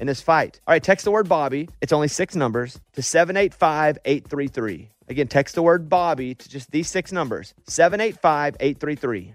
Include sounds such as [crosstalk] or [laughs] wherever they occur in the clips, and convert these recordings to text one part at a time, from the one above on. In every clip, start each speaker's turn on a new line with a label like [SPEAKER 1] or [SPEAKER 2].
[SPEAKER 1] in this fight. All right, text the word Bobby. It's only six numbers to 785 833. Again, text the word Bobby to just these six numbers 785 833.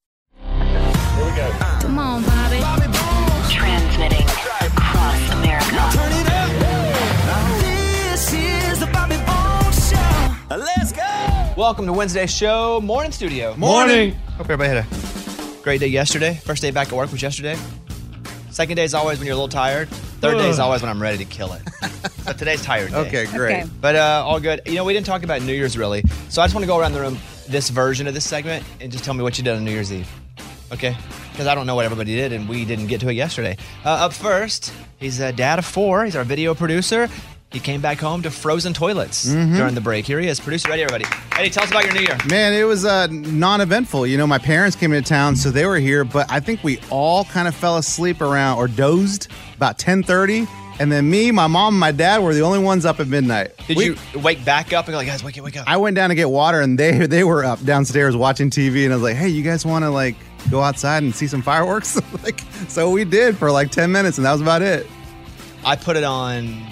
[SPEAKER 2] Come on, Bobby. Transmitting across America. turn it up. This is the Bobby Bones Show.
[SPEAKER 1] Let's go. Welcome to Wednesday's show, Morning Studio.
[SPEAKER 3] Morning.
[SPEAKER 1] Hope everybody had a great day yesterday. First day back at work was yesterday. Second day is always when you're a little tired. Third day is
[SPEAKER 3] Ugh.
[SPEAKER 1] always when I'm ready to kill it.
[SPEAKER 3] [laughs]
[SPEAKER 1] so Oh, today's tired day.
[SPEAKER 3] Okay, great. Okay.
[SPEAKER 1] But uh, all good. You know, we didn't talk about New Year's really. So I just want to go around the room, this version of this segment, and just tell me what you did on New Year's Eve. Okay? Because I don't know what everybody did, and we didn't get to it yesterday. Uh, up first, he's a dad of four. He's our video producer. He came back home to frozen toilets
[SPEAKER 3] Mhm.
[SPEAKER 1] during the break. Here he is, producer ready, everybody. Eddie, tell us about your New Year.
[SPEAKER 3] Man, it was uh, non-eventful. You know, my parents came into town, so they were here. But I think we all kind of fell asleep around or dozed about 10:30, and then me, my mom, and my dad were the only ones up at midnight.
[SPEAKER 1] Did you wake back up and go like, guys, wake up, wake up?
[SPEAKER 3] I went down to get water, and they [laughs] they were up downstairs watching TV, and I was like, "Hey, you guys want to like go outside and see some fireworks?" [laughs] like, so we did for like 10 minutes, and that was about it.
[SPEAKER 1] I put it on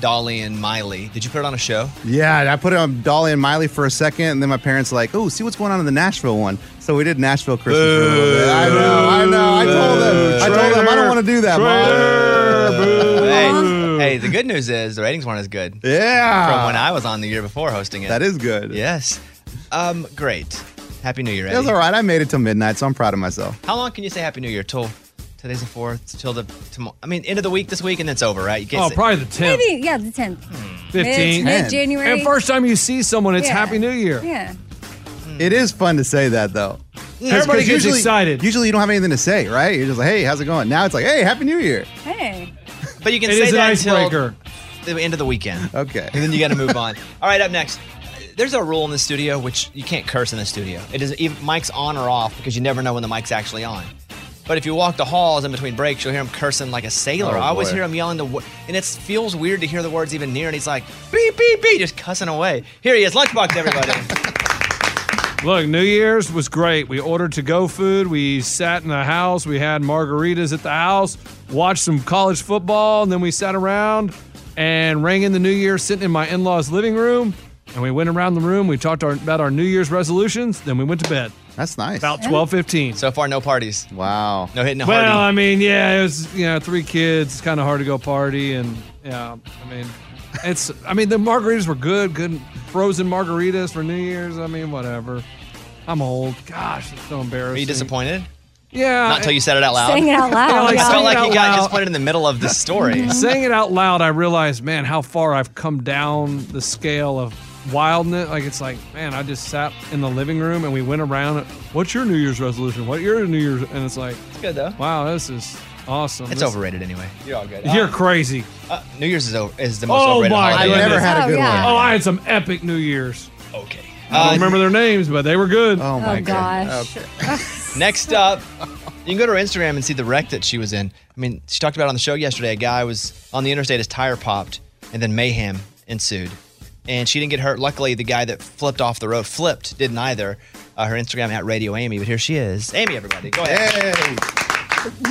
[SPEAKER 1] Dolly and Miley. Did you put it on a show?
[SPEAKER 3] Yeah, and I put on Dolly and Miley for a second, and then my parents were like, "Oh, see what's going on in the Nashville one." So we did Nashville Christmas. for a little bit. I know, I know. I told them, I told them, I don't want to do that.
[SPEAKER 1] Hey, hey, the good news is the ratings weren't as good.
[SPEAKER 3] Yeah.
[SPEAKER 1] From when I was on the year before hosting it.
[SPEAKER 3] That is good.
[SPEAKER 1] Yes. Um, great. Happy New Year,
[SPEAKER 3] Mom. It
[SPEAKER 1] Eddie.
[SPEAKER 3] was all right. I made it till midnight, so I'm proud of myself.
[SPEAKER 1] How long can you say Happy New Year till today's the fourth, till the tomorrow? I mean, end of the week this week, and it's over, right? You can't
[SPEAKER 4] Oh,
[SPEAKER 1] say-
[SPEAKER 4] probably the 10th.
[SPEAKER 5] Maybe, yeah, the 10th. Mid-
[SPEAKER 4] 15th.
[SPEAKER 5] mid-January.
[SPEAKER 4] Hmm. And first time you see someone, it's
[SPEAKER 5] Yeah.
[SPEAKER 4] Happy New Year.
[SPEAKER 5] Yeah.
[SPEAKER 3] Mm. It is fun to say that though. 'Cause-
[SPEAKER 4] Everybody
[SPEAKER 3] 'cause
[SPEAKER 4] gets
[SPEAKER 3] usually-
[SPEAKER 4] excited.
[SPEAKER 3] Usually you don't have anything to say, right? You're just like, hey, how's it going? Now it's like, hey, Happy New Year.
[SPEAKER 5] Hey.
[SPEAKER 1] But you can
[SPEAKER 4] It
[SPEAKER 1] say
[SPEAKER 4] is an
[SPEAKER 1] that until
[SPEAKER 4] icebreaker.
[SPEAKER 1] the end of the weekend.
[SPEAKER 3] Okay.
[SPEAKER 1] And then you got to move on. All right, up next. There's a rule in the studio which you can't curse in the studio. It is even mic's on or off because you never know when the mic's actually on. But if you walk the halls in between breaks, you'll hear him cursing like a sailor.
[SPEAKER 6] Oh,
[SPEAKER 1] I always
[SPEAKER 6] boy.
[SPEAKER 1] hear him yelling the wo- and it feels weird to hear the words even near. And he's like beep beep beep, just cussing away. Here he is, lunchbox, everybody.
[SPEAKER 4] Look, New Year's was great. We ordered to go food. We sat in the house. We had margaritas at the house, watched some college football, and then we sat around and rang in the New Year sitting in my in law's living room. And we went around the room. We talked our, about our New Year's resolutions. Then we went to bed.
[SPEAKER 3] That's nice.
[SPEAKER 4] About twelve fifteen.
[SPEAKER 1] So far, no parties.
[SPEAKER 3] Wow.
[SPEAKER 1] No hitting a
[SPEAKER 4] well,
[SPEAKER 1] hardy.
[SPEAKER 4] I mean, yeah, it was you know three kids. It's kind of hard to go party, and yeah, I mean, it's I mean the margaritas were good, good frozen margaritas for New Year's. I mean, whatever. I'm old. Gosh, it's so embarrassing.
[SPEAKER 1] Are you disappointed?
[SPEAKER 4] Yeah.
[SPEAKER 1] Not until you said it out loud.
[SPEAKER 4] Saying it out [laughs] loud,
[SPEAKER 1] I
[SPEAKER 4] yeah.
[SPEAKER 1] felt
[SPEAKER 4] Saying
[SPEAKER 1] like
[SPEAKER 4] it
[SPEAKER 1] you
[SPEAKER 4] out
[SPEAKER 1] got
[SPEAKER 4] loud.
[SPEAKER 1] just put it in the
[SPEAKER 4] [laughs]
[SPEAKER 1] middle of the story.
[SPEAKER 4] Saying it out loud, I realized, man, how far I've come down the scale of wildness. Like it's like, man, I just sat in the living room and we went around. What's your New Year's resolution? What your New Year's? And it's like,
[SPEAKER 1] It's good though.
[SPEAKER 4] wow, this is awesome.
[SPEAKER 1] It's
[SPEAKER 4] This-
[SPEAKER 1] overrated anyway. You're all good.
[SPEAKER 4] You're crazy.
[SPEAKER 1] Uh, New Year's is over, is the most overrated holiday.
[SPEAKER 4] Oh, I had some epic New Year's.
[SPEAKER 1] Okay.
[SPEAKER 4] I don't
[SPEAKER 1] Uh,
[SPEAKER 4] remember their names, but they were good.
[SPEAKER 3] Oh
[SPEAKER 1] my Oh, God. gosh.
[SPEAKER 5] [laughs]
[SPEAKER 1] Next up, you can go to her Instagram and see the wreck that she was in. I mean, she talked about it on the show yesterday. A guy was on the interstate, his tire popped, and then mayhem ensued. And she didn't get hurt. Luckily, the guy that flipped off the road, flipped, didn't either. Uh, her Instagram at Radio Amy, but here she is. Amy, everybody. Go ahead.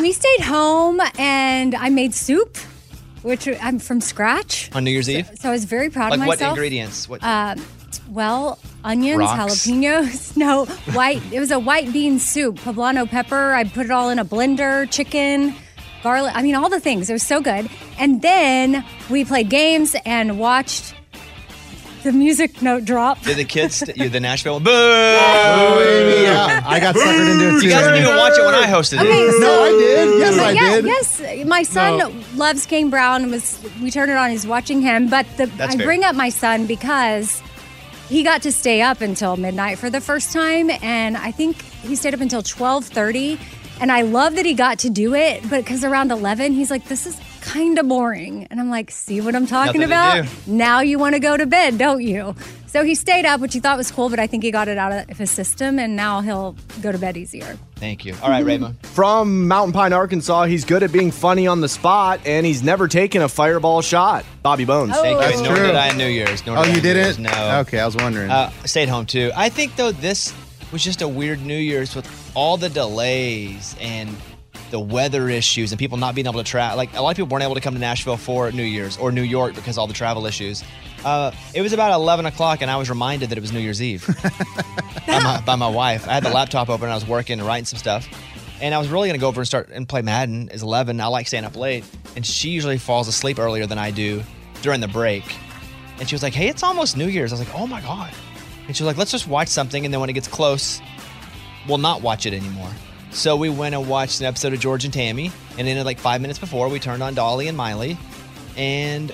[SPEAKER 5] We stayed home and I made soup, which I'm from scratch.
[SPEAKER 1] On New Year's Eve?
[SPEAKER 5] So I was very proud
[SPEAKER 1] Like
[SPEAKER 5] of
[SPEAKER 1] what
[SPEAKER 5] myself.
[SPEAKER 1] ingredients? What?
[SPEAKER 5] Uh, well, onions,
[SPEAKER 1] Rocks?
[SPEAKER 5] jalapenos. [laughs] No, white. it was a white bean soup, poblano pepper. I put it all in a blender, chicken, garlic. I mean, all the things. It was so good. And then we played games and watched the music note drop.
[SPEAKER 1] Did the kids, st- you the Nashville
[SPEAKER 5] [laughs]
[SPEAKER 1] one? Boo! Yeah,
[SPEAKER 3] I got suckered into it
[SPEAKER 1] You guys didn't even watch it when I hosted
[SPEAKER 5] Okay,
[SPEAKER 1] it.
[SPEAKER 5] so-
[SPEAKER 3] No, I did. Yes, I
[SPEAKER 5] yeah,
[SPEAKER 3] did.
[SPEAKER 5] Yes, my son
[SPEAKER 4] No.
[SPEAKER 5] loves Kane Brown. and Was we turned it on? He's watching him. But the,
[SPEAKER 1] That's
[SPEAKER 5] I
[SPEAKER 1] fair.
[SPEAKER 5] bring up my son because he got to stay up until midnight for the first time, and I think he stayed up until twelve thirty. And I love that he got to do it, but because around eleven, he's like, "This is kind of boring," and I'm like, "See what I'm talking
[SPEAKER 1] Nothing
[SPEAKER 5] about?
[SPEAKER 1] to
[SPEAKER 5] Now you want to go to bed, don't you?" So he stayed up, which he thought was cool, but I think he got it out of his system, and now he'll go to bed easier.
[SPEAKER 1] Thank you. All right, Raymond.
[SPEAKER 7] [laughs] From Mountain Pine, Arkansas, he's good at being funny on the spot, and he's never taken a fireball shot. Bobby Bones.
[SPEAKER 5] Oh.
[SPEAKER 1] Thank you.
[SPEAKER 5] That's
[SPEAKER 1] Nor
[SPEAKER 3] true.
[SPEAKER 1] did I on New Year's. Nor
[SPEAKER 3] Oh,
[SPEAKER 1] did I
[SPEAKER 3] you
[SPEAKER 1] on New Year's,
[SPEAKER 3] didn't?
[SPEAKER 1] No.
[SPEAKER 3] Okay, I was wondering.
[SPEAKER 1] Uh, stayed home too. I think though this was just a weird New Year's with all the delays and the weather issues and people not being able to travel. Like a lot of people weren't able to come to Nashville for New Year's or New York because all the travel issues. Uh, it was about 11 o'clock and I was reminded that it was New
[SPEAKER 3] [laughs]
[SPEAKER 1] Year's Eve by, my, by my wife. I had the laptop open and I was working and writing some stuff. And I was really gonna go over and start and play Madden. It's 11. I like staying up late, and she usually falls asleep earlier than I do during the break. And she was like, hey, it's almost New Year's. I was like, oh my God. And she was like, let's just watch something. And then when it gets close, we'll not watch it anymore. So we went and watched an episode of George and Tammy. And ended like five minutes before, we turned on Dolly and Miley and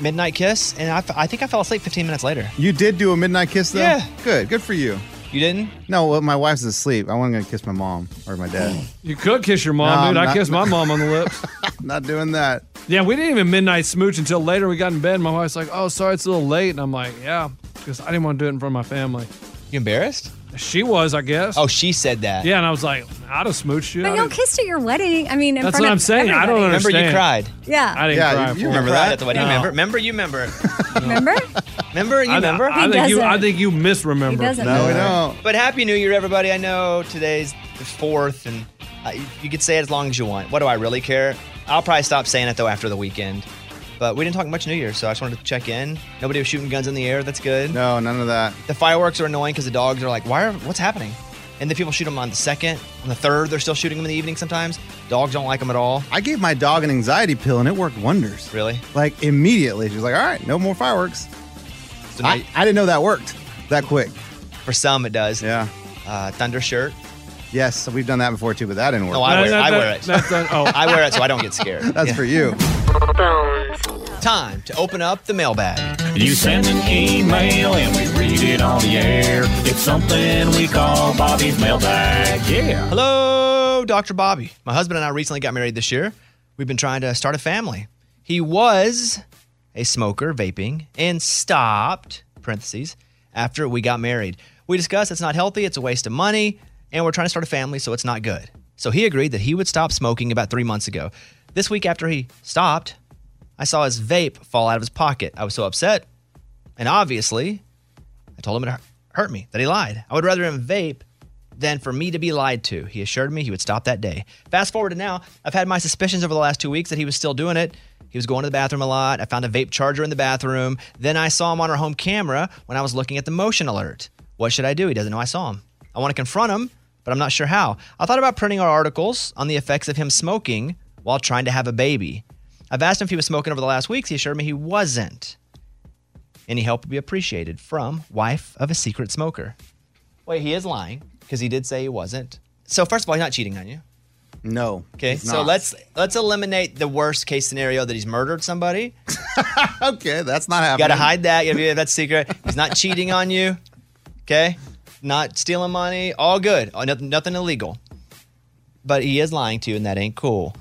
[SPEAKER 1] Midnight Kiss. And I, f- I think I fell asleep 15 minutes later.
[SPEAKER 3] you did do a midnight kiss though.
[SPEAKER 1] Yeah.
[SPEAKER 3] Good. Good for you.
[SPEAKER 1] You didn't?
[SPEAKER 3] No, well, my wife's asleep. I wasn't gonna kiss my mom or my dad.
[SPEAKER 4] You could kiss your mom,
[SPEAKER 3] No,
[SPEAKER 4] dude.
[SPEAKER 3] I'm
[SPEAKER 4] I
[SPEAKER 3] not-
[SPEAKER 4] kissed
[SPEAKER 3] [laughs]
[SPEAKER 4] my mom on the lips.
[SPEAKER 3] Not doing that.
[SPEAKER 4] yeah, we didn't even midnight smooch until later. We got in bed. And my wife's like, "Oh, sorry, it's a little late," and I'm like, "Yeah," because I didn't want to do it in front of my family.
[SPEAKER 1] You embarrassed?
[SPEAKER 4] She was, I guess.
[SPEAKER 1] Oh, she said that.
[SPEAKER 4] yeah, and I was like, "I'd have smooched you." I
[SPEAKER 5] But y'all
[SPEAKER 4] didn't-
[SPEAKER 5] kissed at your wedding. I mean, in
[SPEAKER 4] That's
[SPEAKER 5] front
[SPEAKER 4] what
[SPEAKER 5] of
[SPEAKER 4] I'm saying. I don't
[SPEAKER 5] everybody.
[SPEAKER 1] Remember you
[SPEAKER 4] Understand.
[SPEAKER 1] cried.
[SPEAKER 4] I
[SPEAKER 5] Yeah,
[SPEAKER 4] didn't
[SPEAKER 3] Yeah,
[SPEAKER 4] cry.
[SPEAKER 3] you-
[SPEAKER 4] for
[SPEAKER 3] you
[SPEAKER 4] it.
[SPEAKER 3] remember
[SPEAKER 1] Cried
[SPEAKER 3] that?
[SPEAKER 1] at the wedding. You
[SPEAKER 4] No.
[SPEAKER 1] Remember? Remember? You remember?
[SPEAKER 5] remember?
[SPEAKER 1] Remember? You
[SPEAKER 4] I,
[SPEAKER 1] remember?
[SPEAKER 4] I,
[SPEAKER 5] He
[SPEAKER 4] think you. I
[SPEAKER 5] doesn't.
[SPEAKER 4] think you misremember.
[SPEAKER 5] He doesn't.
[SPEAKER 3] No, we don't.
[SPEAKER 1] But happy New Year, everybody! I know today's the fourth, and uh, you could say it as long as you want. What do I really care? I'll probably stop saying it though after the weekend. But we didn't talk much New Year, so I just wanted to check in. Nobody was shooting guns in the air. That's good.
[SPEAKER 3] No, none of that.
[SPEAKER 1] The fireworks are annoying because the dogs are like, "Why? Are, what's happening?" And then people shoot them on the second, on the third. They're still shooting them in the evening sometimes. Dogs don't like them at all.
[SPEAKER 3] I gave my dog an anxiety pill and it worked wonders.
[SPEAKER 1] Really?
[SPEAKER 3] Like immediately. She was like, all right, no more fireworks.
[SPEAKER 1] So
[SPEAKER 3] I,
[SPEAKER 1] now-
[SPEAKER 3] I didn't know that worked that quick.
[SPEAKER 1] for some, it does.
[SPEAKER 3] Yeah.
[SPEAKER 1] Uh, thunder shirt.
[SPEAKER 3] Yes, we've done that before too, but that didn't work.
[SPEAKER 1] No, I wear, it. I wear it.
[SPEAKER 4] That's not, oh,
[SPEAKER 1] [laughs] I wear it so I don't get scared.
[SPEAKER 3] That's for you.
[SPEAKER 1] Time to open up the mailbag.
[SPEAKER 8] You send an email and we read it on the air. It's something we call Bobby's mailbag. Yeah.
[SPEAKER 1] Hello, Dr. Bobby. My husband and I recently got married this year. We've been trying to start a family. He was a smoker, vaping, and stopped, parentheses, after we got married. We discussed it's not healthy, it's a waste of money, and we're trying to start a family, so it's not good. So he agreed that he would stop smoking about three months ago. This week after he stopped, I saw his vape fall out of his pocket. I was so upset, and obviously, I told him it hu- hurt me that he lied. I would rather him vape than for me to be lied to. He assured me he would stop that day. Fast forward to now, I've had my suspicions over the last two weeks that he was still doing it. He was going to the bathroom a lot. I found a vape charger in the bathroom. Then I saw him on our home camera when I was looking at the motion alert. What should I do? He doesn't know I saw him. I want to confront him, but I'm not sure how. I thought about printing our articles on the effects of him smoking while trying to have a baby. I've asked him if he was smoking over the last weeks. He assured me he wasn't. Any help would be appreciated from wife of a secret smoker. Wait, he is lying because he did say he wasn't. So first of all, he's not cheating on you.
[SPEAKER 3] No.
[SPEAKER 1] Okay,
[SPEAKER 3] it's
[SPEAKER 1] so
[SPEAKER 3] not.
[SPEAKER 1] let's let's eliminate the worst case scenario that he's murdered somebody. You
[SPEAKER 3] [laughs] Okay, that's not happening.
[SPEAKER 1] got to hide that. You got to that's secret. He's not cheating on you. Okay, not stealing money. All good. Oh, nothing, nothing illegal. But he is lying to you, and that ain't cool.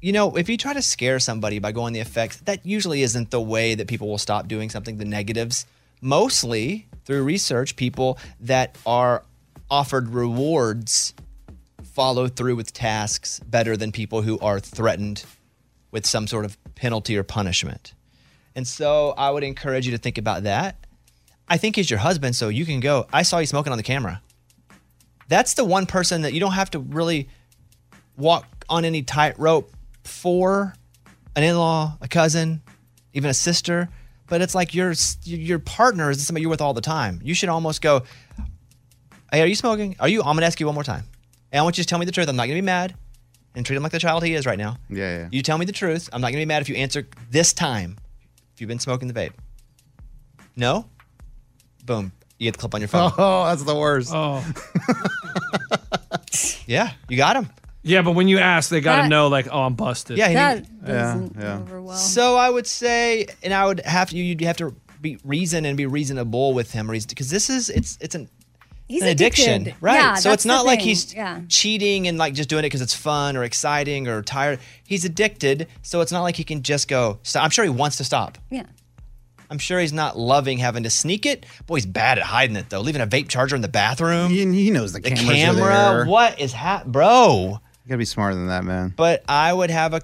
[SPEAKER 1] You know, if you try to scare somebody by going the effects, that usually isn't the way that people will stop doing something. The negatives, mostly through research, people that are offered rewards follow through with tasks better than people who are threatened with some sort of penalty or punishment. And so I would encourage you to think about that. I think he's your husband, so you can go. I saw you smoking on the camera. That's the one person that you don't have to really walk on any tightrope for an in-law, a cousin, even a sister. But it's like your your partner is somebody you're with all the time. You should almost go, "Hey, are you smoking? Are you?" I'm gonna ask you one more time, and I want you to tell me the truth. I'm not gonna be mad, and treat him like the child he is right now.
[SPEAKER 3] Yeah, yeah.
[SPEAKER 1] You tell me the truth. I'm not gonna be mad if you answer this time. If you've been smoking the vape, no, boom, you get the clip on
[SPEAKER 3] [laughs]
[SPEAKER 1] your phone.
[SPEAKER 3] [laughs] Oh, that's the worst.
[SPEAKER 4] Oh.
[SPEAKER 1] yeah, you got him.
[SPEAKER 4] Yeah, but when you ask, they got to
[SPEAKER 1] That-
[SPEAKER 4] know, like, oh, I'm busted.
[SPEAKER 1] Yeah, he
[SPEAKER 4] yeah,
[SPEAKER 1] That didn't- doesn't
[SPEAKER 4] yeah.
[SPEAKER 1] So I would say, and I would have to, you'd have to be reason and be reasonable with him, because this is it's it's an
[SPEAKER 5] He's
[SPEAKER 1] an addiction,
[SPEAKER 5] addicted.
[SPEAKER 1] right?
[SPEAKER 5] Yeah,
[SPEAKER 1] so
[SPEAKER 5] that's
[SPEAKER 1] it's
[SPEAKER 5] the
[SPEAKER 1] not like
[SPEAKER 5] thing.
[SPEAKER 1] he's
[SPEAKER 5] Yeah.
[SPEAKER 1] cheating and like just doing it because it's fun or exciting or tired. He's addicted, so it's not like he can just go. Stop. I'm sure he wants to stop.
[SPEAKER 5] Yeah.
[SPEAKER 1] I'm sure he's not loving having to sneak it. Boy, he's bad at hiding it though. Leaving a vape charger in the bathroom.
[SPEAKER 3] He, he knows the,
[SPEAKER 1] the
[SPEAKER 3] cameras are
[SPEAKER 1] camera.
[SPEAKER 3] there.
[SPEAKER 1] What is happening, bro?
[SPEAKER 3] You gotta be smarter than that, man.
[SPEAKER 1] But I would have a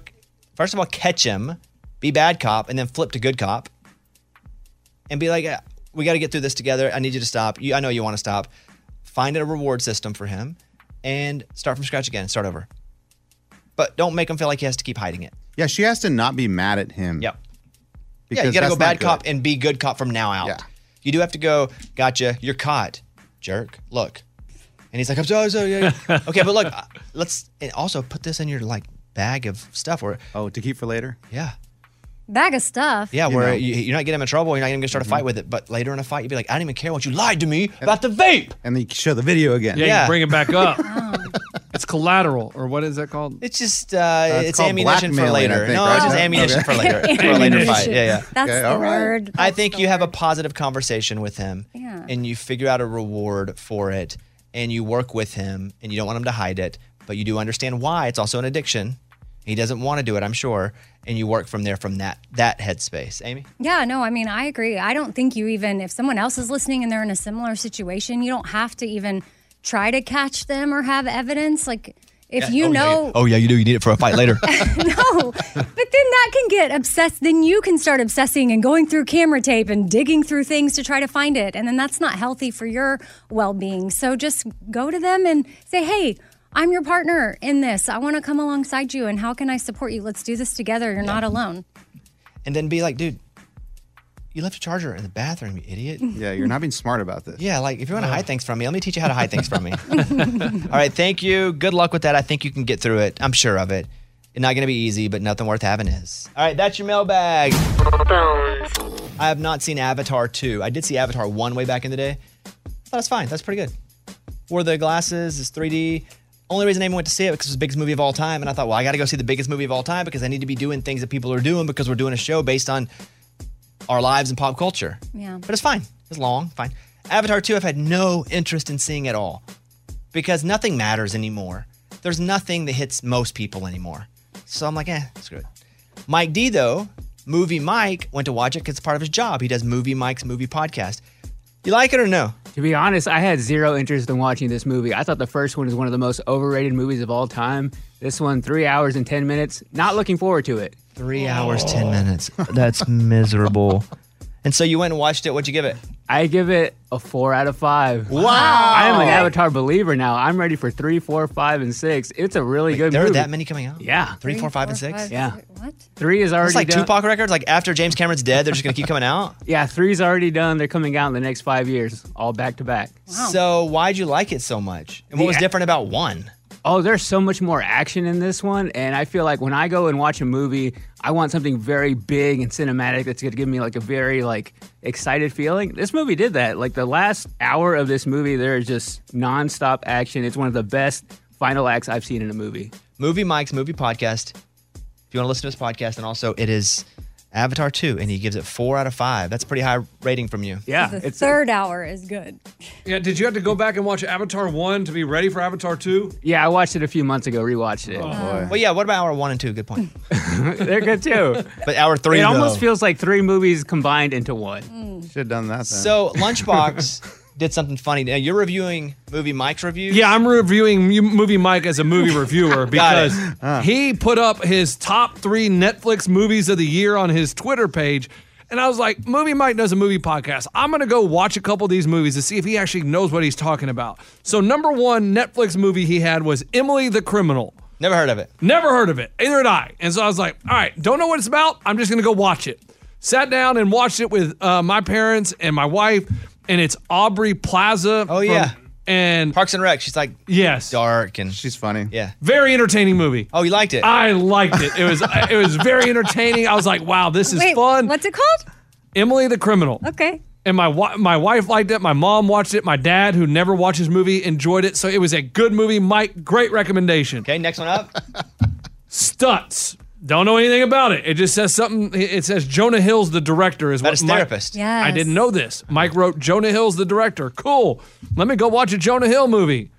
[SPEAKER 1] first of all catch him, be bad cop, and then flip to good cop, and be like, "Uh, "We got to get through this together. I need you to stop. You, I know you want to stop. Find a reward system for him, and start from scratch again. Start over. But don't make him feel like he has to keep hiding it.
[SPEAKER 3] Yeah, she has to not be mad at him.
[SPEAKER 1] Yep. yeah,
[SPEAKER 3] Because
[SPEAKER 1] you got to go
[SPEAKER 3] that's not
[SPEAKER 1] bad
[SPEAKER 3] good.
[SPEAKER 1] cop and be good cop from now out. You do have to go. Gotcha. You're caught, jerk. Look, and he's like, "I'm sorry, sorry, yeah,
[SPEAKER 3] [laughs]
[SPEAKER 1] yeah." okay, but look, uh, let's and also put this in your like bag of stuff where
[SPEAKER 3] oh to keep for later.
[SPEAKER 1] Yeah.
[SPEAKER 5] Bag of stuff.
[SPEAKER 1] Yeah, where you, you're not getting him in trouble, you're not even gonna start
[SPEAKER 3] Mm-hmm.
[SPEAKER 1] a fight with it. But later in a fight, you'd be like, I don't even care what you lied to me about the vape.
[SPEAKER 3] And then you show the video again.
[SPEAKER 4] you can bring it back up. it's collateral, or what is that called?
[SPEAKER 1] It's just uh, it's, ammunition for later. no, it's just ammunition for [laughs] later. For a later
[SPEAKER 4] Ammunition.
[SPEAKER 1] fight. Yeah, yeah.
[SPEAKER 5] That's the word.
[SPEAKER 1] I think you have a positive conversation with him, and you figure out a reward for it, and you work with him, and you don't want him to hide it, but you do understand why it's also an addiction. He doesn't want to do it, I'm sure, and you work from there from that that headspace. Amy,
[SPEAKER 5] Yeah, no, I mean, I agree. I don't think you even, if someone else is listening and they're in a similar situation, you don't have to even try to catch them or have evidence. Like, if
[SPEAKER 1] Yeah.
[SPEAKER 5] you
[SPEAKER 1] Oh, yeah,
[SPEAKER 5] know,
[SPEAKER 1] oh yeah, you do. You need it for a fight
[SPEAKER 5] [laughs]
[SPEAKER 1] later.
[SPEAKER 5] no, but then that can get obsessed. Then you can start obsessing and going through camera tape and digging through things to try to find it. And then that's not healthy for your well being. So just go to them and say, hey, I'm your partner in this. I want to come alongside you. And how can I support you? Let's do this together. You're not alone.
[SPEAKER 1] and then be like, dude, you left your charger in the bathroom, you idiot.
[SPEAKER 3] [laughs] Yeah, you're not being smart about this.
[SPEAKER 1] Yeah, like if you want to hide things from me, let me teach you how to hide things from me. All right, thank you. Good luck with that. I think you can get through it. I'm sure of it. It's not going to be easy, but nothing worth having is. All right, that's your mailbag. I have not seen Avatar 2. I did see Avatar 1 way back in the day. I thought it's fine. That's pretty good. Wore the glasses, it's 3D. Only reason I even went to see it because it was the biggest movie of all time. And I thought, well, I got to go see the biggest movie of all time because I need to be doing things that people are doing because we're doing a show based on our lives and pop culture.
[SPEAKER 5] Yeah.
[SPEAKER 1] But it's fine. It's long, fine. Avatar 2, I've had no interest in seeing at all because nothing matters anymore. There's nothing that hits most people anymore. So I'm like, eh, screw it. Mike D, though, Movie Mike went to watch it because it's part of his job. He does Movie Mike's movie podcast. You like it or no?
[SPEAKER 6] To be honest, I had zero interest in watching this movie. I thought the first one is one of the most overrated movies of all time. This one, three hours and 10 minutes. Not looking forward to it.
[SPEAKER 1] Three hours,
[SPEAKER 6] [laughs]
[SPEAKER 1] 10 minutes. That's miserable. And so you went and watched it. What'd you give it?
[SPEAKER 6] I give it a four out of five.
[SPEAKER 1] Wow.
[SPEAKER 6] I am an Avatar believer now. I'm ready for three, four, five, and six. It's a really good
[SPEAKER 1] There are
[SPEAKER 6] movie.
[SPEAKER 1] that many coming out?
[SPEAKER 6] Yeah.
[SPEAKER 1] Three, four, five, and six?
[SPEAKER 6] Yeah.
[SPEAKER 5] What?
[SPEAKER 6] Three is already
[SPEAKER 1] It's like
[SPEAKER 6] done.
[SPEAKER 1] Tupac records. Like after [laughs] James Cameron's dead, they're just going to keep [laughs] coming out.
[SPEAKER 6] [laughs] Yeah, three's already done. They're coming out in the next five years, all back to back.
[SPEAKER 1] So why'd you like it so much? And what was different about one?
[SPEAKER 6] Oh, there's so much more action in this one. And I feel like when I go and watch a movie, I want something very big and cinematic that's going to give me like a very like excited feeling. This movie did that. Like the last hour of this movie, there is just nonstop action. It's one of the best final acts I've seen in a movie.
[SPEAKER 1] Movie Mike's movie podcast. If you want to listen to his podcast, and also it is Avatar 2, and he gives it four out of five. That's a pretty high rating from you.
[SPEAKER 6] Yeah.
[SPEAKER 5] The third hour is good.
[SPEAKER 4] Yeah, did you have to go back and watch Avatar 1 to be ready for Avatar 2?
[SPEAKER 6] Yeah, I watched it a few months ago, rewatched it.
[SPEAKER 1] Oh. Well, yeah, what about hour one and two? Good point.
[SPEAKER 6] [laughs] They're good too.
[SPEAKER 1] But hour three,
[SPEAKER 6] it almost
[SPEAKER 1] though. Mm.
[SPEAKER 6] feels like three movies combined into one.
[SPEAKER 3] Should have done that. Then.
[SPEAKER 1] So Lunchbox did something funny. Now you're reviewing movie Mike's review.
[SPEAKER 4] Yeah, I'm reviewing Mu- Movie Mike as a
[SPEAKER 1] [laughs]
[SPEAKER 4] movie reviewer
[SPEAKER 1] Got it. Uh.
[SPEAKER 4] because he put up his top three Netflix movies of the year on his Twitter page. And I was like, Movie Mike does a movie podcast. I'm going to go watch a couple of these movies to see if he actually knows what he's talking about. So, number one Netflix movie he had was Emily the Criminal.
[SPEAKER 1] Never heard of it.
[SPEAKER 4] Never heard of it. Either did I. And so I was like, all right, don't know what it's about. I'm just going to go watch it. Sat down and watched it with uh, my parents and my wife. And it's Aubrey Plaza. Oh,
[SPEAKER 1] yeah.
[SPEAKER 4] And
[SPEAKER 1] Parks and Rec. She's like,
[SPEAKER 4] yes.
[SPEAKER 1] Dark and
[SPEAKER 3] she's funny.
[SPEAKER 1] Yeah.
[SPEAKER 4] Very entertaining movie.
[SPEAKER 1] Oh, you liked it?
[SPEAKER 4] I liked it. It was it was very entertaining. I was like, wow, this is
[SPEAKER 5] Wait,
[SPEAKER 4] fun.
[SPEAKER 5] What's it called?
[SPEAKER 4] Emily the Criminal.
[SPEAKER 5] Okay.
[SPEAKER 4] And my wi- my wife liked it. My mom watched it. My dad, who never watches movie, enjoyed it. So it was a good movie. Mike, great recommendation.
[SPEAKER 1] Okay, next
[SPEAKER 4] [laughs]
[SPEAKER 1] one up.
[SPEAKER 4] Stutz. Don't know anything about it. It just says something. It says Jonah Hill's the director. Is what
[SPEAKER 1] his
[SPEAKER 4] Mike-
[SPEAKER 1] therapist.
[SPEAKER 5] Yes.
[SPEAKER 4] I didn't know this. Mike wrote Jonah Hill's the director. Cool. Let me go watch a Jonah Hill movie.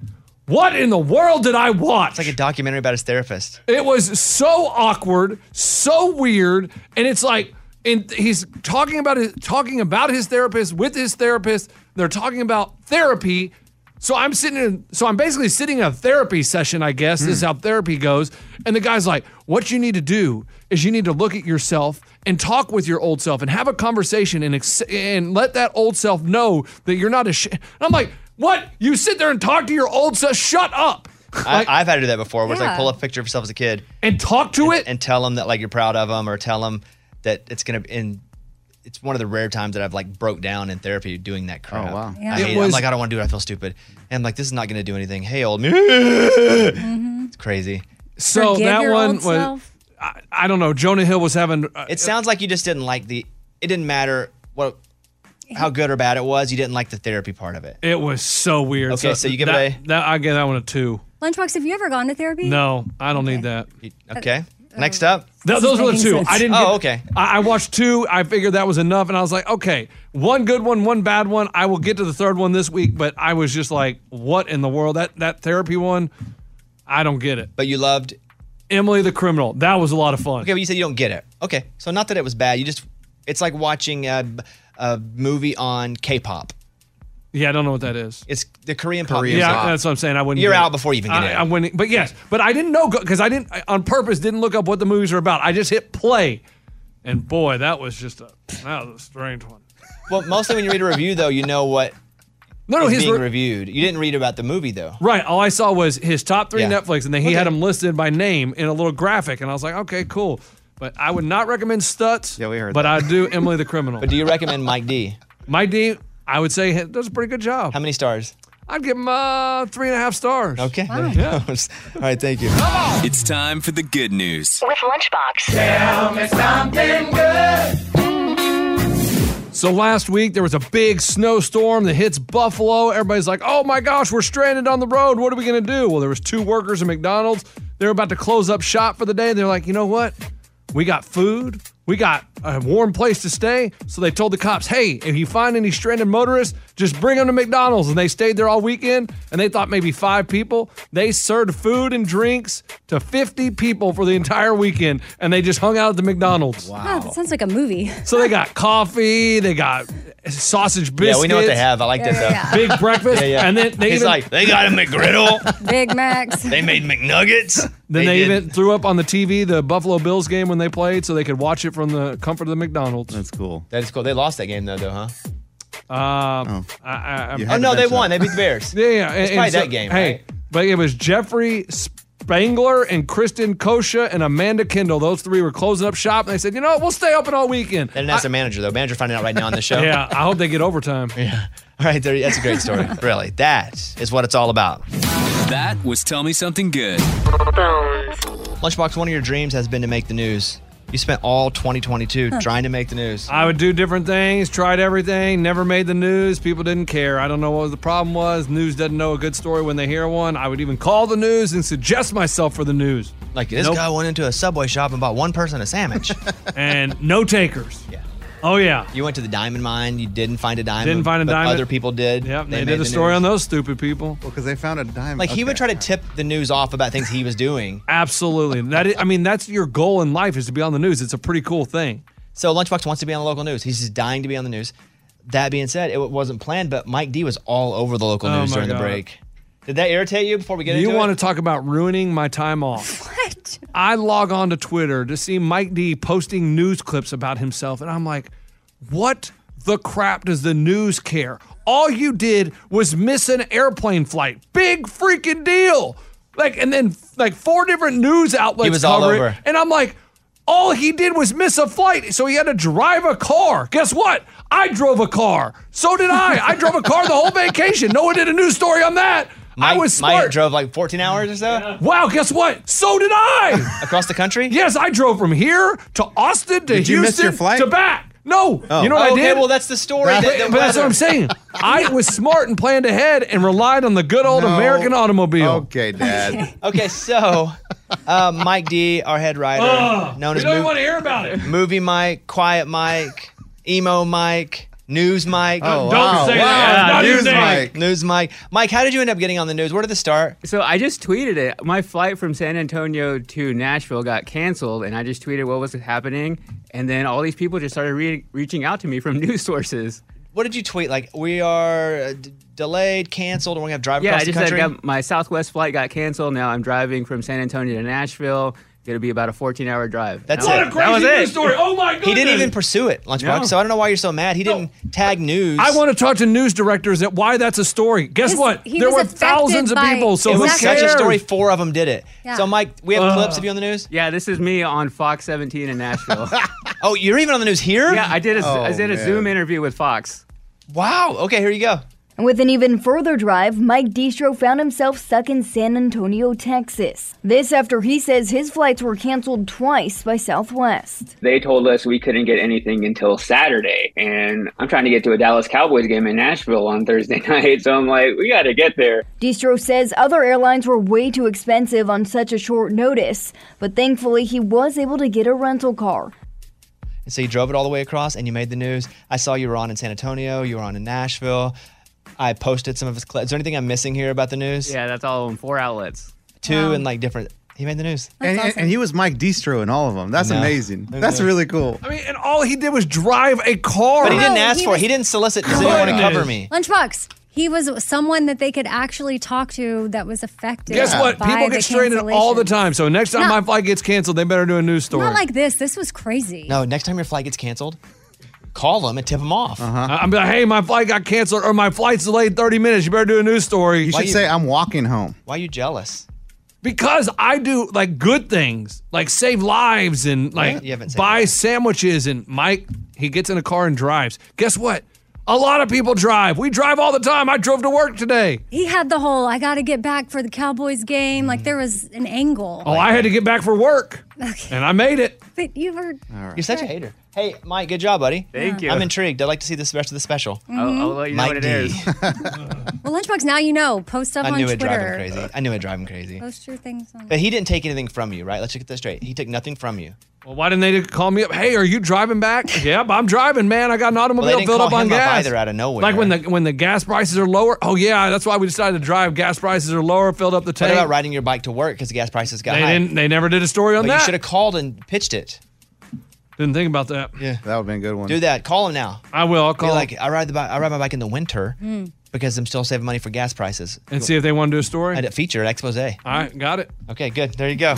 [SPEAKER 4] What in the world did I watch?
[SPEAKER 1] It's like a documentary about his therapist.
[SPEAKER 4] It was so awkward, so weird, and it's like, and he's talking about his talking about his therapist with his therapist. They're talking about therapy. So I'm sitting in, so I'm basically sitting in a therapy session, I guess. This is how therapy goes. And the guy's like, what you need to do is you need to look at yourself and talk with your old self and have a conversation and ex- and let that old self know that you're not a shit. I'm like, what? You sit there and talk to your old self? Shut up. Like-
[SPEAKER 1] I, I've had to do that before. Where it's
[SPEAKER 5] Yeah.
[SPEAKER 1] like pull up a picture of yourself as a kid
[SPEAKER 4] and talk to it.
[SPEAKER 1] and tell them that like you're proud of them, or tell them that it's gonna. And it's one of the rare times that I've like broke down in therapy doing that crap.
[SPEAKER 3] Oh, wow.
[SPEAKER 5] Yeah.
[SPEAKER 1] I
[SPEAKER 5] It
[SPEAKER 1] hate it
[SPEAKER 4] was-
[SPEAKER 1] I'm like I don't want to do it. I feel stupid. And I'm like this is not gonna do anything. Hey, old me. It's crazy.
[SPEAKER 4] So
[SPEAKER 5] Mm-hmm. Forgive
[SPEAKER 4] that
[SPEAKER 5] your
[SPEAKER 4] one
[SPEAKER 5] old
[SPEAKER 4] was
[SPEAKER 5] self.
[SPEAKER 4] I, I don't know. Jonah Hill was having uh,
[SPEAKER 1] It sounds like you just didn't like the. It didn't matter what, how good or bad it was. You didn't like the therapy part of it.
[SPEAKER 4] it was so weird.
[SPEAKER 1] Okay, so you give it
[SPEAKER 4] that,
[SPEAKER 1] a-
[SPEAKER 4] that I give that one a two.
[SPEAKER 5] Lunchbox, have you ever gone to therapy?
[SPEAKER 4] No, I don't need that.
[SPEAKER 1] You- Okay. Next up.
[SPEAKER 4] Th-
[SPEAKER 5] Uh, is
[SPEAKER 4] those were the
[SPEAKER 5] making
[SPEAKER 4] two.
[SPEAKER 5] sense.
[SPEAKER 4] I didn't.
[SPEAKER 1] Oh,
[SPEAKER 4] get-
[SPEAKER 1] okay.
[SPEAKER 4] I, I watched two. I figured that was enough, and I was like, okay, one good one, one bad one. I will get to the third one this week, but I was just like, what in the world? That that therapy one, I don't get it.
[SPEAKER 1] But you loved.
[SPEAKER 4] Emily the criminal. That was a lot of fun.
[SPEAKER 1] Okay, but you said you don't get it. Okay, so not that it was bad. You just. It's like watching a, a movie on K-pop.
[SPEAKER 4] Yeah, I don't know what that is.
[SPEAKER 1] It's the Korean pop.
[SPEAKER 3] Korean
[SPEAKER 1] music.
[SPEAKER 4] Yeah,
[SPEAKER 3] pop.
[SPEAKER 4] that's what I'm saying. I wouldn't.
[SPEAKER 1] You're
[SPEAKER 4] get
[SPEAKER 1] out
[SPEAKER 4] it.
[SPEAKER 1] before you even get
[SPEAKER 4] I,
[SPEAKER 1] it.
[SPEAKER 4] I wouldn't. But yes, but I didn't know because I didn't I, on purpose didn't look up what the movies are about. I just hit play, and boy, that was just a that was a strange one.
[SPEAKER 1] Well, mostly when you read a review though, you know what
[SPEAKER 4] [laughs] No, no,
[SPEAKER 1] is
[SPEAKER 4] his
[SPEAKER 1] being
[SPEAKER 4] re-
[SPEAKER 1] reviewed. You didn't read about the movie though.
[SPEAKER 4] right. All I saw was his top three
[SPEAKER 1] Yeah.
[SPEAKER 4] Netflix, and then he
[SPEAKER 1] Okay.
[SPEAKER 4] had them listed by name in a little graphic, and I was like, okay, cool. But I would not recommend Stutz.
[SPEAKER 3] Yeah, we heard
[SPEAKER 4] But
[SPEAKER 3] that.
[SPEAKER 4] I do Emily the Criminal.
[SPEAKER 1] But do you recommend Mike D?
[SPEAKER 4] My D, I would say he does a pretty good job.
[SPEAKER 1] How many stars?
[SPEAKER 4] I'd give him uh, three and a half stars.
[SPEAKER 1] Okay. there you
[SPEAKER 4] Yeah.
[SPEAKER 1] go. All right, thank you.
[SPEAKER 9] It's time for the good news.
[SPEAKER 2] With Lunchbox.
[SPEAKER 4] So last week there was a big snowstorm that hits Buffalo. Everybody's like, "Oh my gosh, we're stranded on the road. What are we going to do?" Well, there was two workers at McDonald's. They're about to close up shop for the day. They're like, "You know what? We got food. We got a warm place to stay." So they told the cops, "Hey, if you find any stranded motorists, just bring them to McDonald's." And they stayed there all weekend. And they thought maybe five people. They served food and drinks to 50 people for the entire weekend, and they just hung out at the McDonald's. Wow.
[SPEAKER 5] Wow, that sounds like a
[SPEAKER 4] [laughs]
[SPEAKER 5] movie.
[SPEAKER 4] So they got coffee, they got sausage biscuits.
[SPEAKER 1] Yeah, we know what they have. I like that though.
[SPEAKER 5] Yeah.
[SPEAKER 4] Big breakfast,
[SPEAKER 1] Yeah, yeah.
[SPEAKER 4] and then they
[SPEAKER 1] He's
[SPEAKER 4] even,
[SPEAKER 1] like, they got a McGriddle.
[SPEAKER 5] [laughs] Big Macs.
[SPEAKER 1] they made McNuggets.
[SPEAKER 4] [laughs] then they,
[SPEAKER 1] did-
[SPEAKER 4] even threw up on the TV the Buffalo Bills game when they played, so they could watch it from the comfort of the McDonald's.
[SPEAKER 3] That's cool.
[SPEAKER 1] That is cool. They lost that game though, though, huh?
[SPEAKER 4] Um,
[SPEAKER 3] Oh.
[SPEAKER 4] I, I, I,
[SPEAKER 3] You
[SPEAKER 4] yeah,
[SPEAKER 3] had
[SPEAKER 1] Oh
[SPEAKER 3] to
[SPEAKER 1] no, they
[SPEAKER 3] mention
[SPEAKER 1] won.
[SPEAKER 3] that.
[SPEAKER 1] They beat the Bears.
[SPEAKER 4] [laughs] yeah, and-
[SPEAKER 1] probably
[SPEAKER 4] and
[SPEAKER 1] that game,
[SPEAKER 4] Hey,
[SPEAKER 1] right?
[SPEAKER 4] but it was Jeffrey Spangler and Kristen Kosha and Amanda Kendall. Those three were closing up shop, and they said, "You know what? We'll stay open all weekend."
[SPEAKER 1] They didn't ask the manager though. Manager finding out right now on the show.
[SPEAKER 4] Yeah, I hope they get
[SPEAKER 1] [laughs]
[SPEAKER 4] overtime.
[SPEAKER 1] All right, there, that's a great story. really, that is what it's all about.
[SPEAKER 9] That was Tell Me Something Good.
[SPEAKER 1] Lunchbox, one of your dreams has been to make the news. You spent all
[SPEAKER 5] [laughs]
[SPEAKER 1] 2022 trying to make the news.
[SPEAKER 4] I would do different things, tried everything, never made the news. People didn't care. I don't know what the problem was. News doesn't know a good story when they hear one. I would even call the news and suggest myself for the news.
[SPEAKER 1] Like this
[SPEAKER 4] Nope.
[SPEAKER 1] guy went into a subway shop and bought one person a sandwich.
[SPEAKER 4] [laughs] And no takers.
[SPEAKER 1] yeah.
[SPEAKER 4] Oh, yeah.
[SPEAKER 1] You went to the diamond mine. You didn't find a diamond.
[SPEAKER 4] Didn't find a
[SPEAKER 1] but
[SPEAKER 4] diamond.
[SPEAKER 1] Other people did.
[SPEAKER 4] Yep, they,
[SPEAKER 1] made
[SPEAKER 4] did a
[SPEAKER 1] the
[SPEAKER 4] story
[SPEAKER 1] news.
[SPEAKER 4] on those stupid people.
[SPEAKER 3] Well, because they found a diamond.
[SPEAKER 1] Like he would try to tip the news off about things he was doing.
[SPEAKER 4] [laughs] Absolutely. That is, I mean, that's your goal in life is to be on the news. It's a pretty cool thing.
[SPEAKER 1] So Lunchbox wants to be on the local news. He's just dying to be on the news. That being said, it wasn't planned, but Mike D was all over the local
[SPEAKER 4] Oh
[SPEAKER 1] news
[SPEAKER 4] my
[SPEAKER 1] during
[SPEAKER 4] God.
[SPEAKER 1] the break. Did that irritate you before we get
[SPEAKER 4] You
[SPEAKER 1] into
[SPEAKER 4] want
[SPEAKER 1] it?
[SPEAKER 4] to talk about ruining my time off.
[SPEAKER 1] [laughs]
[SPEAKER 5] What?
[SPEAKER 4] I log on to Twitter to see Mike D posting news clips about himself, and I'm like, What the crap does the news care? All you did was miss an airplane flight. Big freaking deal. Like, and then like four different news outlets
[SPEAKER 1] He was all
[SPEAKER 4] cover it.
[SPEAKER 1] over.
[SPEAKER 4] And I'm like, all he did was miss a flight, so he had to drive a car. Guess what? I drove a car. So did I. I drove a car the whole vacation. No one did a news story on that. I was smart.
[SPEAKER 1] Mike drove like 14 hours or so.
[SPEAKER 4] Wow, guess what? So did I.
[SPEAKER 1] Across the country?
[SPEAKER 4] Yes, I drove from here to Austin to
[SPEAKER 1] Did
[SPEAKER 4] Houston
[SPEAKER 1] you miss your flight?
[SPEAKER 4] to back. No,
[SPEAKER 1] Oh.
[SPEAKER 4] you know what
[SPEAKER 1] Okay,
[SPEAKER 4] I did?
[SPEAKER 1] well, that's the story
[SPEAKER 4] But,
[SPEAKER 1] that- that
[SPEAKER 4] but that's what
[SPEAKER 1] weather-
[SPEAKER 4] I'm saying. I was smart and planned ahead and relied on the good old
[SPEAKER 1] No. Oh,
[SPEAKER 4] American automobile. Okay,
[SPEAKER 1] Dad. [laughs] okay, so uh, Mike D, our head writer,
[SPEAKER 4] Ugh,
[SPEAKER 1] known
[SPEAKER 4] we
[SPEAKER 1] as
[SPEAKER 4] don't
[SPEAKER 1] Mov-
[SPEAKER 4] wanna hear about it.
[SPEAKER 1] Movie Mike, Quiet Mike, Emo Mike, News Mike.
[SPEAKER 6] Oh, Don't wow, say wow. that. That's not his
[SPEAKER 1] News
[SPEAKER 6] name.
[SPEAKER 1] Mike. News Mike. Mike, how did you end up getting on the news? Where did this start?
[SPEAKER 6] So I just tweeted it. My flight from San Antonio to Nashville got canceled, and I just tweeted what was happening, and then all these people just started re- reaching out to me from [laughs] news sources.
[SPEAKER 1] What did you tweet? Like we are uh, d- delayed, canceled, and we're gonna have to drive
[SPEAKER 6] yeah,
[SPEAKER 1] across
[SPEAKER 6] I just
[SPEAKER 1] the
[SPEAKER 6] said
[SPEAKER 1] country.
[SPEAKER 6] got, my Southwest flight got canceled. Now I'm driving from San Antonio to Nashville. It's gonna be about a 14 hour drive.
[SPEAKER 1] That's
[SPEAKER 6] That
[SPEAKER 1] it.
[SPEAKER 6] was- that was it.
[SPEAKER 4] Oh
[SPEAKER 1] He didn't even pursue it, Lunchbox.
[SPEAKER 6] No.
[SPEAKER 1] So I don't know why you're so mad. He didn't tag news.
[SPEAKER 4] I want to talk to news directors at why that's a story. Guess
[SPEAKER 1] His-
[SPEAKER 4] what?
[SPEAKER 1] he
[SPEAKER 4] There
[SPEAKER 1] was
[SPEAKER 4] were
[SPEAKER 1] affected
[SPEAKER 4] thousands of
[SPEAKER 1] by-
[SPEAKER 4] people, so
[SPEAKER 1] It
[SPEAKER 4] who
[SPEAKER 1] was such a
[SPEAKER 4] cares?
[SPEAKER 1] story. Four of them did it.
[SPEAKER 6] Yeah.
[SPEAKER 1] So Mike, we have
[SPEAKER 6] Ugh.
[SPEAKER 1] clips of you on the news.
[SPEAKER 6] Yeah, this is me on Fox 17 in Nashville.
[SPEAKER 1] [laughs] oh, you're even on the news here?
[SPEAKER 6] Yeah, I did a, I
[SPEAKER 1] Oh,
[SPEAKER 6] did a
[SPEAKER 1] man.
[SPEAKER 6] Zoom interview with Fox.
[SPEAKER 1] Wow. Okay, here you go.
[SPEAKER 10] And With an even further drive, Mike Distro found himself stuck in San Antonio, Texas. This after he says his flights were canceled twice by Southwest.
[SPEAKER 11] They told us we couldn't get anything until Saturday. And I'm trying to get to a Dallas Cowboys game in Nashville on Thursday [laughs] night. So I'm like, we got to get there.
[SPEAKER 10] Distro says other airlines were way too expensive on such a short notice, but thankfully he was able to get a rental car.
[SPEAKER 1] And so you drove it all the way across and you made the news. I saw you were on in San Antonio, you were on in Nashville. I posted some of his clips. Is there anything I'm missing here about the news?
[SPEAKER 6] Yeah, that's all in four outlets.
[SPEAKER 1] Two and like different. He made the news.
[SPEAKER 3] And, and- and he was Mike Distro in all of them. That's
[SPEAKER 1] No.
[SPEAKER 3] amazing.
[SPEAKER 1] Okay.
[SPEAKER 3] That's really cool.
[SPEAKER 4] I mean, and all he did was drive a car.
[SPEAKER 1] But he didn't
[SPEAKER 5] No,
[SPEAKER 1] ask
[SPEAKER 5] he
[SPEAKER 1] for
[SPEAKER 5] was-
[SPEAKER 1] it. He didn't solicit. Does anyone want to cover me?
[SPEAKER 5] Lunchbox. He was someone that they could actually talk to that was affected.
[SPEAKER 4] Guess what?
[SPEAKER 5] by
[SPEAKER 4] People
[SPEAKER 5] the
[SPEAKER 4] get stranded all the time. So next time
[SPEAKER 5] No.
[SPEAKER 4] my flight gets canceled, they better do a news
[SPEAKER 5] cancellation.
[SPEAKER 4] story.
[SPEAKER 5] Not like this. This was crazy.
[SPEAKER 1] No, next time your flight gets canceled, call them and tip them off.
[SPEAKER 6] Uh-huh.
[SPEAKER 4] I- I'm like, hey, my flight got canceled or my flight's delayed 30 minutes. You better do a news story.
[SPEAKER 3] You should say, I'm walking home.
[SPEAKER 1] Why are you jealous?
[SPEAKER 4] Because I do like good things, like save lives and like
[SPEAKER 1] You haven't said
[SPEAKER 4] buy sandwiches. And Mike, he gets in a car and drives. Guess what? A lot of people drive. We drive all the time. I drove to work today.
[SPEAKER 5] He had the whole I got to get back for the Cowboys game. Like there was an angle.
[SPEAKER 4] Oh, I had to get back for work and I made it.
[SPEAKER 5] But you were
[SPEAKER 1] You're such a hater. Hey, Mike, good job, buddy.
[SPEAKER 5] Thank
[SPEAKER 4] Yeah. Mm-hmm. you.
[SPEAKER 1] I'm intrigued. I'd like to see this rest of the special.
[SPEAKER 5] I'll- I'll
[SPEAKER 6] let you know
[SPEAKER 1] Mike
[SPEAKER 6] what it
[SPEAKER 1] D. [laughs]
[SPEAKER 6] is.
[SPEAKER 5] well, Lunchbox. Now you know. Post stuff
[SPEAKER 1] I
[SPEAKER 5] on
[SPEAKER 1] knew it'd drive him
[SPEAKER 5] Twitter.
[SPEAKER 1] crazy. I knew it'd drive him crazy.
[SPEAKER 5] Post your things
[SPEAKER 1] [laughs]
[SPEAKER 5] on.
[SPEAKER 1] But he didn't take anything from you, right? Let's get this straight. He took nothing from you.
[SPEAKER 4] Well, why didn't they call me up? Hey, are you driving
[SPEAKER 1] [laughs]
[SPEAKER 4] back? yep, I'm driving, man. I got an automobile
[SPEAKER 1] Well, they didn't
[SPEAKER 4] filled
[SPEAKER 1] call
[SPEAKER 4] up on
[SPEAKER 1] him up
[SPEAKER 4] gas.
[SPEAKER 1] either out of nowhere.
[SPEAKER 4] Like when the when the gas prices are lower. Oh yeah, that's why we decided to drive. Gas prices are lower. Filled up the
[SPEAKER 1] What
[SPEAKER 4] tank.
[SPEAKER 1] about riding your bike to work because the gas prices got
[SPEAKER 4] They
[SPEAKER 1] high?
[SPEAKER 4] didn't. They never did a story on
[SPEAKER 1] But
[SPEAKER 4] that.
[SPEAKER 1] you should have called and pitched it.
[SPEAKER 4] Didn't think about that.
[SPEAKER 1] Yeah,
[SPEAKER 3] that would be a good one.
[SPEAKER 1] Do that. Call him now.
[SPEAKER 4] I will. I'll
[SPEAKER 1] call. like I ride the bike. I ride my bike in the winter
[SPEAKER 5] Hmm.
[SPEAKER 1] because I'm still saving money for gas prices.
[SPEAKER 4] And see if they want to do a story.
[SPEAKER 1] I did feature at expose. All
[SPEAKER 4] right, got it.
[SPEAKER 1] Okay, good. There you go.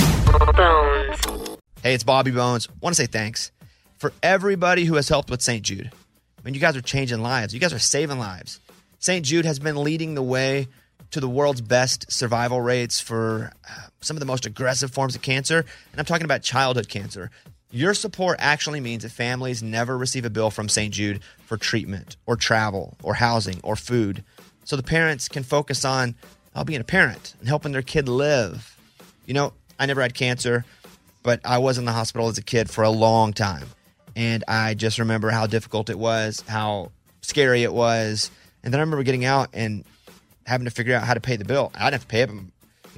[SPEAKER 1] Hey, it's Bobby Bones. Want to say thanks for everybody who has helped with St. Jude. I mean, you guys are changing lives. You guys are saving lives. St. Jude has been leading the way to the world's best survival rates for uh, some of the most aggressive forms of cancer. And I'm talking about childhood cancer. Your support actually means that families never receive a bill from St. Jude for treatment or travel or housing or food. So the parents can focus on uh, being a parent and helping their kid live. You know, I never had cancer, but I was in the hospital as a kid for a long time. And I just remember how difficult it was, how scary it was. And then I remember getting out and having to figure out how to pay the bill. I didn't have to pay it, but you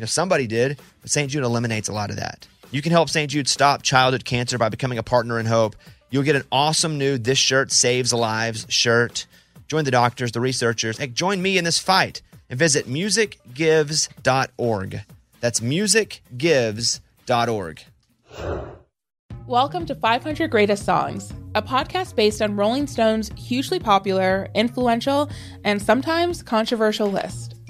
[SPEAKER 1] know, somebody did. But St. Jude eliminates a lot of that. You can help St. Jude stop childhood cancer by becoming a partner in hope. You'll get an awesome new This Shirt Saves Lives shirt. Join the doctors, the researchers. Heck, join me in this fight and visit musicgives.org. That's musicgives.org.
[SPEAKER 12] Welcome to 500 Greatest Songs, a podcast based on Rolling Stone's hugely popular, influential, and sometimes controversial list.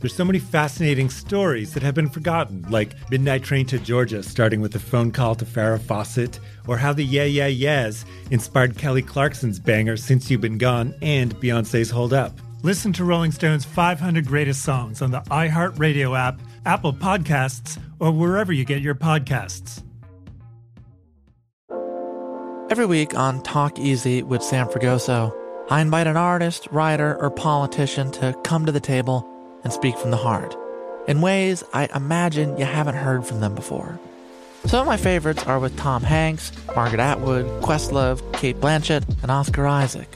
[SPEAKER 13] There's so many fascinating stories that have been forgotten, like Midnight Train to Georgia starting with a phone call to Farrah Fawcett, or how the Yeah Yeah Yeahs inspired Kelly Clarkson's banger Since You've Been Gone and Beyonce's Hold Up. Listen to Rolling Stone's 500 Greatest Songs on the iHeartRadio app, Apple Podcasts, or wherever you get your podcasts.
[SPEAKER 14] Every week on Talk Easy with Sam Fragoso, I invite an artist, writer, or politician to come to the table and speak from the heart in ways I imagine you haven't heard from them before. Some of my favorites are with Tom Hanks, Margaret Atwood, Questlove, Kate Blanchett, and Oscar Isaac.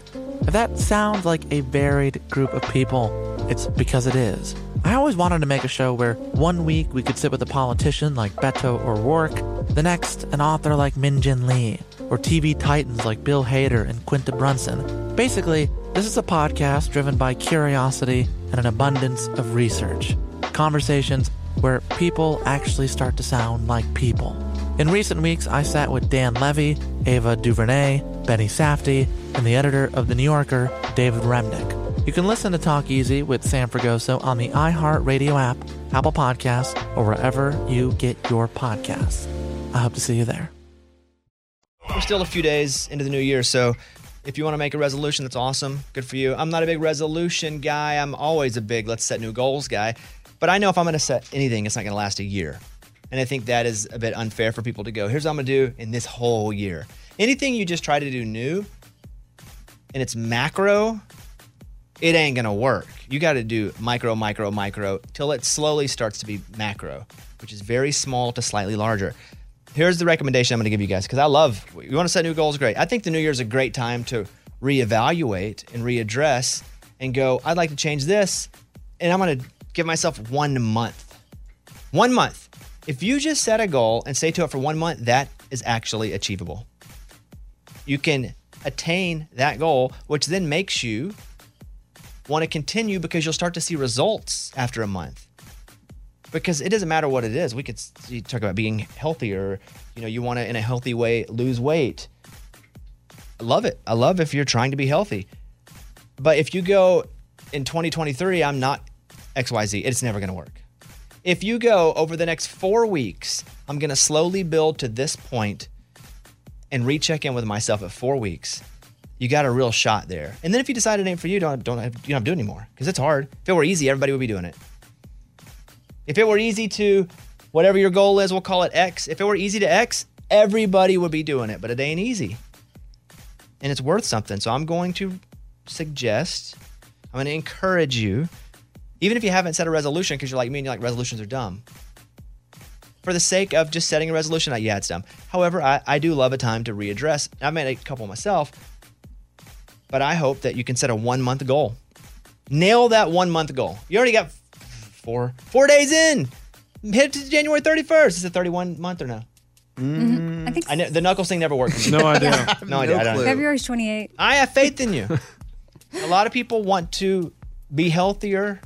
[SPEAKER 14] If that sounds like a varied group of people, it's because it is. I always wanted to make a show where one week we could sit with a politician like Beto or Rourke, the next, an author like Min Jin Lee, or TV titans like Bill Hader and Quinta Brunson. Basically, this is a podcast driven by curiosity and an abundance of research. Conversations where people actually start to sound like people. In recent weeks, I sat with Dan Levy, Ava DuVernay, Benny Safdie, and the editor of The New Yorker, David Remnick. You can listen to Talk Easy with Sam Fragoso on the iHeartRadio app, Apple Podcasts, or wherever you get your podcasts. I hope to see you there.
[SPEAKER 1] We're still a few days into the new year, so if you want to make a resolution, that's awesome. Good for you. I'm not a big resolution guy. I'm always a big let's set new goals guy. But I know if I'm going to set anything, it's not going to last a year. And I think that is a bit unfair for people to go, here's what I'm going to do in this whole year. Anything you just try to do new and it's macro, it ain't going to work. You got to do micro, micro, micro till it slowly starts to be macro, which is very small to slightly larger here's the recommendation I'm going to give you guys because I love you want to set new goals. Great. I think the new year is a great time to reevaluate and readdress and go. I'd like to change this, and I'm going to give myself one month. One month. If you just set a goal and stay to it for one month, that is actually achievable. You can attain that goal, which then makes you want to continue because you'll start to see results after a month because it doesn't matter what it is. We could you talk about being healthier. You know, you want to, in a healthy way, lose weight. I love it. I love if you're trying to be healthy. But if you go in 2023, I'm not XYZ, it's never going to work. If you go over the next four weeks, I'm going to slowly build to this point and recheck in with myself at four weeks. You got a real shot there. And then if you decide it ain't for you, don't don't have, you don't have to do it anymore because it's hard. If it were easy, everybody would be doing it. If it were easy to, whatever your goal is, we'll call it X. If it were easy to X, everybody would be doing it, but it ain't easy. And it's worth something. So I'm going to suggest, I'm going to encourage you, even if you haven't set a resolution because you're like me and you're like, resolutions are dumb. For the sake of just setting a resolution, I, yeah, it's dumb. However, I, I do love a time to readdress. I made a couple myself, but I hope that you can set a one month goal. Nail that one month goal. You already got four four days in. Hit to January 31st. Is it 31 month or no?
[SPEAKER 5] Mhm. I think
[SPEAKER 1] I know the knuckles thing never works.
[SPEAKER 4] [laughs] No idea. Yeah.
[SPEAKER 1] no idea. I don't know.
[SPEAKER 5] February's 28.
[SPEAKER 1] I have
[SPEAKER 4] [laughs]
[SPEAKER 1] faith in you. a lot of people want to be healthier.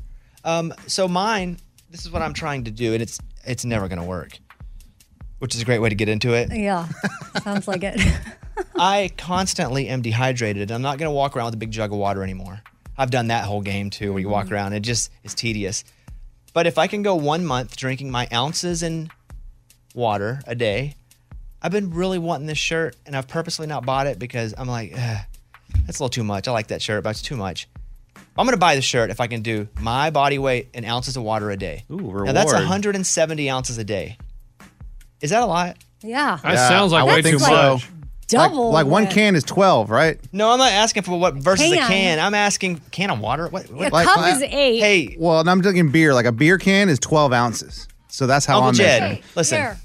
[SPEAKER 1] Um, so mine, this is what I'm trying to do, and it's it's never going to work, which is a great way to get into it. [laughs]
[SPEAKER 5] Yeah, sounds like it.
[SPEAKER 1] I constantly am dehydrated. I'm not going to walk around with a big jug of water anymore. I've done that whole game too, where you walk around. It just is tedious. But if I can go one month drinking my ounces in water a day, I've been really wanting this shirt and I've purposely not bought it because I'm like, "Ugh, that's a little too much. I like that shirt, but it's too much. I'm gonna buy the shirt if I can do my body weight in ounces of water a day. Ooh, Now that's
[SPEAKER 4] reward.
[SPEAKER 1] 170 ounces a day. Is that a lot?
[SPEAKER 5] Yeah.
[SPEAKER 1] That sounds like way too much.
[SPEAKER 5] Double.
[SPEAKER 3] Like, like one
[SPEAKER 5] what-
[SPEAKER 3] can is 12, right?
[SPEAKER 1] No, I'm not asking for what versus a
[SPEAKER 5] Can.
[SPEAKER 1] can. I'm asking can of water. What, what?
[SPEAKER 5] eight.
[SPEAKER 1] Hey.
[SPEAKER 3] Well, and I'm drinking beer. Like a beer can is 12 ounces. So that's how
[SPEAKER 1] Uncle
[SPEAKER 3] I'm
[SPEAKER 1] Jed,
[SPEAKER 3] measuring.
[SPEAKER 1] listen.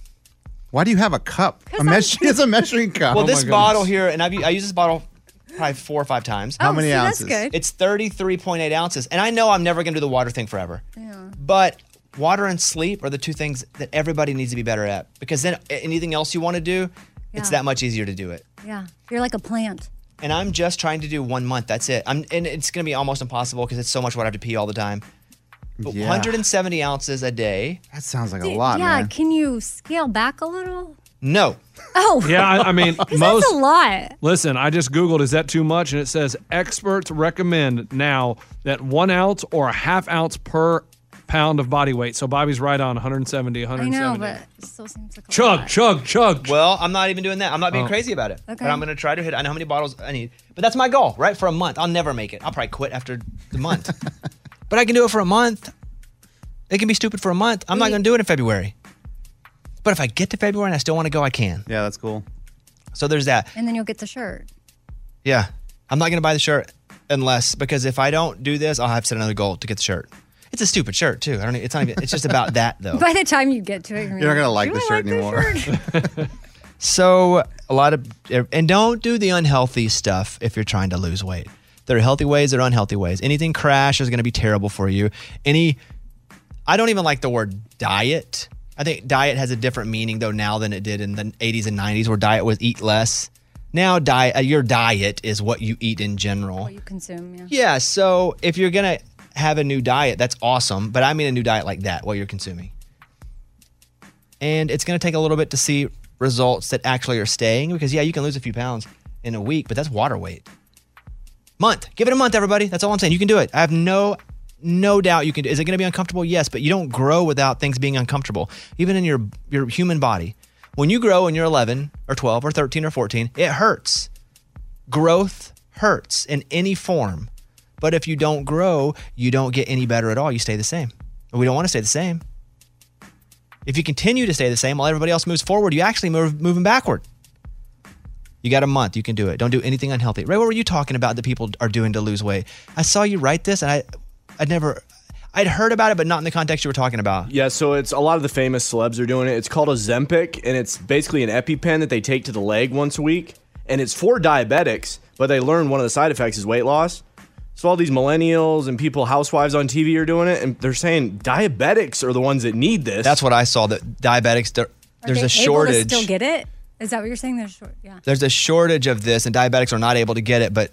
[SPEAKER 3] Why do you have a cup? A meas- [laughs]
[SPEAKER 5] [laughs]
[SPEAKER 3] it's a measuring cup. Oh
[SPEAKER 1] Well, this bottle here, and I've, I use this bottle probably four or five times.
[SPEAKER 3] How Oh, many see, that's ounces? good.
[SPEAKER 1] It's 33.8 ounces. And I know I'm never going to do the water thing forever. But water and sleep are the two things that everybody needs to be better at because then anything else you want to do, It's
[SPEAKER 5] Yeah.
[SPEAKER 1] that much easier to do it.
[SPEAKER 5] Yeah. You're like a plant.
[SPEAKER 1] And I'm just trying to do one month. That's it. I'm, and it's going to be almost impossible because it's so much water I have to pee all the time. But
[SPEAKER 3] Yeah.
[SPEAKER 1] 170 ounces a day. That
[SPEAKER 3] sounds like
[SPEAKER 5] D- yeah. Can you scale back a little?
[SPEAKER 1] No.
[SPEAKER 5] Oh.
[SPEAKER 4] Yeah, I, I mean,
[SPEAKER 5] [laughs] 'Cause
[SPEAKER 4] most.
[SPEAKER 5] that's a lot.
[SPEAKER 4] Listen, I just Googled, is that too much? And it says experts recommend now that one ounce or a half ounce per pound of body weight. So Bobby's right on 170,
[SPEAKER 5] I
[SPEAKER 4] 170.
[SPEAKER 5] know, but it still seems like
[SPEAKER 4] Chug, chug, chug.
[SPEAKER 1] Well, I'm not even doing that. I'm not being
[SPEAKER 4] Oh.
[SPEAKER 1] crazy about it.
[SPEAKER 5] Okay.
[SPEAKER 1] But I'm going to try to hit. I know how many bottles I need. But that's my goal, right? For a month. I'll never make it. I'll probably quit after the
[SPEAKER 5] [laughs]
[SPEAKER 1] month. but I can do it for a month. It can be stupid for a month. I'm not going to do it in February. But if I get to February and I still want to go, I can.
[SPEAKER 3] Yeah, that's cool.
[SPEAKER 1] So there's that.
[SPEAKER 5] And then you'll get the shirt.
[SPEAKER 1] Yeah. I'm not going to buy the shirt unless, because if I don't do this, I'll have to set another goal to get the shirt. It's a stupid shirt, too. I don't, e, it's not even, it's just about that,
[SPEAKER 5] [laughs]
[SPEAKER 1] though.
[SPEAKER 5] By the time you get to it,
[SPEAKER 1] You're not gonna like the shirt anymore. [laughs] So a lot of and don't do the unhealthy stuff if you're trying to lose weight. There are healthy ways, there are unhealthy ways. Anything crash is going to be terrible for you. Any I don't even like the word diet. I think diet has a different meaning though now than it did in the 80s and 90s where diet was eat less. Now diet uh, your diet is what you eat in general.
[SPEAKER 5] You consume, yeah.
[SPEAKER 1] Yeah, so if you're going to have a new diet, that's awesome, but I mean a new diet like that what you're consuming. And it's going to take a little bit to see results that actually are staying because yeah, you can lose a few pounds in a week, but that's water weight. Month. Give it a month everybody. That's all I'm saying. You can do it. I have no no doubt you can do. Is it going to be uncomfortable? Yes, but you don't grow without things being uncomfortable. Even in your your human body. When you grow and you're 11 or 12 or 13 or 14, it hurts. Growth hurts in any form. But if you don't grow, you don't get any better at all. You stay the same. And we don't want to stay the same. If you continue to stay the same while everybody else moves forward, you actually move moving backward. You got a month, you can do it. Don't do anything unhealthy. Ray, what were you talking about that people are doing to lose weight? I saw you write this and I I never I'd heard about it, but not in the context you were talking about.
[SPEAKER 7] Yeah, so it's a lot of the famous celebs are doing it. It's called a Zempic, and it's basically an EpiPen that they take to the leg once a week, and it's for diabetics. But they learn one of the side effects is weight loss. So all these millennials and people, housewives on TV are doing it, and they're saying diabetics are the ones that need this. That's
[SPEAKER 1] what I saw. That diabetics,
[SPEAKER 5] Are
[SPEAKER 1] there's
[SPEAKER 5] they
[SPEAKER 1] a
[SPEAKER 5] Able to
[SPEAKER 1] shortage.
[SPEAKER 5] still get it? Is that what you're saying? There's short. Yeah.
[SPEAKER 1] there's a shortage of this, and diabetics are not able to get it, but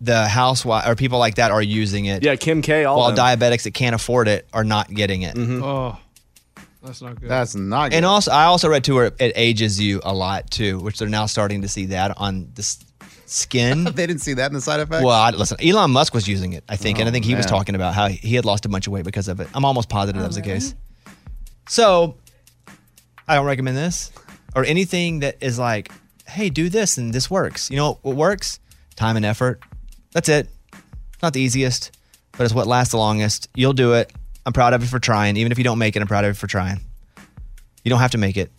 [SPEAKER 1] the housewife or people like that are using it.
[SPEAKER 7] Yeah, Kim K. All
[SPEAKER 1] while
[SPEAKER 7] them. Mm-hmm.
[SPEAKER 1] diabetics that can't afford it are not getting it.
[SPEAKER 4] Oh, that's not good.
[SPEAKER 3] not.
[SPEAKER 1] And also, I also read too where it ages you a lot too, which they're now starting to see that on the s-
[SPEAKER 4] [laughs]
[SPEAKER 1] skin.
[SPEAKER 3] they didn't see that in the side effects.
[SPEAKER 1] Well, I, listen, Elon Musk was using it, I think, and I
[SPEAKER 3] Oh,
[SPEAKER 1] think he was
[SPEAKER 3] man. Oh,
[SPEAKER 1] talking about how he had lost a bunch of weight because of it. I'm almost positive that was the case. So, I don't recommend this or anything that is like, "Hey, do this and this works." You know what works? Time and effort. That's it. Not the easiest, but it's what lasts the longest. You'll do it. I'm proud of you for trying, even if you don't make it. I'm proud of you for trying. You don't have to make it.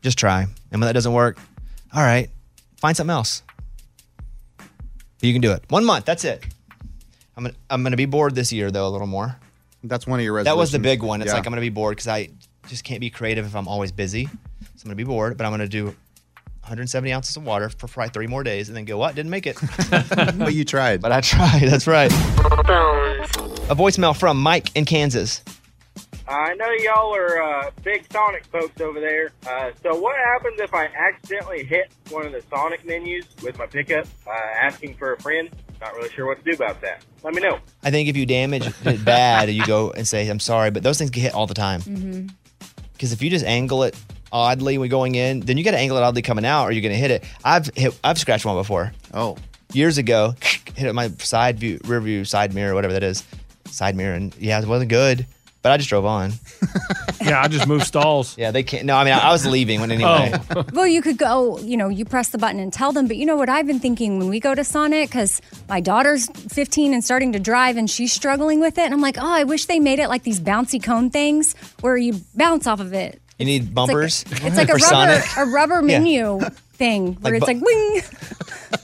[SPEAKER 1] Just try. And when that doesn't work, all right, find something else. You can do it. One month. That's it. I'm gonna, I'm gonna be bored this year though a little more.
[SPEAKER 3] That's one of your
[SPEAKER 1] That was the
[SPEAKER 3] resolutions.
[SPEAKER 1] big one. It's
[SPEAKER 3] Yeah.
[SPEAKER 1] like I'm gonna be bored because I just can't be creative if I'm always busy. So I'm gonna be bored, but I'm gonna do 170 ounces of water for probably three more days and then go, what? Didn't make it.
[SPEAKER 3] [laughs] but you tried.
[SPEAKER 1] But I tried. [laughs] That's right. A voicemail from Mike in Kansas.
[SPEAKER 15] I know y'all are uh, big Sonic folks over there. Uh, so what happens if I accidentally hit one of the Sonic menus with my pickup, uh, asking for a friend? Not really sure what to do about that. Let me know.
[SPEAKER 1] I think if you damage it bad, you go and say, I'm sorry, but those things get hit all the time.
[SPEAKER 5] Hmm.
[SPEAKER 15] Mm-hmm.
[SPEAKER 1] because if you just angle it oddly when going in, then you got to angle it oddly coming out, or you're gonna hit it. I've hit, I've scratched one before.
[SPEAKER 3] Oh,
[SPEAKER 1] years ago, [laughs] hit it my side view, rear view, side mirror, whatever that is, side mirror, and yeah, it wasn't good. But I just drove on.
[SPEAKER 4] [laughs] yeah, I just moved stalls.
[SPEAKER 1] Yeah, they can't. No, I mean I, I was
[SPEAKER 4] [laughs]
[SPEAKER 1] leaving when anyway.
[SPEAKER 5] well, you could go, you know, you press the button and tell them. But you know what I've been thinking when we go to Sonic? Because my daughter's 15 and starting to drive and she's struggling with it. And I'm like, oh, I wish they made it like these bouncy cone things where you bounce off of it.
[SPEAKER 1] You need bumpers.
[SPEAKER 5] [laughs] It's like a
[SPEAKER 1] for
[SPEAKER 5] rubber,
[SPEAKER 1] Sonic.
[SPEAKER 5] a rubber
[SPEAKER 1] Yeah.
[SPEAKER 5] menu
[SPEAKER 1] [laughs]
[SPEAKER 5] thing where
[SPEAKER 1] Like bu-
[SPEAKER 5] it's like wing. [laughs]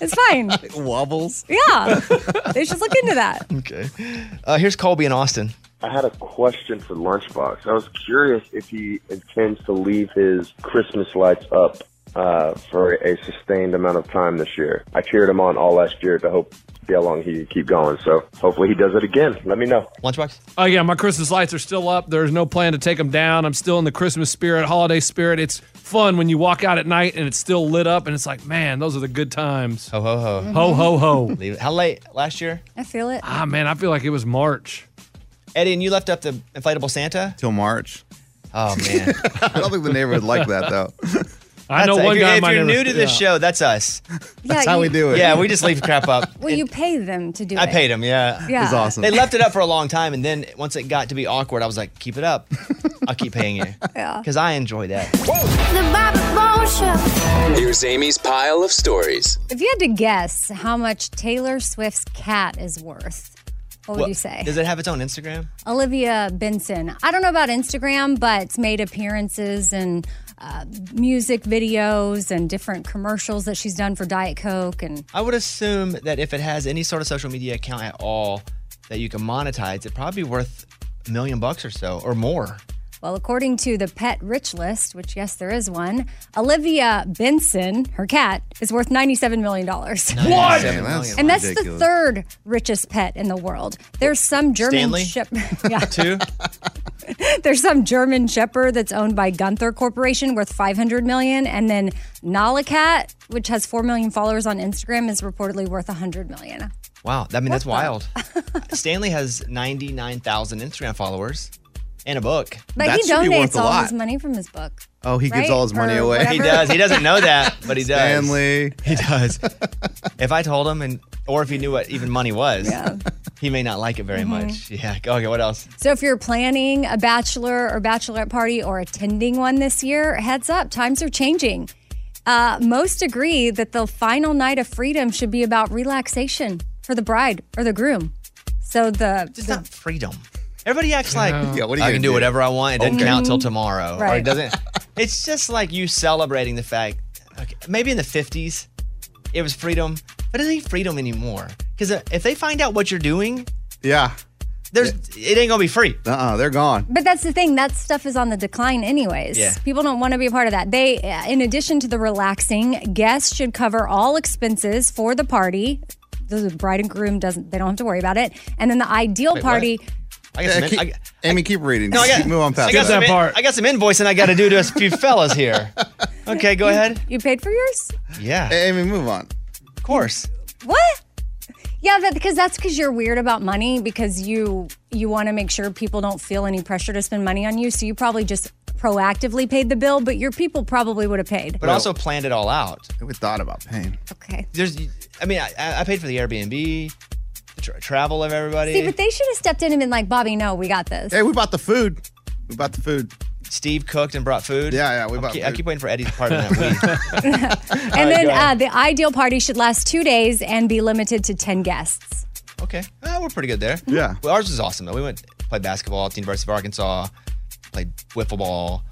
[SPEAKER 5] it's fine.
[SPEAKER 4] Oh.
[SPEAKER 3] wobbles.
[SPEAKER 5] Yeah. they should look into that.
[SPEAKER 1] [laughs] Okay. Uh, here's Colby in Austin.
[SPEAKER 16] I had a question for Lunchbox. I was curious if he intends to leave his Christmas lights up uh, for a sustained amount of time this year. I cheered him on all last year to hope see how long he can keep going. So hopefully he does it again. Let me know.
[SPEAKER 1] Lunchbox.
[SPEAKER 4] Oh yeah, my Christmas lights are still up. There's no plan to take them down. I'm still in the Christmas spirit, holiday spirit. It's fun when you walk out at night and it's still lit up, and it's like, man, those are the good times.
[SPEAKER 1] Ho ho ho.
[SPEAKER 4] Ho ho ho.
[SPEAKER 1] Leave it. How late last year?
[SPEAKER 5] I feel it.
[SPEAKER 4] Ah man, I feel like it was March.
[SPEAKER 1] Eddie, and you left up the inflatable Santa.
[SPEAKER 3] till March. [laughs]
[SPEAKER 1] Oh man,
[SPEAKER 3] I don't think the neighborhood liked
[SPEAKER 4] [laughs]
[SPEAKER 3] that though.
[SPEAKER 1] That's it. if you're, if you're new to this show, that's us.
[SPEAKER 5] That's Yeah, how you- we do it.
[SPEAKER 1] Yeah, we just leave
[SPEAKER 3] [laughs]
[SPEAKER 1] crap up.
[SPEAKER 5] Well, you pay them to do
[SPEAKER 1] I
[SPEAKER 5] it.
[SPEAKER 1] paid him. Yeah,
[SPEAKER 5] Yeah. It's awesome.
[SPEAKER 1] They left it up for a long time, and then once it got to be awkward, I was like, "Keep it up. I'll keep paying you."
[SPEAKER 5] [laughs] Yeah.
[SPEAKER 1] Because I enjoy that.
[SPEAKER 5] The Bobby Bones Show.
[SPEAKER 9] Here's Amy's pile of stories.
[SPEAKER 5] If you had to guess how much Taylor Swift's cat is worth, what would
[SPEAKER 1] Well,
[SPEAKER 5] you say?
[SPEAKER 1] Does it have its own Instagram?
[SPEAKER 5] Olivia Benson. I don't know about Instagram, but it's made appearances and uh, music videos and different commercials that she's done for Diet Coke and
[SPEAKER 1] I would assume that if it has any sort of social media account at all that you can monetize, it probably be worth a million bucks or so or more.
[SPEAKER 5] Well, according to the pet rich list, which yes, there is one, Olivia Benson, her cat, is worth $97 million.
[SPEAKER 1] What? Man, that's
[SPEAKER 5] and that's
[SPEAKER 1] ridiculous.
[SPEAKER 5] the third richest pet in the world. There's some German
[SPEAKER 1] Stanley?
[SPEAKER 4] [laughs]
[SPEAKER 5] shepherd.
[SPEAKER 1] Two.
[SPEAKER 5] [laughs] There's some German shepherd that's owned by Gunther Corporation worth 500 million, and then Nala Cat, which has 4 million followers on Instagram, is reportedly worth 100 million.
[SPEAKER 1] Wow. I mean, that's wild.
[SPEAKER 5] [laughs]
[SPEAKER 1] Stanley has 99,000 Instagram followers and a book.
[SPEAKER 5] But he donates all his money from his book.
[SPEAKER 1] Oh,
[SPEAKER 5] he gives right? all his money Or away.
[SPEAKER 1] He
[SPEAKER 5] whatever.
[SPEAKER 1] does. He doesn't know that, but he does.
[SPEAKER 3] Stanley.
[SPEAKER 1] [laughs] He does. if I told him, and or if he knew what even money was, he may not like it
[SPEAKER 5] Mm-hmm.
[SPEAKER 1] very much. Yeah. Okay. What else?
[SPEAKER 5] So if you're planning a bachelor or bachelorette party or attending one this year, heads up, times are changing. Uh, most agree that the final night of freedom should be about relaxation for the bride or the groom. So the, the-
[SPEAKER 1] Freedom. Everybody acts like
[SPEAKER 3] Yeah, what are you
[SPEAKER 1] I
[SPEAKER 3] gonna
[SPEAKER 1] can do,
[SPEAKER 3] do?
[SPEAKER 1] whatever I want. It doesn't
[SPEAKER 3] Okay.
[SPEAKER 1] count till tomorrow. Or
[SPEAKER 5] Right.
[SPEAKER 1] it doesn't. [laughs] It's just like you celebrating the fact. Okay, maybe in the fifties, it was freedom, but it ain't freedom anymore. Because if they find out what you're doing,
[SPEAKER 3] yeah,
[SPEAKER 1] there's it ain't gonna be free.
[SPEAKER 3] Uh, uh they're gone.
[SPEAKER 5] But that's the thing. That stuff is on the decline, anyways.
[SPEAKER 1] Yeah.
[SPEAKER 5] People don't want to be a part of that. They, uh, in addition to the relaxing, guests should cover all expenses for the party. The bride and groom doesn't. They don't have to worry about it. And then the ideal
[SPEAKER 3] Wait, what?
[SPEAKER 5] party.
[SPEAKER 1] I got some in-
[SPEAKER 3] Eh, keep,
[SPEAKER 1] I got-
[SPEAKER 3] Amy, keep reading.
[SPEAKER 1] No, I got-
[SPEAKER 3] Keep- move on past
[SPEAKER 1] I got
[SPEAKER 3] that.
[SPEAKER 1] some in- I got some invoicing I got to do to a few [laughs] fellas here.
[SPEAKER 3] [laughs]
[SPEAKER 1] Okay, go ahead.
[SPEAKER 5] You paid for yours.
[SPEAKER 1] Yeah.
[SPEAKER 3] Amy, move on.
[SPEAKER 1] Of course.
[SPEAKER 5] What? Yeah, that because that's because you're weird about money because you you want to make sure people don't feel any pressure to spend money on you. So you probably just proactively paid the bill, but your people probably would have paid.
[SPEAKER 1] But also planned it all out.
[SPEAKER 3] We thought about paying.
[SPEAKER 5] Okay.
[SPEAKER 1] There's, I mean, I, I paid for the Airbnb, the tra- travel of everybody.
[SPEAKER 5] See, but they should have stepped in and been like, Bobby, no, we got this.
[SPEAKER 3] Hey, we bought the food. We bought the food.
[SPEAKER 1] Steve cooked and brought food. Yeah, yeah, we
[SPEAKER 3] bought
[SPEAKER 1] I
[SPEAKER 3] food.
[SPEAKER 1] keep waiting for Eddie's part in that week.
[SPEAKER 3] [laughs]
[SPEAKER 5] And
[SPEAKER 1] [laughs] All right,
[SPEAKER 5] then
[SPEAKER 1] go
[SPEAKER 5] uh,
[SPEAKER 1] ahead.
[SPEAKER 5] the ideal party should last two days and be limited to 10 guests.
[SPEAKER 1] Okay, Ah, we're pretty good there. Yeah. Well, ours was awesome though. We went played basketball at the University of Arkansas, played wiffle ball,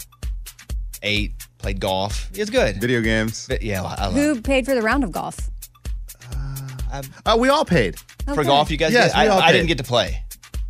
[SPEAKER 1] ate, played golf. It was good.
[SPEAKER 3] Video games.
[SPEAKER 1] yeah, I love
[SPEAKER 5] Who paid for the round of golf?
[SPEAKER 3] Uh, we all paid
[SPEAKER 1] For golf, you guys
[SPEAKER 3] Yes,
[SPEAKER 1] did?
[SPEAKER 3] we
[SPEAKER 1] I,
[SPEAKER 3] all
[SPEAKER 1] I
[SPEAKER 3] paid.
[SPEAKER 1] didn't get to play.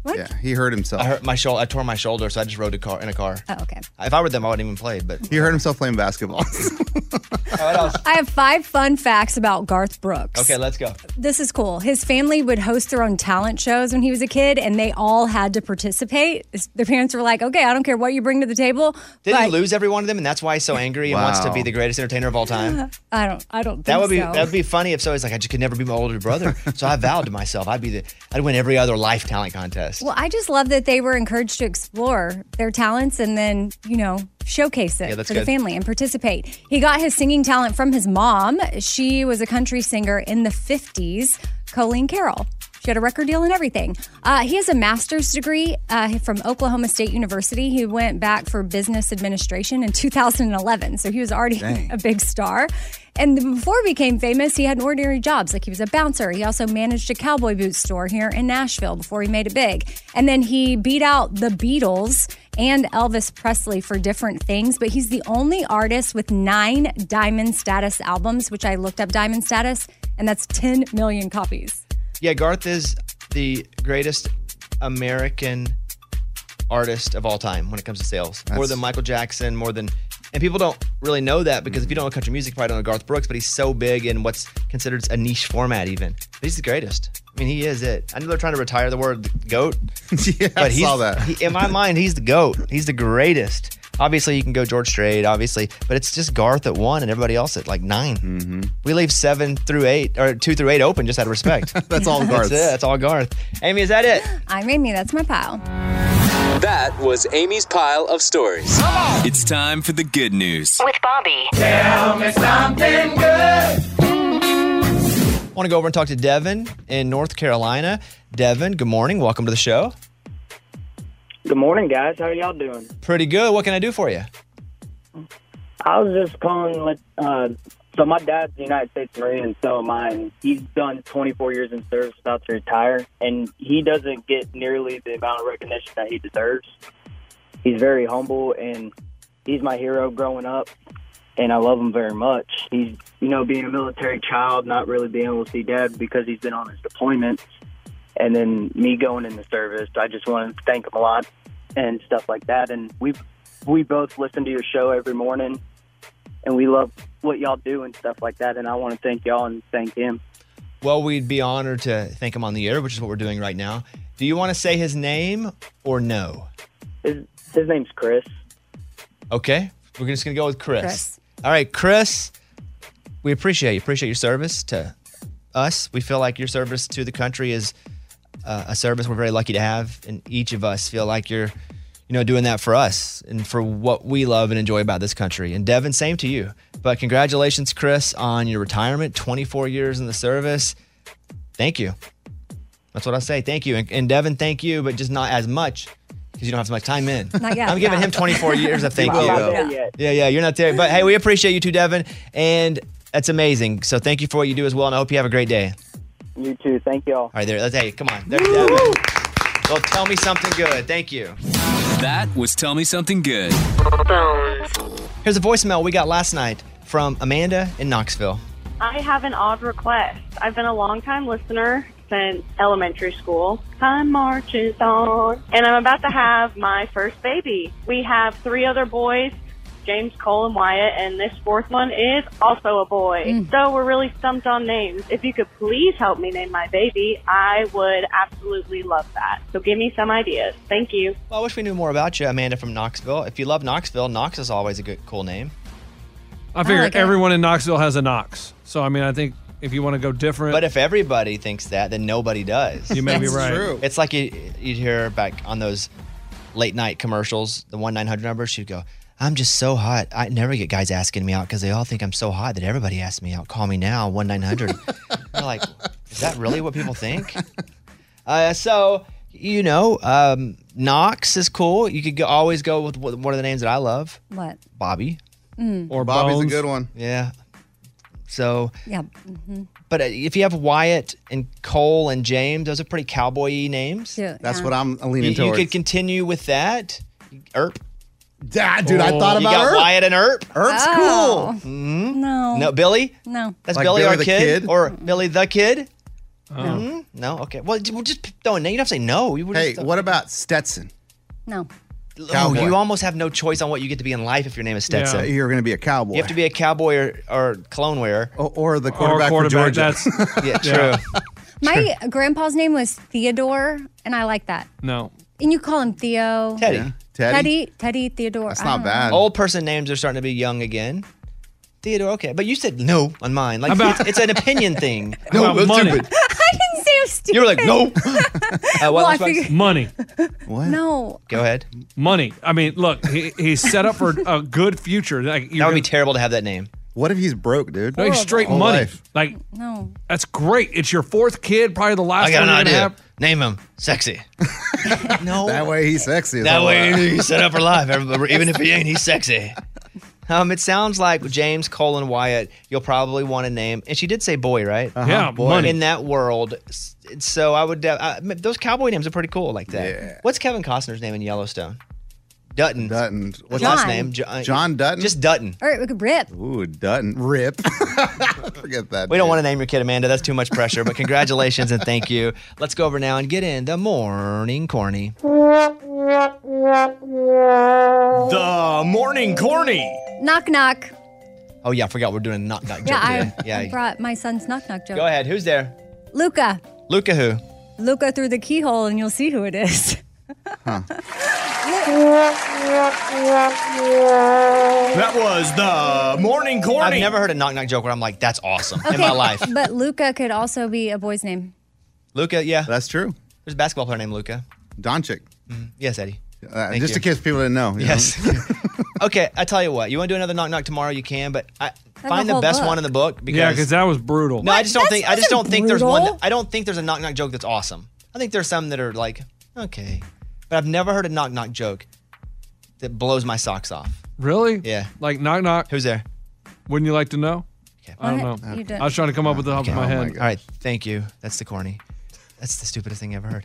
[SPEAKER 5] What?
[SPEAKER 3] Yeah, he hurt himself.
[SPEAKER 1] I hurt my shoulder. I tore my shoulder, so I just rode a car in a car.
[SPEAKER 5] Oh, okay.
[SPEAKER 1] If I were them, I wouldn't even played. But
[SPEAKER 3] He hurt himself playing basketball. [laughs]
[SPEAKER 5] I have five fun facts about Garth
[SPEAKER 1] [laughs]
[SPEAKER 5] Brooks.
[SPEAKER 1] okay, let's go.
[SPEAKER 5] This is cool. His family would host their own talent shows when he was a kid, and they all had to participate. Their parents were like, okay, I don't care what you bring to the table.
[SPEAKER 1] Did
[SPEAKER 5] but
[SPEAKER 1] he lose every one of them, and that's why he's so angry and wants to
[SPEAKER 3] Wow.
[SPEAKER 1] be the greatest entertainer
[SPEAKER 5] [laughs]
[SPEAKER 1] of all time?
[SPEAKER 5] I don't, I don't think
[SPEAKER 1] That would be
[SPEAKER 5] so.
[SPEAKER 1] that would be funny if so. He's like, I just could never be my
[SPEAKER 3] [laughs]
[SPEAKER 1] older brother, so I vowed to myself I'd be the I'd win every other life talent contest.
[SPEAKER 5] well, I just love that they were encouraged to explore their talents and then, you know, showcase it
[SPEAKER 1] Yeah, that's
[SPEAKER 5] for the
[SPEAKER 1] good.
[SPEAKER 5] family and participate. He got his singing talent from his mom. She was a country singer in the 50s, Colleen Carroll. She had a record deal and everything. Uh, he has a master's degree uh, from Oklahoma State University. He went back for business administration in 2011. So he was already
[SPEAKER 2] Dang.
[SPEAKER 5] [laughs] a big star. And before he became famous, he had ordinary jobs. Like he was a bouncer. He also managed a cowboy boot store here in Nashville before he made it big. And then he beat out the Beatles and Elvis Presley for different things. But he's the only artist with nine diamond status albums, which I looked up diamond status, and that's 10 million copies.
[SPEAKER 1] Yeah, Garth is the greatest American artist of all time when it comes to sales. more
[SPEAKER 3] That's-
[SPEAKER 1] than Michael Jackson, more than And people don't really know that because
[SPEAKER 3] Mm-hmm.
[SPEAKER 1] if you don't know country music, you probably don't know Garth Brooks, but he's so big in what's considered a niche format, even. But he's the greatest. I mean, he is it. I know they're trying to retire the word
[SPEAKER 3] [laughs]
[SPEAKER 1] goat, yeah,
[SPEAKER 3] I
[SPEAKER 1] he's,
[SPEAKER 3] saw that.
[SPEAKER 1] he- in my mind, he's the goat. He's the greatest. Obviously, you can go George Strait, obviously, but it's just Garth at one and everybody else at like 9 Mm-hmm. We leave seven through eight or two through eight open just out of respect.
[SPEAKER 3] That's all Garth's.
[SPEAKER 1] That's, it. That's all Garth. Amy, is that it?
[SPEAKER 5] I'm Amy. That's my pal.
[SPEAKER 9] That was Amy's pile of stories. It's time for the good news.
[SPEAKER 2] With Bobby. Tell me something good.
[SPEAKER 1] I want to go over and talk to Devin in North Carolina. Devin, good morning. Welcome to the show.
[SPEAKER 17] Good morning, guys. How are y'all doing?
[SPEAKER 1] Pretty good. What can I do for you?
[SPEAKER 17] I was just calling. With, uh, so my dad's a United States Marine, and so am I. And He's done 24 years in service, about to retire, and he doesn't get nearly the amount of recognition that he deserves. He's very humble, and he's my hero growing up, and I love him very much. He's, you know, being a military child, not really being able to see dad because he's been on his deployment, and then me going in the service. I just want to thank him a lot and stuff like that. And we we both listen to your show every morning, and we love what y'all do and stuff like that. And I want to thank y'all and thank him.
[SPEAKER 1] Well, we'd be honored to thank him on the air, which is what we're doing right now. Do you want to say his name or no?
[SPEAKER 17] His, his name's Chris.
[SPEAKER 1] Okay. We're just going to go with Chris.
[SPEAKER 17] Chris.
[SPEAKER 1] All right, Chris, we appreciate you. Appreciate your service to us. We feel like your service to the country is uh, a service we're very lucky to have. And each of us feel like you're, you know, doing that for us and for what we love and enjoy about this country. And Devin, same to you. But congratulations, Chris, on your retirement 24 years in the service. Thank you. That's what I say. Thank you. And, and Devin, thank you, but just not as much because you don't have as much time in.
[SPEAKER 17] [laughs] Not yet.
[SPEAKER 1] I'm giving him
[SPEAKER 17] Yeah.
[SPEAKER 1] 24 years
[SPEAKER 17] [laughs]
[SPEAKER 14] [laughs]
[SPEAKER 1] of thank
[SPEAKER 17] Not
[SPEAKER 1] you.
[SPEAKER 17] there yet.
[SPEAKER 1] Yeah, yeah, you're not there. But hey, we appreciate you too, Devin. And that's amazing. So thank you for what you do as well. And I hope you have a great day.
[SPEAKER 17] You too. Thank y'all.
[SPEAKER 1] All right, there. That's, hey, come on. There's Devin. Well, tell me something good. Thank you.
[SPEAKER 9] That was Tell Me Something Good.
[SPEAKER 1] Here's a voicemail we got last night from Amanda in Knoxville.
[SPEAKER 18] I have an odd request. I've been a longtime listener since elementary school. Time marches on. And I'm about to have my first baby. We have three other boys. James, Cole, and Wyatt, and this fourth one is also a boy. So we're really stumped on names. If you could please help me name my baby, I would absolutely love that. So give me some ideas. Thank you.
[SPEAKER 1] Well, I wish we knew more about you, Amanda from Knoxville. If you love Knoxville, Knox is always a good, cool name.
[SPEAKER 4] I figure
[SPEAKER 1] like it.
[SPEAKER 4] everyone in Knoxville has a Knox. So, I mean, I think if you want to go different.
[SPEAKER 1] But if everybody thinks that, then nobody does.
[SPEAKER 4] You may be That's right. true.
[SPEAKER 1] It's like you, you'd hear back on those late night commercials, the 1 900 number, she'd go, I'm just so hot. I never get guys asking me out because they all think I'm so hot that everybody asks me out. uh, Call me now,
[SPEAKER 3] [laughs]
[SPEAKER 1] 1 900. You're like, is that really what people think? Uh, so, you know, um, Knox is cool. You could go, always go with wh- one of the names that I love
[SPEAKER 5] What?
[SPEAKER 1] Bobby.
[SPEAKER 5] Mm.
[SPEAKER 3] Bobby's a good one.
[SPEAKER 1] Yeah. So,
[SPEAKER 5] Yeah.
[SPEAKER 3] Mm-hmm.
[SPEAKER 5] hmm
[SPEAKER 1] but uh, if you have Wyatt and Cole and James, those are pretty cowboy names.
[SPEAKER 5] Yeah.
[SPEAKER 3] That's what I'm leaning
[SPEAKER 1] you,
[SPEAKER 3] towards.
[SPEAKER 1] You could continue with that. Erp.
[SPEAKER 3] Ah, dude, I thought
[SPEAKER 1] Oh, You
[SPEAKER 3] about
[SPEAKER 1] got
[SPEAKER 3] Erp.
[SPEAKER 1] Wyatt and Erp.
[SPEAKER 3] Erp's
[SPEAKER 5] Oh.
[SPEAKER 1] cool. hmm
[SPEAKER 5] No.
[SPEAKER 1] No, Billy.
[SPEAKER 5] No.
[SPEAKER 1] That's
[SPEAKER 3] Like
[SPEAKER 1] Billy,
[SPEAKER 3] Billy
[SPEAKER 1] our
[SPEAKER 3] the
[SPEAKER 1] kid,
[SPEAKER 3] Kid?
[SPEAKER 1] or Billy the kid. Mhm. No. Okay. Well, j- well, just throw a name. You don't have to say no. You
[SPEAKER 3] Hey,
[SPEAKER 1] what about Stetson?
[SPEAKER 5] No.
[SPEAKER 1] Oh,
[SPEAKER 3] Cowboy.
[SPEAKER 1] you almost have no choice on what you get to be in life if your name is Stetson.
[SPEAKER 3] You're going to be a cowboy.
[SPEAKER 1] You have to be a cowboy or, or clone wearer.
[SPEAKER 3] Or, or the quarterback, for Georgia. [laughs]
[SPEAKER 1] yeah, true.
[SPEAKER 3] Yeah.
[SPEAKER 5] My grandpa's name was Theodore, and I like that.
[SPEAKER 4] No.
[SPEAKER 5] And you call him Theo.
[SPEAKER 1] Teddy.
[SPEAKER 5] Teddy. Teddy Theodore. Oh. That's
[SPEAKER 1] Old person names are starting to be young again. Theodore, okay, but you said no on mine. Like
[SPEAKER 2] About-
[SPEAKER 1] it's, it's an opinion thing.
[SPEAKER 3] [laughs]
[SPEAKER 2] How about money?
[SPEAKER 5] [laughs] I didn't say it was stupid.
[SPEAKER 1] You were like
[SPEAKER 5] [laughs]
[SPEAKER 1] no. Uh,
[SPEAKER 5] Well, I
[SPEAKER 1] Lunchbox?
[SPEAKER 5] figured-
[SPEAKER 4] Money.
[SPEAKER 3] What?
[SPEAKER 5] No.
[SPEAKER 1] Go ahead.
[SPEAKER 4] Money. I mean, look, he, he's set up for a good future. Like, that would be
[SPEAKER 1] terrible to have that name.
[SPEAKER 3] What if he's broke, dude?
[SPEAKER 4] No, he's straight
[SPEAKER 3] Whole
[SPEAKER 4] money.
[SPEAKER 3] life.
[SPEAKER 4] Like,
[SPEAKER 5] No.
[SPEAKER 4] that's great. It's your fourth kid, probably the last
[SPEAKER 1] I got
[SPEAKER 4] one
[SPEAKER 1] an
[SPEAKER 4] you're gonna
[SPEAKER 1] idea.
[SPEAKER 4] have.
[SPEAKER 1] Name him sexy. no.
[SPEAKER 3] That way he's sexy.
[SPEAKER 1] That way he's set up for life.
[SPEAKER 3] [laughs]
[SPEAKER 1] Everybody- Even if he ain't, he's sexy. Um, it sounds like James, Cole, and Wyatt, you'll probably want to name. And she did say boy, right?
[SPEAKER 3] Uh-huh, Yeah, boy. money.
[SPEAKER 1] In that world. s- So I would. de- I- those cowboy names are pretty cool like that. What's Kevin Costner's name in Yellowstone? Dutton.
[SPEAKER 3] Dutton.
[SPEAKER 1] What's
[SPEAKER 5] John.
[SPEAKER 1] his last name? Jo- uh,
[SPEAKER 3] John Dutton.
[SPEAKER 1] Just Dutton.
[SPEAKER 5] All right, we could rip.
[SPEAKER 3] Ooh, Dutton. Rip. [laughs] Forget that.
[SPEAKER 1] We don't want to name your kid Amanda. That's too much pressure. But congratulations and thank you. Let's go over now and get in the morning corny.
[SPEAKER 2] The
[SPEAKER 1] morning corny.
[SPEAKER 5] Knock knock.
[SPEAKER 1] Oh yeah, I forgot we're doing a knock knock joke.
[SPEAKER 5] Yeah, I
[SPEAKER 1] today. yeah.
[SPEAKER 5] brought my son's knock knock joke.
[SPEAKER 1] Go ahead. Who's there?
[SPEAKER 5] Luca.
[SPEAKER 1] Luca who?
[SPEAKER 5] Luca through the keyhole and you'll see who it is. [laughs]
[SPEAKER 1] That was the morning corny. I've never heard a knock knock joke where I'm like, that's awesome in my life.
[SPEAKER 5] but Luca could also be a boy's name.
[SPEAKER 1] Luca, yeah,
[SPEAKER 3] that's true.
[SPEAKER 1] There's a basketball player named Luca. Mm-hmm.
[SPEAKER 3] Doncic.
[SPEAKER 1] Yes, Eddie.
[SPEAKER 3] Uh,
[SPEAKER 1] Thank
[SPEAKER 3] just
[SPEAKER 1] you.
[SPEAKER 3] in case people didn't know. you know?
[SPEAKER 1] Yes.
[SPEAKER 3] [laughs]
[SPEAKER 1] okay, I tell you what. You want to do another knock knock tomorrow? You can, but I,
[SPEAKER 4] a
[SPEAKER 1] find the
[SPEAKER 4] whole
[SPEAKER 1] best
[SPEAKER 4] book.
[SPEAKER 1] one in the book because
[SPEAKER 4] yeah, because that was brutal.
[SPEAKER 1] no, I just don't think I just don't think there's one.
[SPEAKER 4] brutal.
[SPEAKER 1] That, I don't think there's a knock knock joke that's awesome. I think there's some that are like okay, but I've never heard a knock knock joke that blows my socks off.
[SPEAKER 4] Really?
[SPEAKER 1] Yeah.
[SPEAKER 4] Like knock knock.
[SPEAKER 1] Who's there?
[SPEAKER 4] Wouldn't you like to know? I
[SPEAKER 1] What?
[SPEAKER 4] don't know.
[SPEAKER 1] You don't-
[SPEAKER 4] I was trying to come up with the top
[SPEAKER 1] Okay.
[SPEAKER 4] of my
[SPEAKER 1] Oh
[SPEAKER 4] head.
[SPEAKER 1] God. All right, thank you. That's the corny. That's the stupidest thing I ever heard.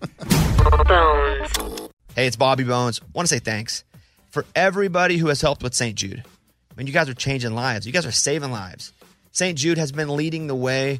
[SPEAKER 1] Hey, it's Bobby Bones. Want to say thanks for everybody who has helped with St. Jude. I mean, you guys are changing lives. You guys are saving lives. St. Jude has been leading the way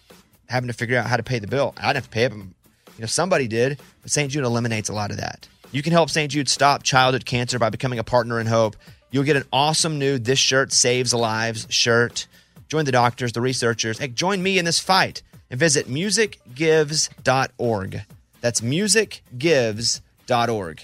[SPEAKER 1] having to figure out how to pay the bill. I didn't have to pay it, but you know, somebody did. But St. Jude eliminates a lot of that. You can help St. Jude stop childhood cancer by becoming a partner in hope. You'll get an awesome new This Shirt Saves Lives shirt. Join the doctors, the researchers. Heck, join me in this fight and visit musicgives.org. That's musicgives.org.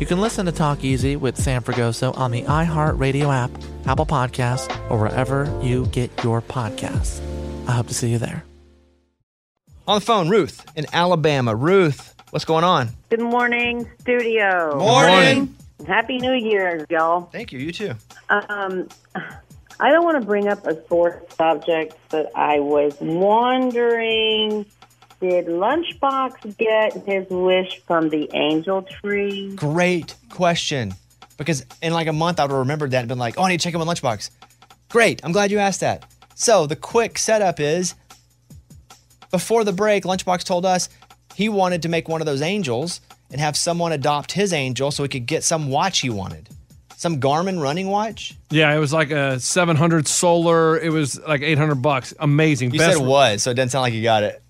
[SPEAKER 14] You can listen to Talk Easy with Sam Fragoso on the iHeartRadio app, Apple Podcasts, or wherever you get your podcasts. I hope to see you there.
[SPEAKER 1] On the phone, Ruth in Alabama. Ruth, what's going on?
[SPEAKER 19] Good morning, studio.
[SPEAKER 1] Morning.
[SPEAKER 19] Happy New Year, y'all.
[SPEAKER 1] Thank you. You too.
[SPEAKER 19] Um, I don't want to bring up a sore subject, but I was wondering did Lunchbox get his wish from the angel tree?
[SPEAKER 1] Great question. Because in like a month, I would have remembered that and been like, oh, I need to check in my lunchbox. Great. I'm glad you asked that. So the quick setup is before the break, Lunchbox told us he wanted to make one of those angels and have someone adopt his angel so he could get some watch he wanted. Some Garmin running watch?
[SPEAKER 4] Yeah, it was like a 700 solar. It was like 800 bucks. Amazing.
[SPEAKER 1] You said was, so it doesn't sound like you got it.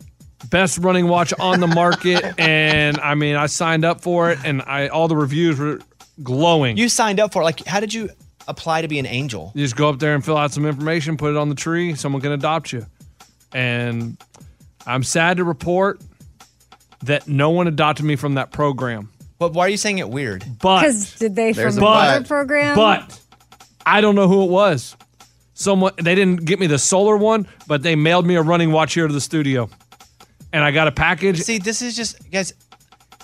[SPEAKER 4] Best running watch on the market, [laughs] and I mean, I signed up for it, and I all the reviews were glowing.
[SPEAKER 1] You signed up for it. Like, how did you apply to be an angel?
[SPEAKER 4] You just go up there and fill out some information, put it on the tree. Someone can adopt you. And I'm sad to report that no one adopted me from that program.
[SPEAKER 1] But why are you saying it weird?
[SPEAKER 4] But
[SPEAKER 5] Because did they from
[SPEAKER 4] There's a
[SPEAKER 5] another
[SPEAKER 4] but.
[SPEAKER 5] program?
[SPEAKER 4] But I don't know who it was. Someone they didn't get me the solar one, but they mailed me a running watch here to the studio, and I got a package.
[SPEAKER 1] See, this is just guys.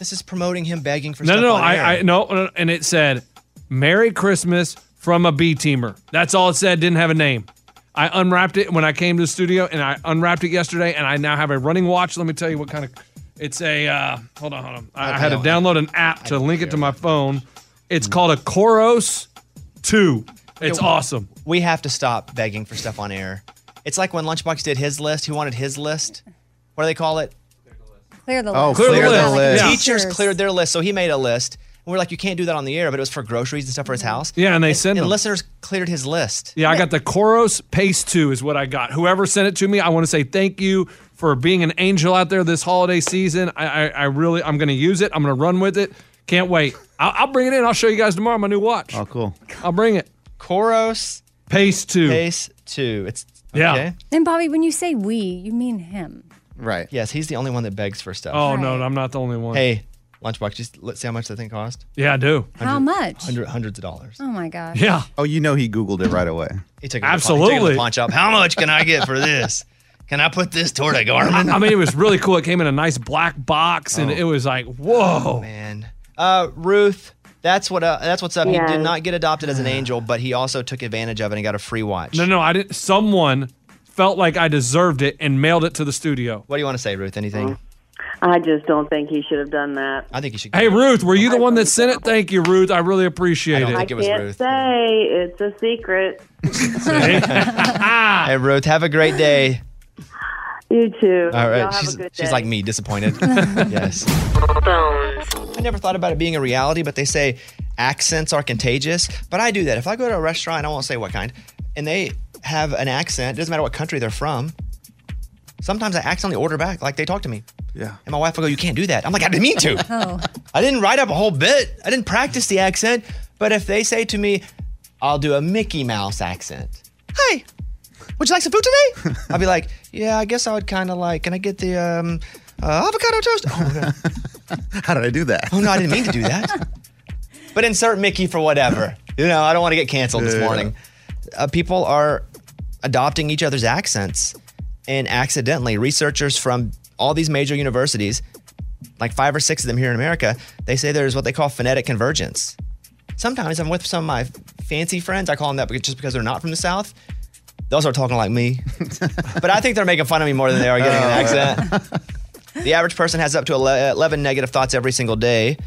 [SPEAKER 1] This is promoting him begging for
[SPEAKER 4] no,
[SPEAKER 1] stuff
[SPEAKER 4] no, no,
[SPEAKER 1] on air.
[SPEAKER 4] I, I no, no, and it said "Merry Christmas" from a B teamer. That's all it said. Didn't have a name. I unwrapped it when I came to the studio, and I unwrapped it yesterday, and I now have a running watch. Let me tell you what kind of.
[SPEAKER 1] [laughs]
[SPEAKER 4] It's a uh, hold on, hold on. I, I had to
[SPEAKER 1] Okay.
[SPEAKER 4] download an app to link it to my phone. It's
[SPEAKER 1] Hmm.
[SPEAKER 4] called a Koros Two. It's
[SPEAKER 1] Yeah,
[SPEAKER 4] awesome.
[SPEAKER 1] We have to stop begging for stuff on air. It's like when Lunchbox did his list. Who wanted his list? What do they call it?
[SPEAKER 5] Clear the
[SPEAKER 1] Oh,
[SPEAKER 5] list.
[SPEAKER 1] clear, the list.
[SPEAKER 5] Yeah.
[SPEAKER 1] Teachers cleared their list, so he made a list. And we're like, you can't do that on the air, but it was for groceries and stuff for his house.
[SPEAKER 4] Yeah, and they send
[SPEAKER 1] And
[SPEAKER 4] them.
[SPEAKER 1] listeners cleared his list.
[SPEAKER 4] Yeah, I got the Koros Pace 2 is what I got. Whoever sent it to me, I want to say thank you for being an angel out there this holiday season. I I, I really I'm gonna use it. I'm gonna run with it. Can't wait. I'll, I'll bring it in. I'll show you guys tomorrow my new watch.
[SPEAKER 3] Oh, cool.
[SPEAKER 4] I'll bring it.
[SPEAKER 1] Koros
[SPEAKER 4] Pace
[SPEAKER 1] [laughs]
[SPEAKER 4] 2.
[SPEAKER 1] Pace 2. It's
[SPEAKER 4] yeah.
[SPEAKER 5] And Bobby, when you say we, you mean him.
[SPEAKER 3] Right.
[SPEAKER 1] Yes, he's the only one that begs for stuff.
[SPEAKER 4] Oh no, I'm not the only one.
[SPEAKER 1] Hey, Lunchbox, just let's see how much that thing cost.
[SPEAKER 4] Yeah, I do.
[SPEAKER 5] How much?
[SPEAKER 1] Hundred, hundreds of dollars.
[SPEAKER 5] Oh my gosh.
[SPEAKER 3] Oh, you know he Googled it right away.
[SPEAKER 1] He took it to the pawn- he took it to the pawn shop. How much can I get for this? Can I put this toward a garment?
[SPEAKER 4] I, I mean, it was really cool. It came in a nice black box, and
[SPEAKER 1] Oh.
[SPEAKER 4] it was like, whoa,
[SPEAKER 1] man. Uh, Ruth, that's what uh, that's what's up. He
[SPEAKER 4] Yes.
[SPEAKER 1] did not get adopted as an angel, but he also took advantage of it and got a
[SPEAKER 4] [laughs]
[SPEAKER 1] free watch.
[SPEAKER 4] No, no, I didn't. Someone felt like I deserved it and mailed it to the studio.
[SPEAKER 1] What do you want to say, Ruth? Anything?
[SPEAKER 20] I just don't think he should have done that.
[SPEAKER 1] I think you should.
[SPEAKER 4] Hey, Ruth, were you the one that sent it? Thank you, Ruth. I really appreciate it.
[SPEAKER 20] can't say it's a secret.
[SPEAKER 1] hey, Ruth, have a great day.
[SPEAKER 20] You too.
[SPEAKER 1] All
[SPEAKER 20] Y'all
[SPEAKER 1] right,
[SPEAKER 20] have a
[SPEAKER 1] she's
[SPEAKER 20] good
[SPEAKER 1] she's
[SPEAKER 20] day.
[SPEAKER 1] like me,
[SPEAKER 20] [laughs]
[SPEAKER 1] disappointed. yes. I never thought about it being a reality, but they say accents are contagious. But I do that. If I go to a restaurant, I won't say what kind, and they have an accent, it doesn't matter what country they're from. Sometimes I accidentally order back, like they talk to me.
[SPEAKER 3] Yeah.
[SPEAKER 1] And my wife will go, You can't do that. I'm like, I didn't mean to.
[SPEAKER 5] [laughs]
[SPEAKER 20] [laughs]
[SPEAKER 5] Oh.
[SPEAKER 1] I didn't write up a whole bit. I didn't practice the accent. But if they say to me, I'll do a Mickey Mouse accent, Hey, would you like some food
[SPEAKER 3] [laughs]
[SPEAKER 1] today? I'll be like, Yeah, I guess I would kind of like, Can I get the um, uh, avocado toast? Oh, no.
[SPEAKER 3] [laughs] How did I do
[SPEAKER 1] [laughs]
[SPEAKER 3] that?
[SPEAKER 1] Oh, no, I didn't mean to do that. but insert Mickey for whatever. You know, I don't want to get canceled this
[SPEAKER 3] Yeah.
[SPEAKER 1] morning. Uh, people are adopting each other's accents and accidentally, researchers from all these major universities, like five or six of them here in America, they say there's what they call phonetic convergence. Sometimes I'm with some of my fancy friends. I call them that because- just because they're not from the South. They'll start talking like me. but I think they're making fun of me more than they are getting
[SPEAKER 3] Oh.
[SPEAKER 1] an accent. the average person has up to ele- 11 negative thoughts every single day.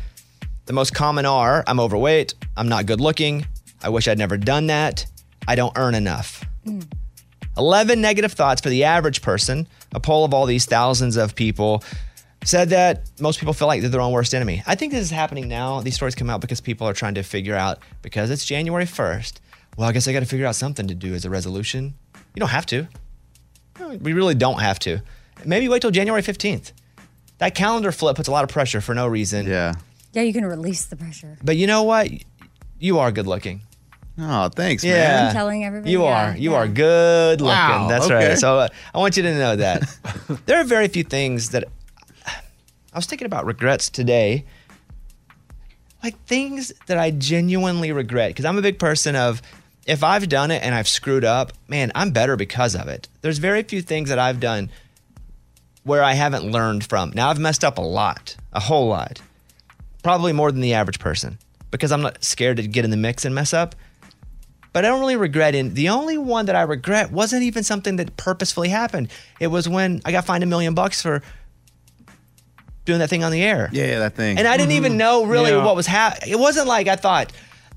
[SPEAKER 1] The most common are I'm overweight, I'm not good looking, I wish I'd never done that, I don't earn enough. 11 negative thoughts for the average person. A poll of all these thousands of people said that most people feel like they're their own worst enemy. I think this is happening now. These stories come out because people are trying to figure out, because it's January 1st, well, I guess I got to figure out something to do as a resolution. You don't have to. We really don't have to. Maybe wait till January 15th. That calendar flip puts a lot of pressure for no reason.
[SPEAKER 3] Yeah.
[SPEAKER 5] Yeah, you can release the pressure.
[SPEAKER 1] But you know what? You are good looking.
[SPEAKER 3] Oh, thanks,
[SPEAKER 1] yeah.
[SPEAKER 5] man. I'm telling everybody,
[SPEAKER 1] You
[SPEAKER 5] yeah,
[SPEAKER 1] are. You are good looking.
[SPEAKER 5] Wow,
[SPEAKER 1] That's
[SPEAKER 5] okay.
[SPEAKER 1] right. So uh, I want you to know
[SPEAKER 5] [laughs]
[SPEAKER 1] that. there are very few things that I was thinking about regrets today. Like things that I genuinely regret because I'm a big person of if I've done it and I've screwed up, man, I'm better because of it. There's very few things that I've done where I haven't learned from. Now I've messed up a lot, a whole lot. Probably more than the average person because I'm not scared to get in the mix and mess up. But I don't really regret it. The only one that I regret wasn't even something that purposefully happened. It was when I got fined a million bucks for doing that thing on the air.
[SPEAKER 3] Yeah, that thing.
[SPEAKER 1] And I didn't even know really
[SPEAKER 3] Mm-hmm. Yeah.
[SPEAKER 1] what was happening. It wasn't like I thought,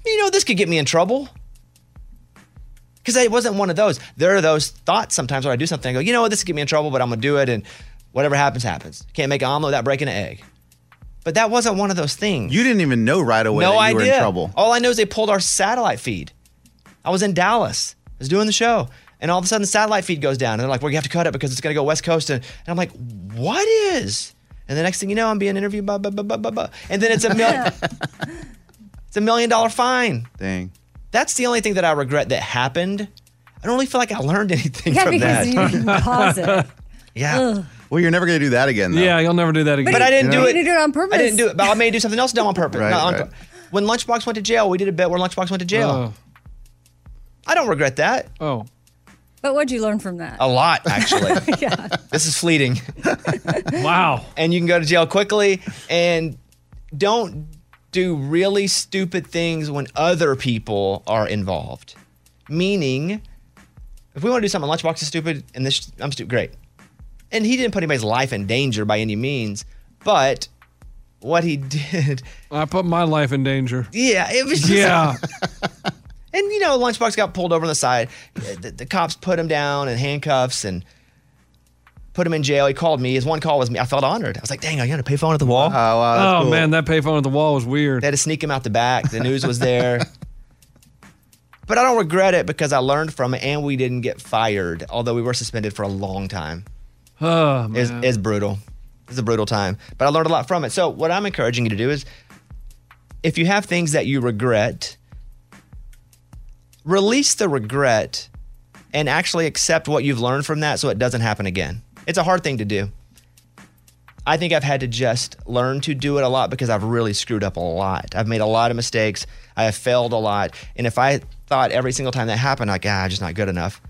[SPEAKER 1] you know, this could get me in trouble. Because it wasn't one of those. There are those thoughts sometimes when I do something, I go, you know what, this could get me in trouble, but I'm going to do it. And whatever happens, happens. Can't make an omelet without breaking an egg. But that wasn't one of those things.
[SPEAKER 3] You didn't even know right away
[SPEAKER 1] no
[SPEAKER 3] that you
[SPEAKER 1] idea.
[SPEAKER 3] were in trouble.
[SPEAKER 1] [laughs] All I know is they pulled our satellite feed. I was in Dallas, I was doing the show, and all of a sudden the satellite feed goes down. And they're like, we're going to have to cut it because it's going to go West Coast. And, and I'm like, what is? And the next thing you know, I'm being interviewed by, by, by, by, by, by. and then it's a
[SPEAKER 5] [laughs]
[SPEAKER 1] million, it's a million dollar fine.
[SPEAKER 3] Dang.
[SPEAKER 1] That's the only thing that I regret that happened. I don't really feel like I learned anything
[SPEAKER 5] Yeah,
[SPEAKER 1] from that. [laughs]
[SPEAKER 5] because you didn't pause it.
[SPEAKER 1] yeah.
[SPEAKER 5] Ugh.
[SPEAKER 3] Well, you're never going to do that again, though.
[SPEAKER 4] Yeah, you'll never do that
[SPEAKER 1] But I didn't do it.
[SPEAKER 5] it on purpose.
[SPEAKER 1] I didn't do it. But I may do something else dumb on purpose.
[SPEAKER 3] Right,
[SPEAKER 1] not on
[SPEAKER 3] right.
[SPEAKER 1] pur- When Lunchbox went to jail, we did a bet where Lunchbox went to jail. I don't regret that.
[SPEAKER 4] Oh,
[SPEAKER 5] But what'd you learn from that?
[SPEAKER 1] a lot actually. This is fleeting.
[SPEAKER 4] [laughs] wow.
[SPEAKER 1] And you can go to jail quickly. And don't do really stupid things when other people are involved. Meaning, if we want to do something, Lunchbox is stupid, and this I'm stupid. Great. And he didn't put anybody's life in danger by any means, but what he [laughs] did
[SPEAKER 4] I put my life in danger.
[SPEAKER 1] yeah, it was just.
[SPEAKER 4] Yeah.
[SPEAKER 1] and you know, Lunchbox got pulled over on the side. The, the cops put him down in handcuffs and put him in jail. He called me. His one call was me. I felt honored. I was like, dang, I got a payphone at the wall.
[SPEAKER 3] Oh,
[SPEAKER 4] oh man, that payphone at the wall was weird.
[SPEAKER 1] They had to sneak him out the back. The news
[SPEAKER 4] [laughs]
[SPEAKER 1] was there. but I don't regret it because I learned from it and we didn't get fired, although we were suspended for a long time.
[SPEAKER 4] [sighs] Oh,
[SPEAKER 1] It's,
[SPEAKER 4] man.
[SPEAKER 1] it's brutal. It's a brutal time, but I learned a lot from it. So, what I'm encouraging you to do is if you have things that you regret, release the regret and actually accept what you've learned from that so it doesn't happen again. It's a hard thing to do. I think I've had to just learn to do it a lot because I've really screwed up a lot. I've made a lot of mistakes. I have failed a lot. And if I thought every single time that happened, like, ah, I'm just not good enough,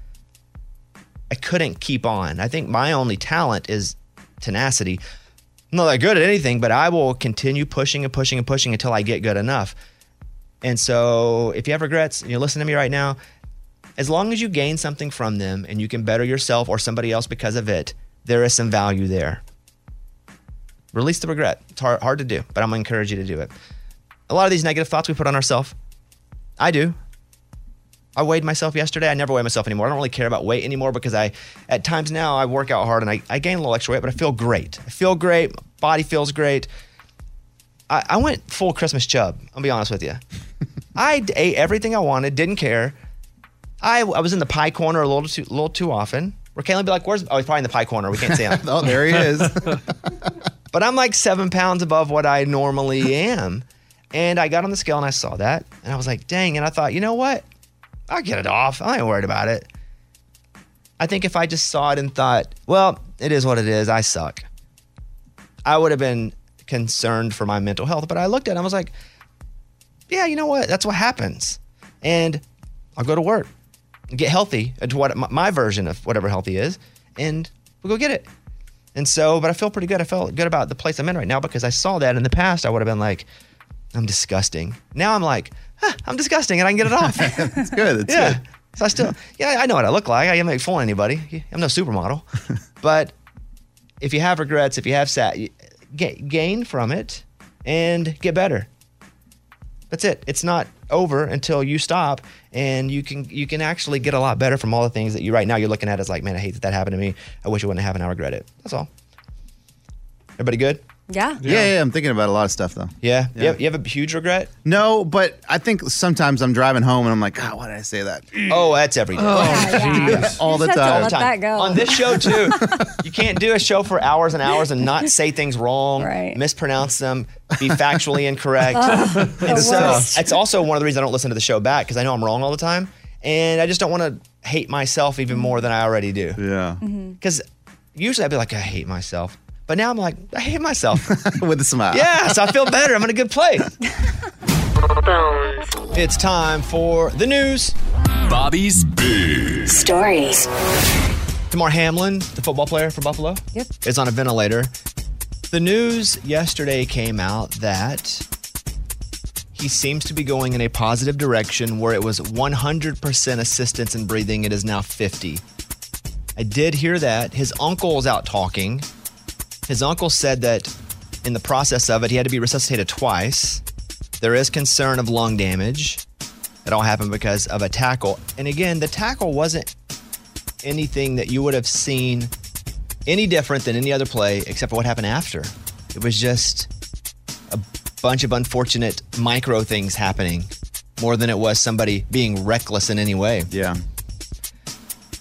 [SPEAKER 1] I couldn't keep on. I think my only talent is tenacity. I'm not that good at anything, but I will continue pushing and pushing and pushing until I get good enough. And so if you have regrets and you're listening to me right now, as long as you gain something from them and you can better yourself or somebody else because of it, there is some value there. Release the regret. It's hard, hard to do, but I'm gonna encourage you to do it. A lot of these negative thoughts we put on ourselves. I do. I weighed myself yesterday. I never weigh myself anymore. I don't really care about weight anymore because I, at times now, I work out hard and I, I gain a little extra weight, but I feel great. I feel great. My body feels great. I, I went full Christmas chub. I'll be honest
[SPEAKER 3] [laughs]
[SPEAKER 1] with you. I d- ate everything I wanted, didn't care. I, I was in the pie corner a little too, little too often. Raquel would be like, where's, oh, he's probably in the pie corner. We can't see
[SPEAKER 2] [laughs]
[SPEAKER 1] him.
[SPEAKER 3] [laughs] oh, there he is.
[SPEAKER 1] but I'm like seven pounds above what I normally am. And I got on the scale and I saw that. And I was like, dang. And I thought, you know what? I'll get it off. I ain't worried about it. I think if I just saw it and thought, well, it is what it is. I suck. I would have been concerned for my mental health. But I looked at it and I was like, yeah, you know what? That's what happens. And I'll go to work, get healthy, and to what my, my version of whatever healthy is, and we'll go get it. And so, but I feel pretty good. I felt good about the place I'm in right now because I saw that in the past. I would have been like, I'm disgusting. Now I'm like, huh, I'm disgusting and I can get
[SPEAKER 3] [laughs]
[SPEAKER 1] it off. That's
[SPEAKER 3] good. That's
[SPEAKER 1] yeah. So I still, yeah, I know what I look like. I am not fooling anybody. I'm
[SPEAKER 3] [laughs]
[SPEAKER 1] no supermodel. but if you have regrets, if you have sad, get, gain from it and get better. That's it. It's not over until you stop, and you can you can actually get a lot better from all the things that you right now you're looking at as like, man, I hate that that happened to me. I wish it wouldn't happen. I regret it. That's all. Everybody good?
[SPEAKER 5] Yeah.
[SPEAKER 3] Yeah, yeah, I'm thinking about a lot of stuff though.
[SPEAKER 1] Yeah. You, have, you have a huge regret?
[SPEAKER 3] No, but I think sometimes I'm driving home and I'm like, God, why did I say that?
[SPEAKER 1] Oh, that's every day.
[SPEAKER 3] Oh, all the time.
[SPEAKER 1] On this show too, you can't do a show for hours and hours and not say things wrong, mispronounce them, be factually incorrect.
[SPEAKER 2] Ugh,
[SPEAKER 1] and
[SPEAKER 2] the
[SPEAKER 1] so
[SPEAKER 2] worst.
[SPEAKER 1] it's also one of the reasons I don't listen to the show back because I know I'm wrong all the time, and I just don't want to hate myself even more than I already do.
[SPEAKER 3] Yeah.
[SPEAKER 1] Because usually I'd be like, I hate myself, but now I'm like, I hate myself.
[SPEAKER 3] [laughs] With a smile.
[SPEAKER 1] Yeah, so I feel better. I'm in a good place. it's time for the news. Bobby's big stories. Tamar Hamlin, the football player for Buffalo,
[SPEAKER 5] Yep.
[SPEAKER 1] is on a ventilator. The news yesterday came out that he seems to be going in a positive direction where it was 100% assistance in breathing. It is now 50. I did hear that. His uncle's out talking. His uncle said that in the process of it, he had to be resuscitated twice. There is concern of lung damage. It all happened because of a tackle. And again, the tackle wasn't anything that you would have seen any different than any other play except for what happened after. It was just a bunch of unfortunate micro things happening more than it was somebody being reckless in any way.
[SPEAKER 3] Yeah.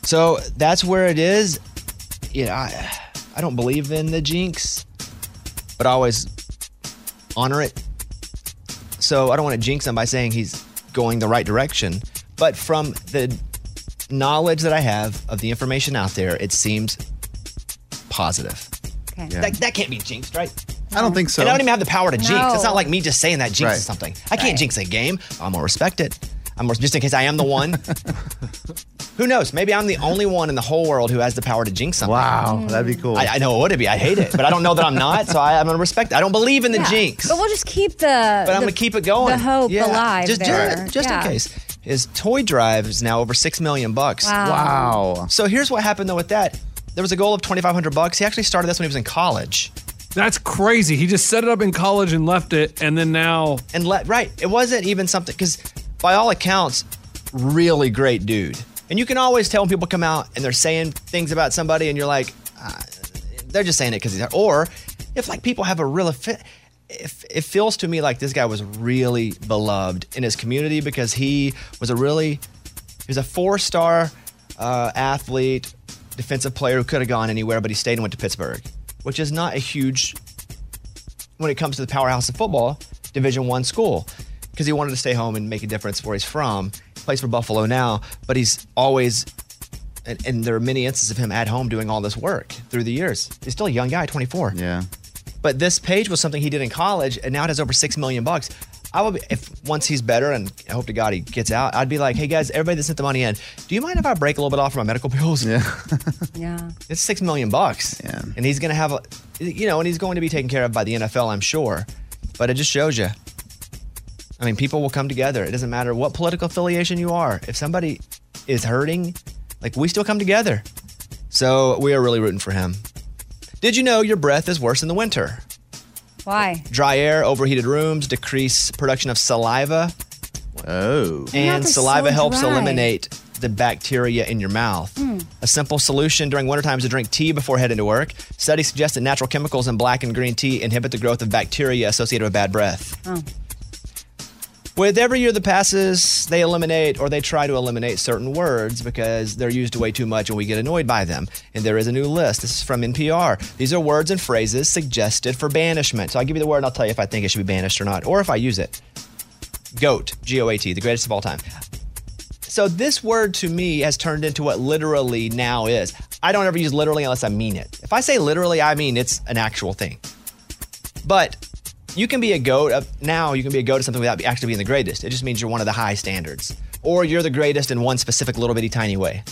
[SPEAKER 1] So that's where it is. Yeah, I, I don't believe in the jinx, but I always honor it. So I don't want to jinx him by saying he's going the right direction. But from the knowledge that I have of the information out there, it seems positive.
[SPEAKER 5] Okay.
[SPEAKER 1] That, that can't be jinxed, right?
[SPEAKER 3] I don't think so.
[SPEAKER 1] Um, And I don't even have the power to jinx. It's
[SPEAKER 3] No.
[SPEAKER 1] not like me just saying that jinxes
[SPEAKER 3] Right.
[SPEAKER 1] something. I can't jinx a game. I'm gonna respect it. I'm gonna- just in case I am
[SPEAKER 3] [laughs]
[SPEAKER 1] the one. who knows? Maybe I'm the only one in the whole world who has the power to jinx something. Wow,
[SPEAKER 3] that'd be cool.
[SPEAKER 1] I, I know it would be. I hate it, but I don't know that I'm not. So I, I'm gonna respect. It. I don't believe in the
[SPEAKER 5] Yeah.
[SPEAKER 1] jinx,
[SPEAKER 5] But we'll just keep the.
[SPEAKER 1] but I'm
[SPEAKER 5] the-
[SPEAKER 1] gonna keep it going.
[SPEAKER 5] The hope
[SPEAKER 1] Yeah.
[SPEAKER 5] alive.
[SPEAKER 1] Just,
[SPEAKER 5] there.
[SPEAKER 1] just, just
[SPEAKER 5] Yeah.
[SPEAKER 1] in case. His toy drive is now over six million bucks.
[SPEAKER 5] Wow.
[SPEAKER 1] So here's what happened though with that. There was a goal of twenty five hundred bucks. He actually started this when he was in college.
[SPEAKER 4] That's crazy. He just set it up in college and left it, and then now
[SPEAKER 1] and let right. It wasn't even something because by all accounts, really great dude. And you can always tell when people come out and they're saying things about somebody, and you're like, ah, they're just saying it because he's. Or if like people have a real affi- if it feels to me like this guy was really beloved in his community because he was a really he was a four star uh, athlete, defensive player who could have gone anywhere, but he stayed and went to Pittsburgh, which is not a huge when it comes to the powerhouse of football, Division One school, because he wanted to stay home and make a difference where he's from. He plays for Buffalo now, but he's always, and, and there are many instances of him at home doing all this work through the years. He's still a young guy, 24.
[SPEAKER 3] Yeah.
[SPEAKER 1] But this page was something he did in college, and now it has over six million bucks. I would, be, if once he's better, and I hope to God he gets out, I'd be like, hey guys, everybody that sent the money in, do you mind if I break a little bit off for my medical [laughs] bills?
[SPEAKER 3] Yeah.
[SPEAKER 5] Yeah.
[SPEAKER 1] It's six million bucks. Yeah. And he's gonna have a, you know, and he's going to be taken care of by the NFL, I'm sure. But it just shows you. I mean, people will come together. It doesn't matter what political affiliation you are. If somebody is hurting, like we still come together. So we are really rooting for him. Did you know your breath is worse in the winter?
[SPEAKER 5] Why?
[SPEAKER 1] Dry air, overheated rooms, decrease production of saliva.
[SPEAKER 3] Oh.
[SPEAKER 5] Mouth
[SPEAKER 1] And
[SPEAKER 5] is
[SPEAKER 1] saliva
[SPEAKER 5] so
[SPEAKER 1] helps
[SPEAKER 5] dry.
[SPEAKER 1] eliminate the bacteria in your mouth.
[SPEAKER 5] Hmm.
[SPEAKER 1] A simple solution during winter times to drink tea before heading to work. Studies suggest that natural chemicals in black and green tea inhibit the growth of bacteria associated with bad breath.
[SPEAKER 5] Oh.
[SPEAKER 1] With every year that passes, they eliminate or they try to eliminate certain words because they're used way too much and we get annoyed by them. And there is a new list. This is from NPR. These are words and phrases suggested for banishment. So I'll give you the word and I'll tell you if I think it should be banished or not, or if I use it. Goat, G O A T, the greatest of all time. So this word to me has turned into what literally now is. I don't ever use literally unless I mean it. If I say literally, I mean it's an actual thing. But you can be a goat up now. You can be a goat at something without actually being the greatest. It just means you're one of the high standards, or you're the greatest in one specific little bitty tiny way.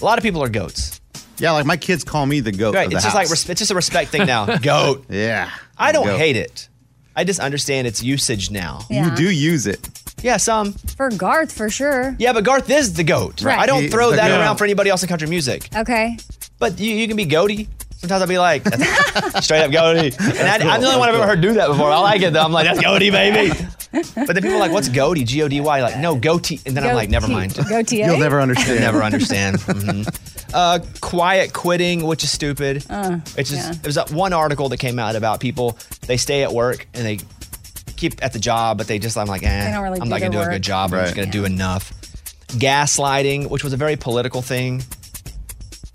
[SPEAKER 1] A lot of people are goats.
[SPEAKER 3] Yeah, like my kids call me the goat.
[SPEAKER 1] Right?
[SPEAKER 3] of
[SPEAKER 1] It's
[SPEAKER 3] the
[SPEAKER 1] just like res- it's just a respect
[SPEAKER 3] [laughs]
[SPEAKER 1] thing now.
[SPEAKER 5] [laughs]
[SPEAKER 1] goat.
[SPEAKER 3] Yeah.
[SPEAKER 1] I don't
[SPEAKER 3] Goat.
[SPEAKER 1] hate it. I just understand its usage now.
[SPEAKER 5] Yeah. do
[SPEAKER 3] use it.
[SPEAKER 1] Yeah, some.
[SPEAKER 5] For Garth, for sure.
[SPEAKER 1] Yeah, but Garth is the goat.
[SPEAKER 5] Right.
[SPEAKER 1] I don't
[SPEAKER 5] He-
[SPEAKER 1] throw
[SPEAKER 5] the
[SPEAKER 1] that
[SPEAKER 5] goat.
[SPEAKER 1] around for anybody else in country music.
[SPEAKER 5] Okay.
[SPEAKER 1] But you, you can be goaty. Sometimes I'll be
[SPEAKER 5] [laughs]
[SPEAKER 1] like, that's- straight up [laughs] goaty. And I, I'm the only one I've ever heard do that before. I like it though. I'm like, that's goaty, [laughs] baby. But then people are like, what's goaty? G O D Y. Like, no, goatee. And then I'm like, never
[SPEAKER 5] Goatee.
[SPEAKER 1] mind.
[SPEAKER 5] Goatee. eh?
[SPEAKER 1] You'll [laughs] never understand. You'll never [laughs] understand. Mhm. Uh, quiet quitting, which is stupid.
[SPEAKER 5] Uh,
[SPEAKER 1] It's just
[SPEAKER 5] yeah.
[SPEAKER 1] it was that one article that came out about people they stay at work and they keep at the job, but they just I'm like, eh,
[SPEAKER 5] They don't really
[SPEAKER 1] I'm
[SPEAKER 5] do
[SPEAKER 1] not gonna do
[SPEAKER 5] their
[SPEAKER 1] a
[SPEAKER 5] work.
[SPEAKER 1] good job. I'm just
[SPEAKER 5] Right.
[SPEAKER 1] gonna do enough. Gaslighting, which was a very political thing,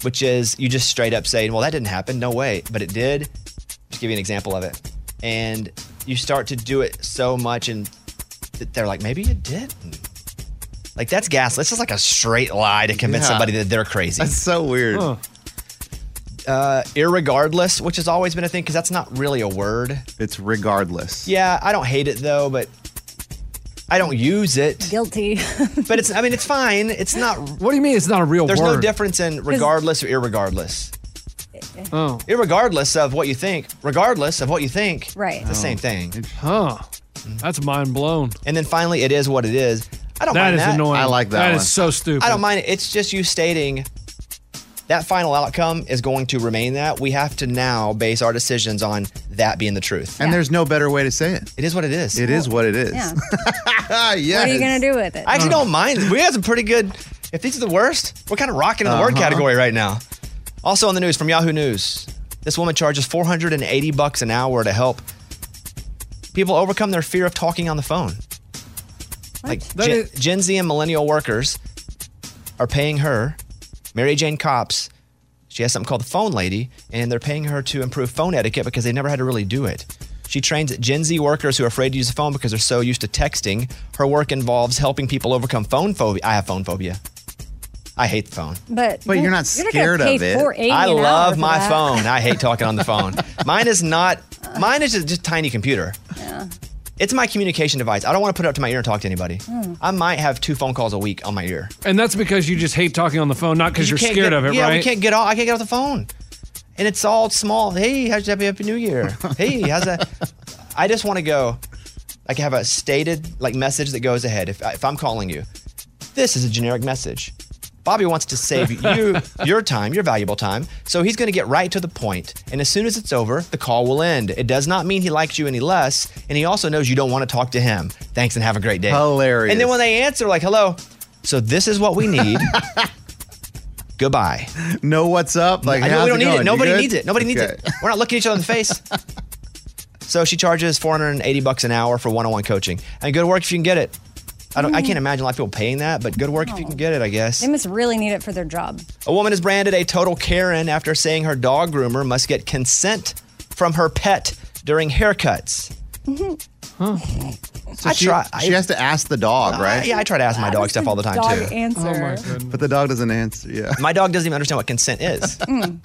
[SPEAKER 1] which is you just straight up saying, well, that didn't happen, no way, but it did. Just give you an example of it, and you start to do it so much, and th- they're like, maybe it did. Like that's gas. That's just like a straight lie to convince
[SPEAKER 3] Yeah.
[SPEAKER 1] somebody that they're crazy.
[SPEAKER 3] That's so weird.
[SPEAKER 1] Huh. Uh, irregardless, which has always been a thing because that's not really a word.
[SPEAKER 3] It's regardless.
[SPEAKER 1] Yeah, I don't hate it though, but I don't use it.
[SPEAKER 5] Guilty. [laughs]
[SPEAKER 1] but it's. I mean, it's fine. It's not. What
[SPEAKER 4] do you mean? It's not a real
[SPEAKER 1] There's no
[SPEAKER 4] word?
[SPEAKER 1] difference in regardless or irregardless.
[SPEAKER 4] Oh.
[SPEAKER 1] Irregardless of what you think, regardless of what you think,
[SPEAKER 5] Right.
[SPEAKER 1] It's the
[SPEAKER 4] Oh.
[SPEAKER 1] same thing.
[SPEAKER 4] Huh. That's mind blown.
[SPEAKER 1] And then finally, it is what it is. I don't
[SPEAKER 4] That
[SPEAKER 1] mind
[SPEAKER 4] is
[SPEAKER 1] that.
[SPEAKER 4] annoying. I like that That is one. so stupid.
[SPEAKER 1] I don't mind it. It's just you stating that final outcome is going to remain that. We have to now base our decisions on that being the truth.
[SPEAKER 3] And there's no better way to say it.
[SPEAKER 1] It is what it is.
[SPEAKER 3] It is what it is.
[SPEAKER 5] Yeah.
[SPEAKER 3] yes.
[SPEAKER 5] What are you going to do with it?
[SPEAKER 1] I actually don't mind. We have some pretty good. If these are the worst, we're kind of rocking in the word
[SPEAKER 3] Uh-huh.
[SPEAKER 1] category right now. Also on the news from Yahoo News, this woman charges 480 bucks an hour to help people overcome their fear of talking on the phone. Like
[SPEAKER 4] That
[SPEAKER 1] Gen,
[SPEAKER 4] is-
[SPEAKER 1] Gen Z and millennial workers are paying her, Mary Jane Cops. She has something called the Phone Lady, and they're paying her to improve phone etiquette because they never had to really do it. She trains Gen Z workers who are afraid to use the phone because they're so used to texting. Her work involves helping people overcome phone phobia. I have phone phobia. I hate the phone.
[SPEAKER 5] But
[SPEAKER 1] But you're not
[SPEAKER 5] not gonna
[SPEAKER 1] scared of
[SPEAKER 5] pay
[SPEAKER 1] it.
[SPEAKER 5] $4.80
[SPEAKER 1] I
[SPEAKER 5] an hour
[SPEAKER 1] love
[SPEAKER 5] for
[SPEAKER 1] my
[SPEAKER 5] that.
[SPEAKER 1] phone. I hate talking on the
[SPEAKER 5] [laughs]
[SPEAKER 1] phone. mine is not. Mine is just a tiny computer.
[SPEAKER 5] Yeah.
[SPEAKER 1] It's my communication device. I don't want to put it up to my ear and talk to anybody.
[SPEAKER 5] Hmm.
[SPEAKER 1] I might have two phone calls a week on my ear.
[SPEAKER 4] And that's because you just hate talking on the phone, not because you are
[SPEAKER 1] can't
[SPEAKER 4] scared
[SPEAKER 1] get-
[SPEAKER 4] of it,
[SPEAKER 1] yeah,
[SPEAKER 4] right?
[SPEAKER 1] we can't get off. I can't get off the phone, and it's all small. Hey, how's happy Happy
[SPEAKER 4] [laughs]
[SPEAKER 1] New Year? Hey, how's that? I just want to go, like have a stated like message that goes ahead. If if I'm calling you, this is a generic message. Bobby wants
[SPEAKER 4] [laughs]
[SPEAKER 1] to save you your time, your valuable time. So he's going to get right to the point, and as soon as it's over, the call will end. It does not mean he likes you any less, and he also knows you don't want to talk to him. Thanks and have a great day. Hilarious. And then when they answer, like hello, so this is what
[SPEAKER 3] [laughs]
[SPEAKER 1] we need. Goodbye.
[SPEAKER 3] Know what's up? Like
[SPEAKER 1] I know
[SPEAKER 3] how's
[SPEAKER 1] we don't
[SPEAKER 3] it
[SPEAKER 1] need
[SPEAKER 3] going?
[SPEAKER 1] it.
[SPEAKER 3] You
[SPEAKER 1] Nobody
[SPEAKER 3] good?
[SPEAKER 1] needs it. Nobody needs
[SPEAKER 3] Okay.
[SPEAKER 1] it. We're not looking at each other in the face. so she charges 480 bucks an hour for one-on-one coaching. And good work if you can get it. I don't. I can't imagine a lot of people paying that, but good work if you can get it. I guess.
[SPEAKER 5] They must really need it for their job. [laughs]
[SPEAKER 1] A woman is branded a total Karen after saying her dog groomer must get consent from her pet during haircuts.
[SPEAKER 3] So
[SPEAKER 1] I
[SPEAKER 3] she,
[SPEAKER 1] try-
[SPEAKER 3] she has to ask the dog, right?
[SPEAKER 1] yeah, I try to ask my dog stuff all the time
[SPEAKER 5] Dog
[SPEAKER 1] too.
[SPEAKER 5] answer.
[SPEAKER 3] But the dog doesn't answer. Yeah.
[SPEAKER 1] My dog doesn't even understand what consent is.
[SPEAKER 5] Mm.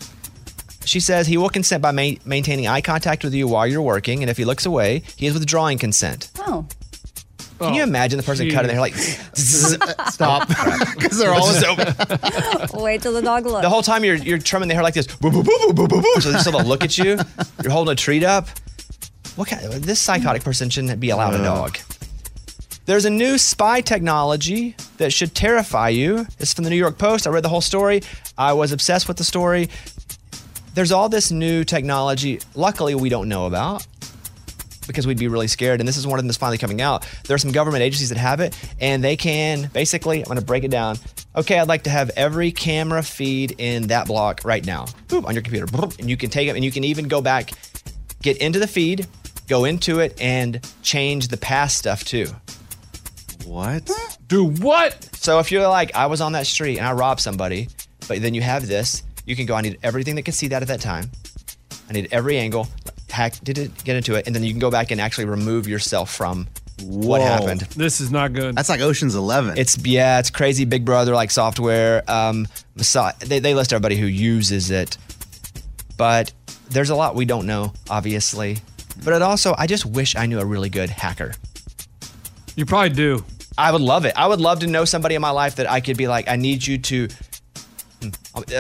[SPEAKER 1] She says he will consent by ma- maintaining eye contact with you while you're working, and if he looks away, he is withdrawing consent. [laughs]
[SPEAKER 5] Oh.
[SPEAKER 1] Can you imagine the person cutting their like, [laughs] uh, stop? Because
[SPEAKER 3] they're all-
[SPEAKER 5] Wait till the dog looks.
[SPEAKER 1] the whole time you're you're trimming the hair like this, boo boo boo boo boo boo boo. So they still look at you. [laughs] You're holding a treat up. What kind? This psychotic person shouldn't be allowed a dog. There's a new spy technology that should terrify you. It's from the New York Post. I read the whole story. I was obsessed with the story. There's all this new technology. Luckily, we don't know about because we'd be really scared. And this is one of them that's finally coming out. There are some government agencies that have it, and they can basically, I'm going to break it down. Okay, I'd like to have every camera feed in that block right now. Boop, on your computer. Boop, and you can take it, and you can even go back, get into the feed, go into it, and change the past stuff too. What?
[SPEAKER 4] Do what?
[SPEAKER 1] So if you're like, I was on that street and I robbed somebody, but then you have this, you can go, I need everything that can see that at that time. I need every angle. Hack, did it, get into it, and then you can go back and actually remove yourself from what
[SPEAKER 4] Whoa.
[SPEAKER 1] happened.
[SPEAKER 4] This is not good.
[SPEAKER 1] That's like Ocean's Eleven. It's yeah, it's crazy. Big Brother like software. Um, massa- they they list everybody who uses it, but there's a lot we don't know, obviously. But it also, I just wish I knew a really good hacker.
[SPEAKER 4] You probably do.
[SPEAKER 1] I would love it. I would love to know somebody in my life that I could be like, I need you to.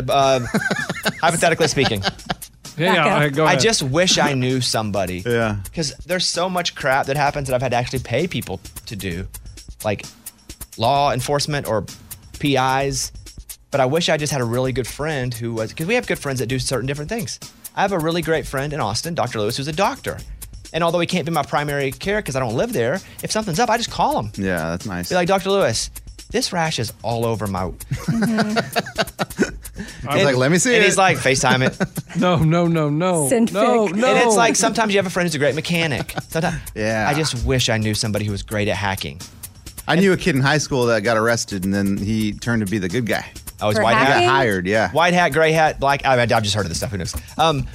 [SPEAKER 1] Uh, [laughs] hypothetically speaking,
[SPEAKER 4] Yeah, yeah, all right, go ahead.
[SPEAKER 1] I just wish I
[SPEAKER 3] [laughs]
[SPEAKER 1] knew somebody. yeah. Because there's so much crap that happens that I've had to actually pay people to do, like law enforcement or PIs. But I wish I just had a really good friend who was, because we have good friends that do certain different things. I have a really great friend in Austin, Dr. Lewis, who's a doctor. And although he can't be my primary care because I don't live there, if something's up, I just call him.
[SPEAKER 3] Yeah, that's nice.
[SPEAKER 1] Be like, Dr. Lewis, this rash is all
[SPEAKER 3] [laughs]
[SPEAKER 1] over my.
[SPEAKER 3] I
[SPEAKER 1] [laughs]
[SPEAKER 3] was like, let me see
[SPEAKER 1] And
[SPEAKER 3] it.
[SPEAKER 1] he's like, FaceTime it.
[SPEAKER 4] no, no, no, no.
[SPEAKER 1] Send
[SPEAKER 4] no,
[SPEAKER 1] pic.
[SPEAKER 4] no.
[SPEAKER 1] And
[SPEAKER 3] [laughs]
[SPEAKER 1] it's like sometimes you have a friend who's a great mechanic. Sometimes. yeah. I just wish I knew somebody who was great at hacking.
[SPEAKER 3] I knew a kid in high school that got arrested, and then he turned to be the good guy.
[SPEAKER 1] I was For Oh, white hat.
[SPEAKER 3] He
[SPEAKER 1] hacking?
[SPEAKER 3] got hired. Yeah.
[SPEAKER 1] White hat, gray hat, black. I mean, I've just heard of this stuff. Who knows? Um,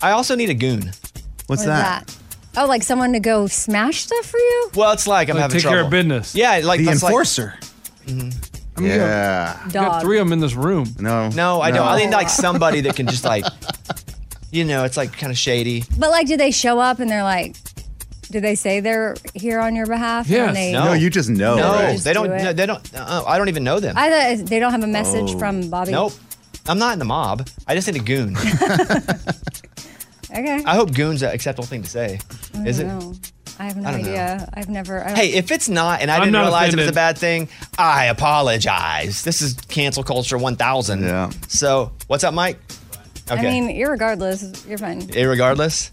[SPEAKER 1] I also need a goon.
[SPEAKER 5] What is Oh, like someone to go smash stuff for you?
[SPEAKER 1] Well, it's like I'm
[SPEAKER 4] Like,
[SPEAKER 1] having
[SPEAKER 4] take care of
[SPEAKER 1] trouble.
[SPEAKER 4] business.
[SPEAKER 1] Yeah, like
[SPEAKER 4] The
[SPEAKER 1] that's like- Mm-hmm.
[SPEAKER 4] enforcer. I mean, you got-
[SPEAKER 3] yeah.
[SPEAKER 4] You got
[SPEAKER 1] Dog.
[SPEAKER 4] three of them in this room.
[SPEAKER 3] No.
[SPEAKER 1] no, I don't.
[SPEAKER 4] No.
[SPEAKER 1] I need like somebody that can just
[SPEAKER 5] [laughs]
[SPEAKER 1] like, you know, it's like kind of shady.
[SPEAKER 5] But like, do they show up and they're like, do they say they're here on your behalf? And they,
[SPEAKER 3] No, you just know.
[SPEAKER 1] No,
[SPEAKER 3] right?
[SPEAKER 1] they don't.
[SPEAKER 5] do it.
[SPEAKER 1] no, they don't. Uh, I don't even know them.
[SPEAKER 5] I thought they don't have a message
[SPEAKER 1] Oh.
[SPEAKER 5] from Bobby.
[SPEAKER 1] Nope. I'm not in the mob. I just need a goon.
[SPEAKER 5] Okay.
[SPEAKER 1] I hope goon's an acceptable thing to say.
[SPEAKER 5] I
[SPEAKER 1] Is it?
[SPEAKER 5] don't know. I have no
[SPEAKER 1] I don't know.
[SPEAKER 5] idea. I've never. I don't-
[SPEAKER 1] Hey, if it's not, and I
[SPEAKER 5] I'm
[SPEAKER 1] didn't
[SPEAKER 5] not
[SPEAKER 1] realize it was a
[SPEAKER 5] offended.
[SPEAKER 1] bad thing, I apologize. This is cancel culture 1000. Yeah. So, what's up, Mike? Okay.
[SPEAKER 5] I mean, irregardless, you're fine.
[SPEAKER 1] Irregardless,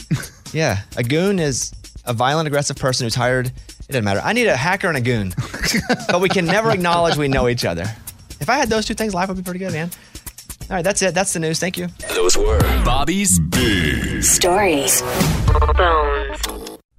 [SPEAKER 1] yeah, a goon is a violent, aggressive person who's hired. It doesn't matter. I need a hacker and a goon, but we can never acknowledge we know each other. If I had those two things, life would be pretty good, man. All right, that's it. That's the news. Thank you.
[SPEAKER 9] Those were Bobby's Big Stories.
[SPEAKER 1] Bones.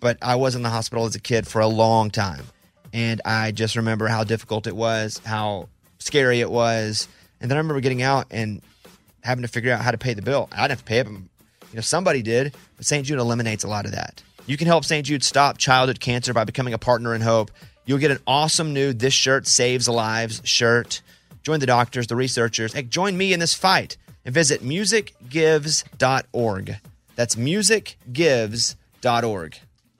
[SPEAKER 1] but I was in the hospital as a kid for a long time. And I just remember how difficult it was, how scary it was. And then I remember getting out and having to figure out how to pay the bill. I didn't have to pay it, but you know, somebody did. But St. Jude eliminates a lot of that. You can help St. Jude stop childhood cancer by becoming a partner in hope. You'll get an awesome new This Shirt Saves Lives shirt. Join the doctors, the researchers, and join me in this fight and visit musicgives.org. That's musicgives.org.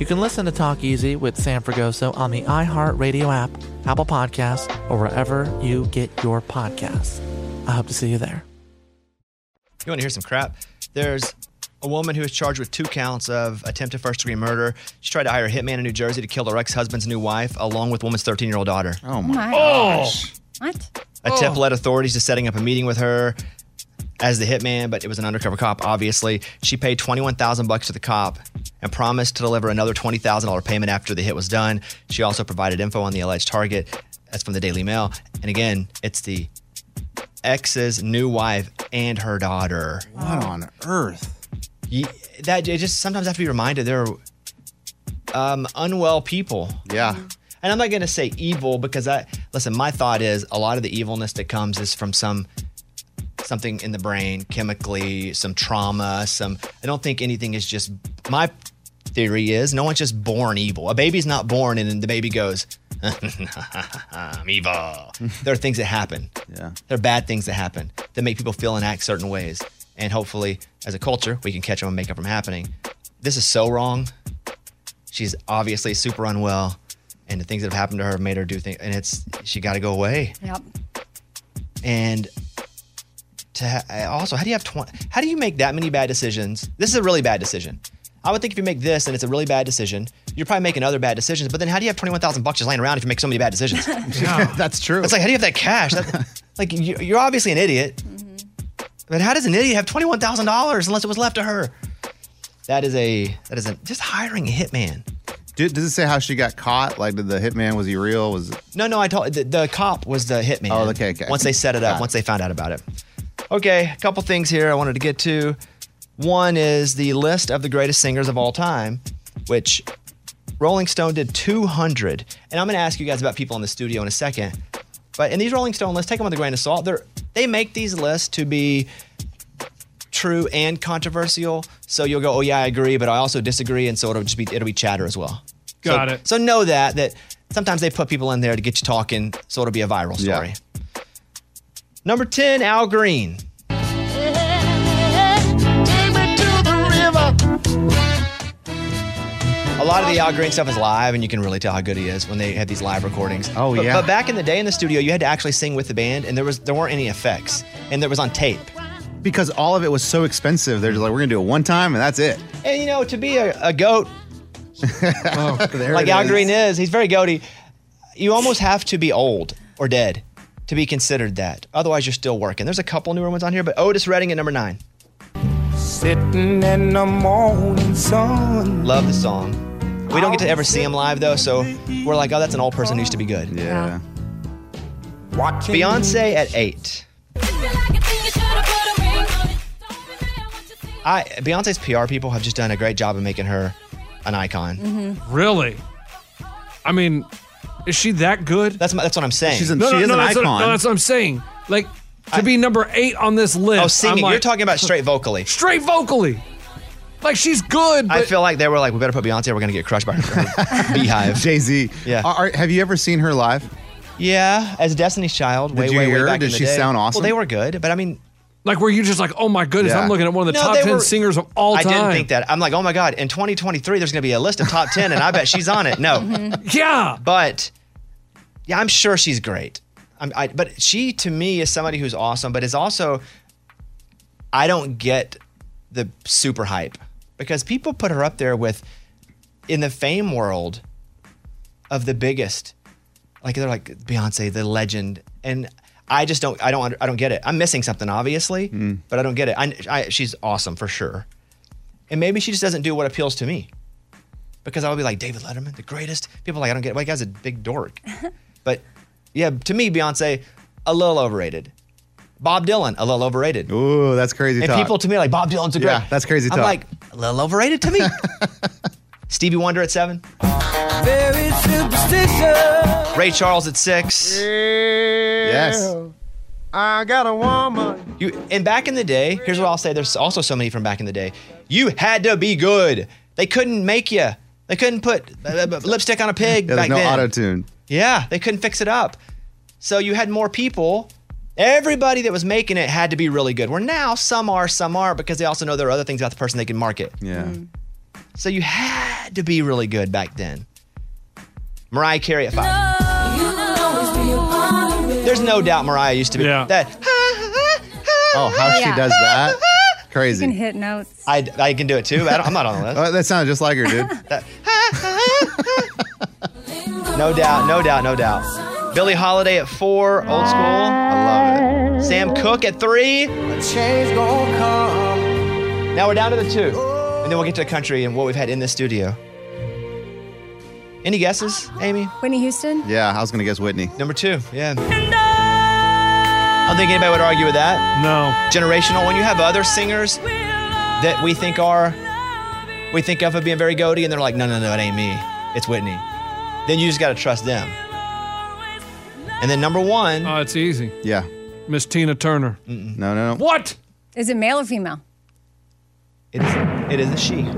[SPEAKER 14] You can listen to Talk Easy with Sam Fragoso on the iHeartRadio app, Apple Podcasts, or wherever you get your podcasts. I hope to see you there.
[SPEAKER 1] You want to hear some crap? There's a woman who was charged with two counts of attempted first degree murder. She tried to hire a hitman in New Jersey to kill her ex husband's new wife, along with woman's 13 year old daughter.
[SPEAKER 5] Oh my gosh. What?
[SPEAKER 1] A tip
[SPEAKER 3] Oh.
[SPEAKER 1] led authorities to setting up a meeting with her as the hitman, but it was an undercover cop, obviously. She paid 21000 bucks to the cop and promised to deliver another $20,000 payment after the hit was done. She also provided info on the alleged target. That's from the Daily Mail. And again, it's the ex's new wife and her daughter.
[SPEAKER 3] What on earth?
[SPEAKER 1] Ye- that it just sometimes I have to be reminded they're um, unwell people.
[SPEAKER 3] Yeah.
[SPEAKER 1] And I'm not going to say evil because I listen. My thought is a lot of the evilness that comes is from some something in the brain, chemically, some trauma, some. I don't think anything is just. My theory is no one's just born evil. A baby's not born and then the baby goes, [laughs] I'm
[SPEAKER 3] [laughs]
[SPEAKER 1] evil. there are things that happen.
[SPEAKER 3] Yeah.
[SPEAKER 1] There are bad things that happen that make people feel and act certain ways. And hopefully, as a culture, we can catch them and make it from happening. This is so wrong. She's obviously super unwell, and the things that have happened to her have made her do things. And it's she got to go away.
[SPEAKER 5] Yep.
[SPEAKER 1] And to ha- I- also, how do you have twenty? How do you make that many bad decisions? This is a really bad decision. I would think if you make this and it's a really bad decision, you're probably making other bad decisions. But then, how do you have twenty-one thousand bucks just laying around if you make so many bad decisions?
[SPEAKER 3] [laughs] That's true.
[SPEAKER 1] It's like, how do you have that
[SPEAKER 3] [laughs]
[SPEAKER 1] cash? That- like, you- you're obviously an idiot. But how does an idiot have twenty-one thousand dollars unless it was left to her? That is a that is a just hiring a hitman.
[SPEAKER 3] Did, does it say how she got caught? Like, did the hitman was he real? Was it,
[SPEAKER 1] No, no, I told the, the cop was the hitman.
[SPEAKER 3] Oh, okay, okay.
[SPEAKER 1] Once they set it up,
[SPEAKER 3] Got it.
[SPEAKER 1] once they found out about it. Okay, a couple things here I wanted to get to. One is the list of the greatest singers of all time, which Rolling Stone did 200. And I'm going to ask you guys about people in the studio in a second. But in these Rolling Stone lists, take them with a grain of salt. They're, they make these lists to be true and controversial. So you'll go, oh yeah, I agree, but I also disagree, and so it'll just be it'll be chatter as well.
[SPEAKER 4] Got
[SPEAKER 1] So-
[SPEAKER 4] it.
[SPEAKER 1] So know that that sometimes they put people in there to get you talking, so it'll be a viral story. Number ten, Al Green. lot of the Al Green stuff is live, and you can really tell how good he is when they had these live recordings. Oh
[SPEAKER 3] yeah.
[SPEAKER 1] But back in the day in the studio, you had to actually sing with the band, and there was there weren't any effects, and there was on tape.
[SPEAKER 3] because all of it was so expensive. They're just like, we're gonna do it one time and that's it.
[SPEAKER 1] And you know, to be a, a goat,
[SPEAKER 3] There
[SPEAKER 1] like
[SPEAKER 3] it
[SPEAKER 1] Al
[SPEAKER 3] is.
[SPEAKER 1] Green is, he's very goaty. You almost have to be old or dead to be considered that. Otherwise, you're still working. There's a couple newer ones on here, but Otis Redding at number nine.
[SPEAKER 2] Sitting in the morning sun.
[SPEAKER 1] Love the song. We don't get to ever see him live though, so we're like, oh, that's an old person who used to be good.
[SPEAKER 3] Yeah.
[SPEAKER 1] Beyonce at eight. I Beyonce's PR people have just done a great job of making her an icon.
[SPEAKER 2] Mhm.
[SPEAKER 1] Really? I mean, is she that good? That's my, that's what I'm saying.
[SPEAKER 4] no, no, no, that's What, no, that's what I'm saying. Like to be number eight on this list.
[SPEAKER 1] oh, singing.
[SPEAKER 4] I'm like,
[SPEAKER 1] You're talking about straight vocally.
[SPEAKER 4] straight vocally. Like she's good. But
[SPEAKER 1] I feel like they were like, we better put Beyonce. or We're gonna get crushed by her, her beehive.
[SPEAKER 3] Jay Z.
[SPEAKER 1] Yeah.
[SPEAKER 3] Are, are- have you ever seen her live?
[SPEAKER 1] Yeah, as Destiny's Child.
[SPEAKER 3] Did
[SPEAKER 1] way,
[SPEAKER 3] you
[SPEAKER 1] way, way
[SPEAKER 3] hear her?
[SPEAKER 1] back
[SPEAKER 3] Did
[SPEAKER 1] in the
[SPEAKER 3] she
[SPEAKER 1] day.
[SPEAKER 3] sound awesome?
[SPEAKER 1] Well, they were good, but I mean,
[SPEAKER 4] like were you just like, oh my goodness,
[SPEAKER 1] Yeah.
[SPEAKER 4] I'm looking at one of the
[SPEAKER 1] No,
[SPEAKER 4] top
[SPEAKER 1] they
[SPEAKER 4] ten
[SPEAKER 1] were-
[SPEAKER 4] singers of all
[SPEAKER 1] I
[SPEAKER 4] time.
[SPEAKER 1] didn't think that. I'm like, oh my god, in 2023, there's going to be a list of top 10, and I bet she's on it. No,
[SPEAKER 4] yeah,
[SPEAKER 1] but yeah, I'm sure she's great. I'm, I, but she to me is somebody who's awesome, but is also I don't get the super hype because people put her up there with in the fame world of the biggest. Like they're like Beyonce, the legend, and I just don't, I don't, under- I don't get it. I'm missing something, obviously,
[SPEAKER 3] Mm.
[SPEAKER 1] but I don't get it. I, I, she's awesome for sure, and maybe she just doesn't do what appeals to me, because I would be like David Letterman, the greatest. People are like I don't get it. Well, that guy's a big dork, but yeah, to me, Beyonce, a little overrated. Bob Dylan, a little overrated.
[SPEAKER 3] Ooh, that's crazy.
[SPEAKER 1] And
[SPEAKER 3] talk.
[SPEAKER 1] people to me are like Bob Dylan's a great.
[SPEAKER 3] Yeah, that's crazy
[SPEAKER 1] I'm
[SPEAKER 3] talk.
[SPEAKER 1] like a little overrated
[SPEAKER 3] [laughs]
[SPEAKER 1] to me. Stevie Wonder at seven.
[SPEAKER 2] Very superstitious.
[SPEAKER 1] Ray Charles at six. Yes.
[SPEAKER 2] I got a woman.
[SPEAKER 1] You and back in the day, here's what I'll say. There's also so many from back in the day. You had to be good. They couldn't make you. They couldn't put uh, uh, lipstick on a pig
[SPEAKER 3] Yeah,
[SPEAKER 1] back
[SPEAKER 3] there's no
[SPEAKER 1] then.
[SPEAKER 3] auto tune.
[SPEAKER 1] Yeah, they couldn't fix it up. So you had more people. Everybody that was making it had to be really good. Where now some are, some aren't, because they also know there are other things about the person they can market.
[SPEAKER 3] Yeah.
[SPEAKER 1] So you had to be really good back then. Mariah Carey at five. Oh, There's no doubt Mariah used to be that.
[SPEAKER 3] Oh, how she
[SPEAKER 5] Yeah.
[SPEAKER 3] does that?
[SPEAKER 5] [laughs] You can
[SPEAKER 3] Crazy.
[SPEAKER 5] hit notes.
[SPEAKER 1] I, I can do it too. but I don't, I'm not on the
[SPEAKER 3] [laughs]
[SPEAKER 1] list.
[SPEAKER 3] Oh, that sounded just like her,
[SPEAKER 1] [laughs]
[SPEAKER 3] dude.
[SPEAKER 1] No doubt, no doubt, no doubt. Billie Holiday at four, old school. I love it. Sam Cooke at three. Now we're down to the two. And then we'll get to the country and what we've had in the studio. Any guesses, Amy?
[SPEAKER 5] Whitney Houston.
[SPEAKER 3] yeah, I was gonna guess Whitney.
[SPEAKER 1] Number two, yeah. I don't think anybody would argue with that.
[SPEAKER 4] No.
[SPEAKER 1] Generational. When you have other singers that we think are, we think of as being very goaty, and they're like, no, no, no, it ain't me. It's Whitney. Then you just got to trust them. And then number one.
[SPEAKER 4] Oh, it's easy.
[SPEAKER 3] Yeah.
[SPEAKER 4] Miss Tina Turner.
[SPEAKER 3] No, no, no.
[SPEAKER 4] What?
[SPEAKER 5] Is it male or female?
[SPEAKER 1] It is a she.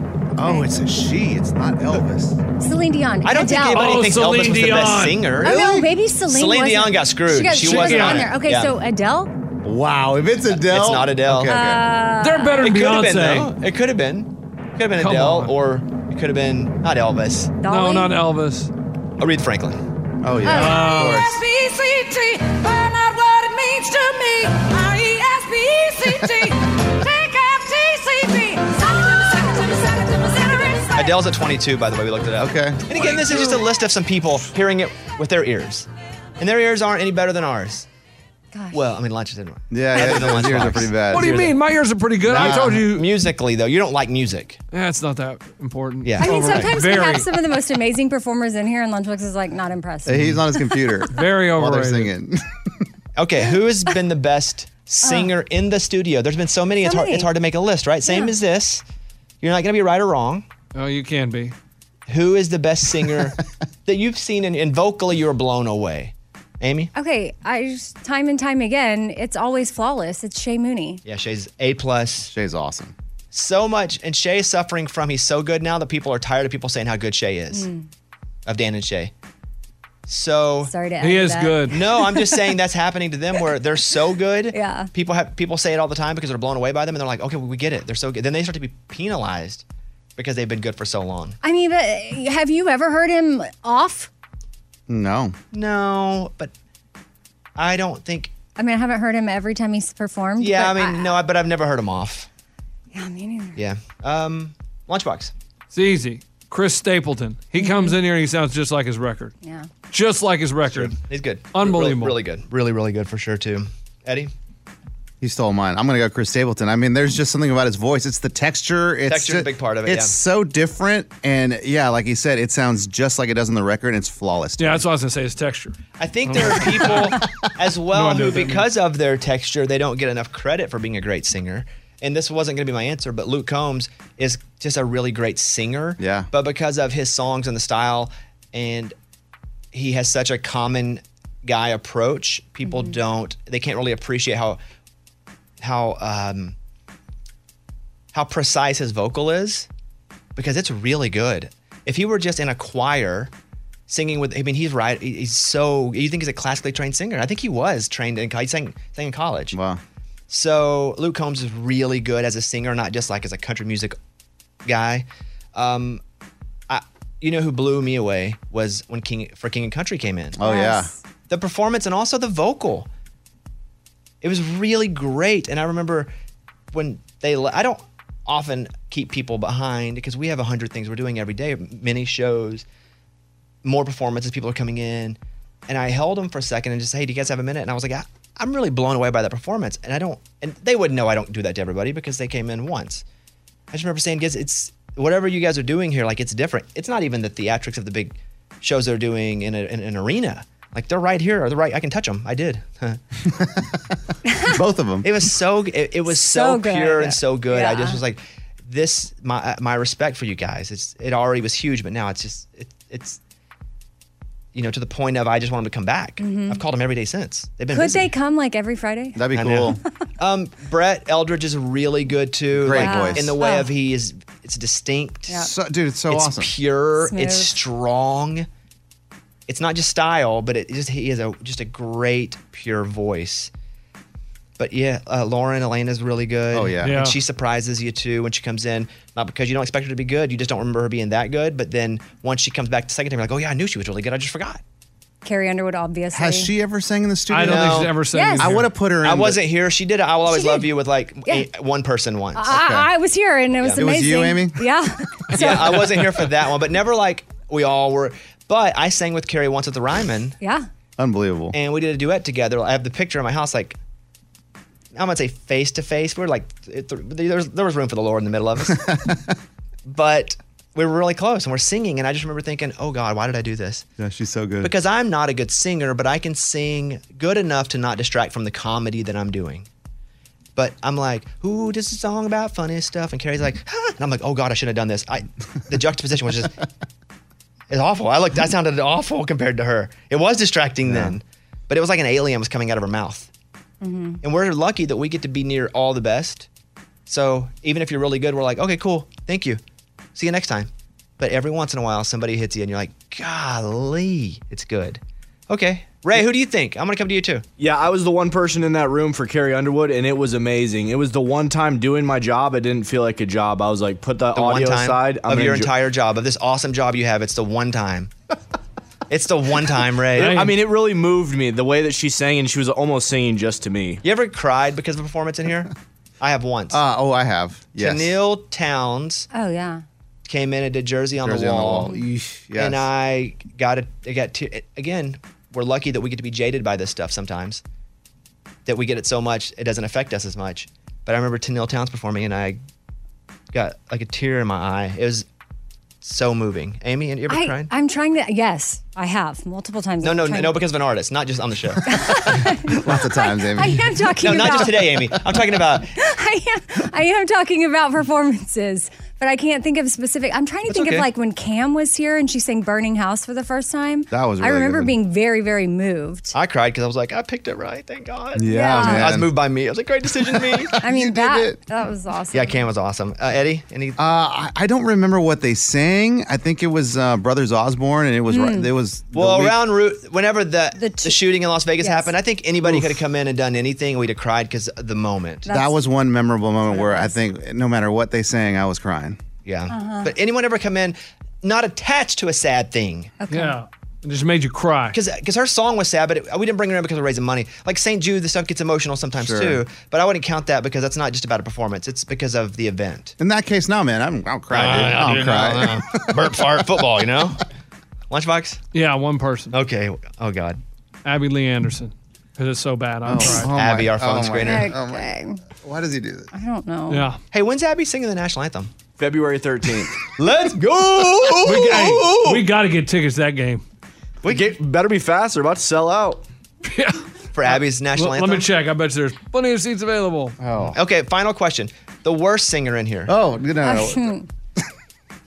[SPEAKER 3] Oh, it's a she. It's not Elvis.
[SPEAKER 5] Celine Dion.
[SPEAKER 1] I don't think
[SPEAKER 5] Adele.
[SPEAKER 4] Oh,
[SPEAKER 1] anybody thinks Elvis was the best singer.
[SPEAKER 5] Oh no, maybe Celine.
[SPEAKER 1] Celine
[SPEAKER 5] wasn't.
[SPEAKER 1] Dion got screwed.
[SPEAKER 5] She, got,
[SPEAKER 1] She
[SPEAKER 5] she,
[SPEAKER 1] wasn't
[SPEAKER 5] wasn't, on
[SPEAKER 1] on
[SPEAKER 5] there.
[SPEAKER 1] it.
[SPEAKER 5] Okay,
[SPEAKER 1] Yeah.
[SPEAKER 5] so Adele.
[SPEAKER 3] Wow, if it's Adele,
[SPEAKER 1] It's not Adele.
[SPEAKER 3] Okay, okay.
[SPEAKER 5] Uh,
[SPEAKER 4] They're better
[SPEAKER 1] it
[SPEAKER 4] than
[SPEAKER 1] could have
[SPEAKER 4] Beyonce.
[SPEAKER 1] been though. It could have been. Could have been
[SPEAKER 4] Come
[SPEAKER 1] Adele,
[SPEAKER 4] on.
[SPEAKER 1] or it could have been not Elvis.
[SPEAKER 4] No, not Elvis.
[SPEAKER 1] Aretha Franklin.
[SPEAKER 3] Oh
[SPEAKER 4] yeah. Oh.
[SPEAKER 2] S-B-C-T, find out what it means to me. R-E-S-P-E-C-T, take F-T-C-T. Suck it to me, suck it to me, suck it to me, center and slap.
[SPEAKER 1] Adele's at 22, by the way. We looked it up. Okay. And again, this is just a list of some people hearing it with their ears, and their ears aren't any better than ours. Well, I mean, lunch is everyone.
[SPEAKER 3] Yeah,
[SPEAKER 1] [laughs]
[SPEAKER 3] yeah, those ears are pretty bad.
[SPEAKER 4] What do you mean? My ears are pretty good. I told you.
[SPEAKER 1] Musically, though, you don't like music.
[SPEAKER 4] Yeah, it's not that important.
[SPEAKER 1] Yeah.
[SPEAKER 5] I mean,
[SPEAKER 1] Overrated.
[SPEAKER 5] sometimes we
[SPEAKER 1] Very.
[SPEAKER 5] have some of the most amazing performers in here, and Lunchbox is like not impressed.
[SPEAKER 1] He's
[SPEAKER 3] on his computer.
[SPEAKER 4] [laughs] Very
[SPEAKER 3] While they're
[SPEAKER 1] overrated.
[SPEAKER 3] singing.
[SPEAKER 1] [laughs] Okay, who has been the best singer in the studio? There's been so many,
[SPEAKER 4] Uh.
[SPEAKER 1] it's
[SPEAKER 4] So
[SPEAKER 1] hard
[SPEAKER 4] many.
[SPEAKER 1] it's hard to make a list, right? Same as this. You're not gonna be right or wrong.
[SPEAKER 4] Oh, you can be.
[SPEAKER 1] Who is the best
[SPEAKER 3] [laughs]
[SPEAKER 1] singer that you've seen and, and vocally you were blown away? Amy?
[SPEAKER 5] Okay, I just, time and time again, it's always flawless. It's Shay Mooney.
[SPEAKER 1] Yeah, Shay's A plus.
[SPEAKER 3] Shay's awesome.
[SPEAKER 1] So much, and Shay is suffering from he's so good now that people are tired of people saying how good Shay is.
[SPEAKER 5] Hmm.
[SPEAKER 1] Of Dan and Shay. So
[SPEAKER 5] Sorry to add He to is that.
[SPEAKER 1] [laughs]
[SPEAKER 5] good.
[SPEAKER 1] No, I'm just saying that's happening to them where they're so good.
[SPEAKER 5] [laughs] Yeah.
[SPEAKER 1] People have people say it all the time because they're blown away by them and they're like, okay, well, we get it. They're so good. Then they start to be penalized because they've been good for so long.
[SPEAKER 5] I mean, but have you ever heard him off?
[SPEAKER 3] No.
[SPEAKER 1] No, but I don't think.
[SPEAKER 5] I mean, I haven't heard him every time he's performed.
[SPEAKER 1] Yeah, I
[SPEAKER 5] but
[SPEAKER 1] mean, no, I- but I've never heard them off.
[SPEAKER 5] yeah, me neither.
[SPEAKER 1] Yeah. Um, Lunchbox.
[SPEAKER 4] It's easy. Chris Stapleton. He comes in here and he sounds just like his record.
[SPEAKER 5] Yeah.
[SPEAKER 4] Just like his record.
[SPEAKER 1] He's good.
[SPEAKER 4] Unbelievable.
[SPEAKER 1] Really, really good. Really, really good for sure, too. Eddie?
[SPEAKER 3] He stole mine. I'm gonna go Chris Stapleton. I mean, there's just something about his voice. It's the texture. It's
[SPEAKER 1] Texture's a
[SPEAKER 3] ju-
[SPEAKER 1] big part of it,
[SPEAKER 3] It's
[SPEAKER 1] yeah.
[SPEAKER 3] so different, and yeah, like he said, it sounds just like it does on the record, and it's flawless.
[SPEAKER 4] Yeah, that's what I was gonna say. His texture. Um,
[SPEAKER 1] I think there are people as well
[SPEAKER 3] idea
[SPEAKER 1] who,
[SPEAKER 3] what that
[SPEAKER 1] because of their texture, they don't get enough credit for being a great singer. And this wasn't going to be my answer, but Luke Combs is just a really great singer.
[SPEAKER 3] Yeah.
[SPEAKER 1] But because of his songs and the style, and he has such a common guy approach, people don't, they can't really appreciate how, how, um, how precise his vocal is because it's really good. If he were just in a choir singing with, I mean, he's right. he- He's so, you think he's a classically trained singer. I think he was trained in, co- he sang, sang in college.
[SPEAKER 3] Wow.
[SPEAKER 1] So Luke Combs is really good as a singer, not just like as a country music guy. Um, I, you know who blew me away was when King for King and Country came in.
[SPEAKER 3] Oh, yeah. Yes.
[SPEAKER 1] the performance and also the vocal. It was really great, and I remember when they. le- I don't often keep people behind because we have a hundred things we're doing every day, many shows, more performances, people are coming in, and I held them for a second and just hey, do you guys have a minute? And I was like, I, I'm really blown away by that performance, and I don't, and they would know I don't do that to everybody because they came in once. I just remember saying, guys, it's whatever you guys are doing here, like it's different. It's not even the theatrics of the big shows they're doing in, a, in an arena. Like they're right here, or they're right. I can touch them. I did.
[SPEAKER 3] [laughs] Both of them.
[SPEAKER 1] It was so. It, it was so,
[SPEAKER 3] So good.
[SPEAKER 1] pure and so good. I
[SPEAKER 3] Yeah.
[SPEAKER 1] just was like, this. My uh, my respect for you guys. It's it already was huge, but now it's just it, it's. You know, to the point of I just want them to come back.
[SPEAKER 5] Mhm.
[SPEAKER 1] I've called them every day since. They've been
[SPEAKER 5] Could
[SPEAKER 1] busy.
[SPEAKER 5] they come like every Friday?
[SPEAKER 3] That'd
[SPEAKER 1] I know. [laughs] um, Brett Eldridge is really good too.
[SPEAKER 3] Great
[SPEAKER 1] like,
[SPEAKER 3] voice.
[SPEAKER 1] in the way
[SPEAKER 3] Oh.
[SPEAKER 1] of he is. It's distinct.
[SPEAKER 3] Yeah. So- dude, it's so
[SPEAKER 1] it's
[SPEAKER 3] awesome.
[SPEAKER 1] pure.
[SPEAKER 3] Smooth.
[SPEAKER 1] It's strong. It's not just style, but it just he has a just a great pure voice. But yeah, uh, Lauren Elena's really good.
[SPEAKER 3] Oh, yeah. Yeah.
[SPEAKER 1] and she surprises you too when she comes in. Not because you don't expect her to be good, you just don't remember her being that good. But then once she comes back the second time, you're like, oh yeah, I knew she was really good. I just forgot.
[SPEAKER 5] Carrie Underwood, obviously.
[SPEAKER 3] Has she ever sang in the studio?
[SPEAKER 5] Yes.
[SPEAKER 3] I would have put her. in.
[SPEAKER 1] I wasn't here. She did. I will always
[SPEAKER 5] She
[SPEAKER 1] love
[SPEAKER 5] did.
[SPEAKER 1] you with like
[SPEAKER 5] Yeah.
[SPEAKER 1] eight- one person once.
[SPEAKER 3] Uh,
[SPEAKER 5] I, I was here and it was
[SPEAKER 1] It was
[SPEAKER 5] amazing.
[SPEAKER 1] you, Amy? [laughs]
[SPEAKER 5] Yeah.
[SPEAKER 1] yeah, I wasn't here for that one, but never like we all were. But I sang with Carrie once at the Ryman,
[SPEAKER 5] Yeah.
[SPEAKER 3] Unbelievable.
[SPEAKER 1] and we did a duet together. I have the picture in my house, like I'm gonna say face to face. We We're like it- th- there was there was room for the Lord in the middle of us, but we were really close, and we're singing. And I just remember thinking, "Oh God, why did I do this?"
[SPEAKER 3] Yeah, she's so good.
[SPEAKER 1] Because I'm not a good singer, but I can sing good enough to not distract from the comedy that I'm doing. But I'm like, ooh, this is a song about funny stuff. And Carrie's like, "Huh," and I'm like, oh God, I shouldn't have done this. I, the juxtaposition was just, it's awful. I looked, I sounded awful compared to her. It was distracting then, but it was like an alien was coming out of her mouth.
[SPEAKER 2] Mhm.
[SPEAKER 1] And we're lucky that we get to be near all the best. So even if you're really good, we're like, okay, cool, thank you, see you next time. But every once in a while, somebody hits you, and you're like, golly, it's good. Okay, Ray, who do you think? I'm gonna come to you too.
[SPEAKER 7] Yeah, I was the one person in that room for Carrie Underwood, and it was amazing. It was the one time doing my job, it didn't feel like a job. I was like, put the,
[SPEAKER 1] the one
[SPEAKER 7] audio
[SPEAKER 1] time
[SPEAKER 7] aside. I'm
[SPEAKER 1] of
[SPEAKER 7] gonna
[SPEAKER 1] your
[SPEAKER 7] enjoy-
[SPEAKER 1] entire job of this awesome job you have. It's the one time. it's the one time, Ray.
[SPEAKER 7] It- I mean, it really moved me [laughs] the way that she sang, and she was almost singing just to me.
[SPEAKER 1] you ever cried because of a performance
[SPEAKER 7] [laughs]
[SPEAKER 1] in here? I have once.
[SPEAKER 3] Uh, oh, I have. Yes.
[SPEAKER 1] Tennille Towns
[SPEAKER 5] Oh, yeah.
[SPEAKER 1] came in and did Jersey on,
[SPEAKER 3] Jersey
[SPEAKER 1] the,
[SPEAKER 3] on the
[SPEAKER 1] wall,
[SPEAKER 3] Wall. Yeesh, yes.
[SPEAKER 1] and I got a, I got te- again. We're lucky that we get to be jaded by this stuff sometimes. That we get it so much, it doesn't affect us as much. But I remember Tennille Towns performing, and I got like a tear in my eye. It was so moving. Amy, you ever
[SPEAKER 5] I,
[SPEAKER 1] cried?
[SPEAKER 5] I'm trying to. Yes, I have multiple times.
[SPEAKER 1] No,
[SPEAKER 5] I'm
[SPEAKER 1] no,
[SPEAKER 5] trying-
[SPEAKER 1] no, because of an artist, not just on the
[SPEAKER 5] [laughs]
[SPEAKER 1] show.
[SPEAKER 3] Lots of times, Amy.
[SPEAKER 5] I am talking
[SPEAKER 1] No, not just
[SPEAKER 5] about-
[SPEAKER 1] today, Amy. I'm talking about.
[SPEAKER 5] [laughs] I am. I am talking about performances, but I can't think of specific. I'm trying to think
[SPEAKER 3] okay.
[SPEAKER 5] of like when Cam was here and she sang "Burning House" for the first time.
[SPEAKER 1] That was a
[SPEAKER 5] I
[SPEAKER 1] really good
[SPEAKER 5] remember
[SPEAKER 1] one.
[SPEAKER 5] being very, very moved.
[SPEAKER 1] I cried because I was like, I picked it right. Thank God.
[SPEAKER 5] Yeah,
[SPEAKER 1] I was, I was
[SPEAKER 5] man.
[SPEAKER 1] moved by me. I was like, great decision, me.
[SPEAKER 5] [laughs] I mean that that was awesome.
[SPEAKER 1] yeah, Cam was awesome. Uh, Eddie, any?
[SPEAKER 3] Uh, I- I don't remember what they sang. I think it was uh, Brothers Osborne, and it was right
[SPEAKER 1] Mm.
[SPEAKER 3] it was the
[SPEAKER 1] Well,
[SPEAKER 3] week-
[SPEAKER 1] around route, whenever the the, shooting in Las Vegas
[SPEAKER 3] Yes.
[SPEAKER 1] happened, I think anybody could have come in and done anything. We'd have uh, cried because the moment.
[SPEAKER 3] that was one memorable moment where I think no matter what they sang, I was crying.
[SPEAKER 1] Yeah.
[SPEAKER 5] Uh-huh.
[SPEAKER 1] But anyone ever come in not attached to a sad thing?
[SPEAKER 5] Okay. Yeah.
[SPEAKER 1] It just made you cry. Because her song was sad, but it, we didn't bring her in because we're raising money. Like St. Jude, the stuff gets emotional sometimes
[SPEAKER 3] Sure.
[SPEAKER 1] too. But I wouldn't count that because that's not just about a performance. It's because of the event.
[SPEAKER 3] In that case, no, man. I'm, I'll cry, dude.
[SPEAKER 1] Uh,
[SPEAKER 3] I'll
[SPEAKER 1] dude,
[SPEAKER 3] cry.
[SPEAKER 1] no, [laughs] no. Burp fart football, you know? Lunchbox?
[SPEAKER 4] Yeah, one person.
[SPEAKER 1] Okay. Oh, God.
[SPEAKER 4] Abby Lee Anderson. Because it's so bad. I'm
[SPEAKER 1] Oh,
[SPEAKER 4] sorry.
[SPEAKER 1] oh Abby, my- our phone oh my-
[SPEAKER 5] Okay.
[SPEAKER 1] screener.
[SPEAKER 3] Why does he do this?
[SPEAKER 5] I don't know.
[SPEAKER 4] Yeah.
[SPEAKER 1] Hey, when's Abby singing the national anthem?
[SPEAKER 7] February 13th.
[SPEAKER 1] Let's go!
[SPEAKER 4] we, hey, we got to get tickets to that game.
[SPEAKER 7] We get better be fast. They're about to sell
[SPEAKER 4] [laughs]
[SPEAKER 7] out.
[SPEAKER 1] For Abby's national
[SPEAKER 4] Let-
[SPEAKER 1] anthem.
[SPEAKER 4] Let me check. I bet there's plenty of seats available.
[SPEAKER 1] Oh. Okay, final question. The worst singer in here.
[SPEAKER 3] Oh, no.
[SPEAKER 4] [laughs]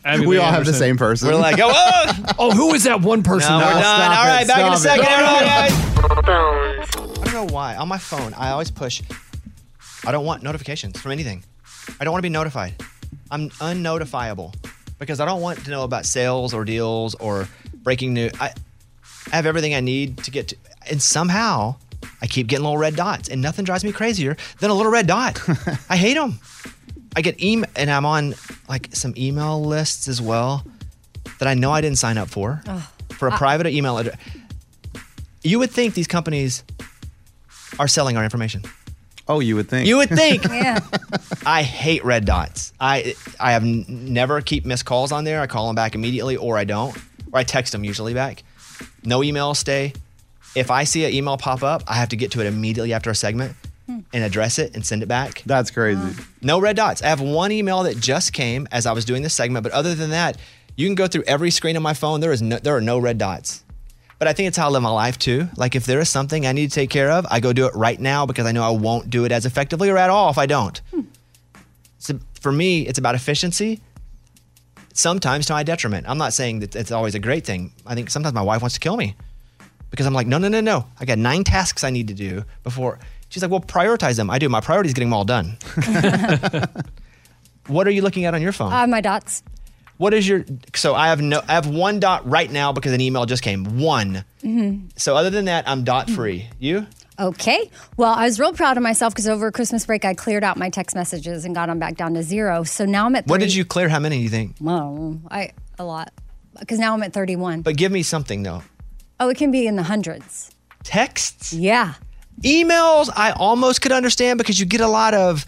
[SPEAKER 1] Abby
[SPEAKER 3] we
[SPEAKER 1] Lee
[SPEAKER 3] all have the
[SPEAKER 1] Anderson.
[SPEAKER 3] same person. [laughs]
[SPEAKER 1] We're like, oh, oh,
[SPEAKER 4] [laughs] oh, who is that one person?
[SPEAKER 1] No,
[SPEAKER 3] No,
[SPEAKER 1] we're done.
[SPEAKER 3] stop
[SPEAKER 1] All
[SPEAKER 3] it,
[SPEAKER 1] right, back in a
[SPEAKER 3] stop it. [laughs]
[SPEAKER 1] second, everyone, [laughs] guys. I don't know why. On my phone, I always push. I don't want notifications from anything. I don't want to be notified. I'm unnotifiable because I don't want to know about sales or deals or breaking news. I, I have everything I need to get to, and somehow I keep getting little red dots, and nothing drives me crazier than a little red dot. I hate them. I get email, and I'm on like some email lists as well that I know I didn't sign up for
[SPEAKER 5] Ugh.
[SPEAKER 1] for a
[SPEAKER 5] I-
[SPEAKER 1] private email address. You would think these companies are selling our information.
[SPEAKER 3] Oh, you would think.
[SPEAKER 1] You would think.
[SPEAKER 5] yeah.
[SPEAKER 1] I hate red dots. I I have n- never keep missed calls on there. I call them back immediately, or I don't, or I text them usually back. No emails stay. If I see an email pop up, I have to get to it immediately after a segment
[SPEAKER 2] Hmm.
[SPEAKER 1] and address it and send it back.
[SPEAKER 3] That's crazy.
[SPEAKER 1] No red dots. I have one email that just came as I was doing this segment, but other than that, you can go through every screen on my phone. There is no, there are no red dots. But I think it's how I live my life too. Like if there is something I need to take care of, I go do it right now because I know I won't do it as effectively or at all if I don't. So for me, it's about efficiency. Sometimes to my detriment. I'm not saying that it's always a great thing. I think sometimes my wife wants to kill me because I'm like, no, no, no, no. I got nine tasks I need to do before. She's like, well, prioritize them. I do. My priority is getting them all done. what are you looking at on your phone?
[SPEAKER 5] Uh, my dots.
[SPEAKER 1] what is your? So I have no. I have one dot right now because an email just came. One.
[SPEAKER 5] hmm
[SPEAKER 1] So other than that, I'm dot free. You?
[SPEAKER 5] Okay. Well, I was real proud of myself because over Christmas break, I cleared out my text messages and got them back down to zero. So now I'm at. 30.
[SPEAKER 1] What did you clear? How many? You think?
[SPEAKER 5] Well, I a lot because now I'm at 31.
[SPEAKER 1] But give me something though.
[SPEAKER 5] Oh, it can be in the hundreds.
[SPEAKER 1] Texts?
[SPEAKER 5] Yeah.
[SPEAKER 1] Emails, I almost could understand because you get a lot of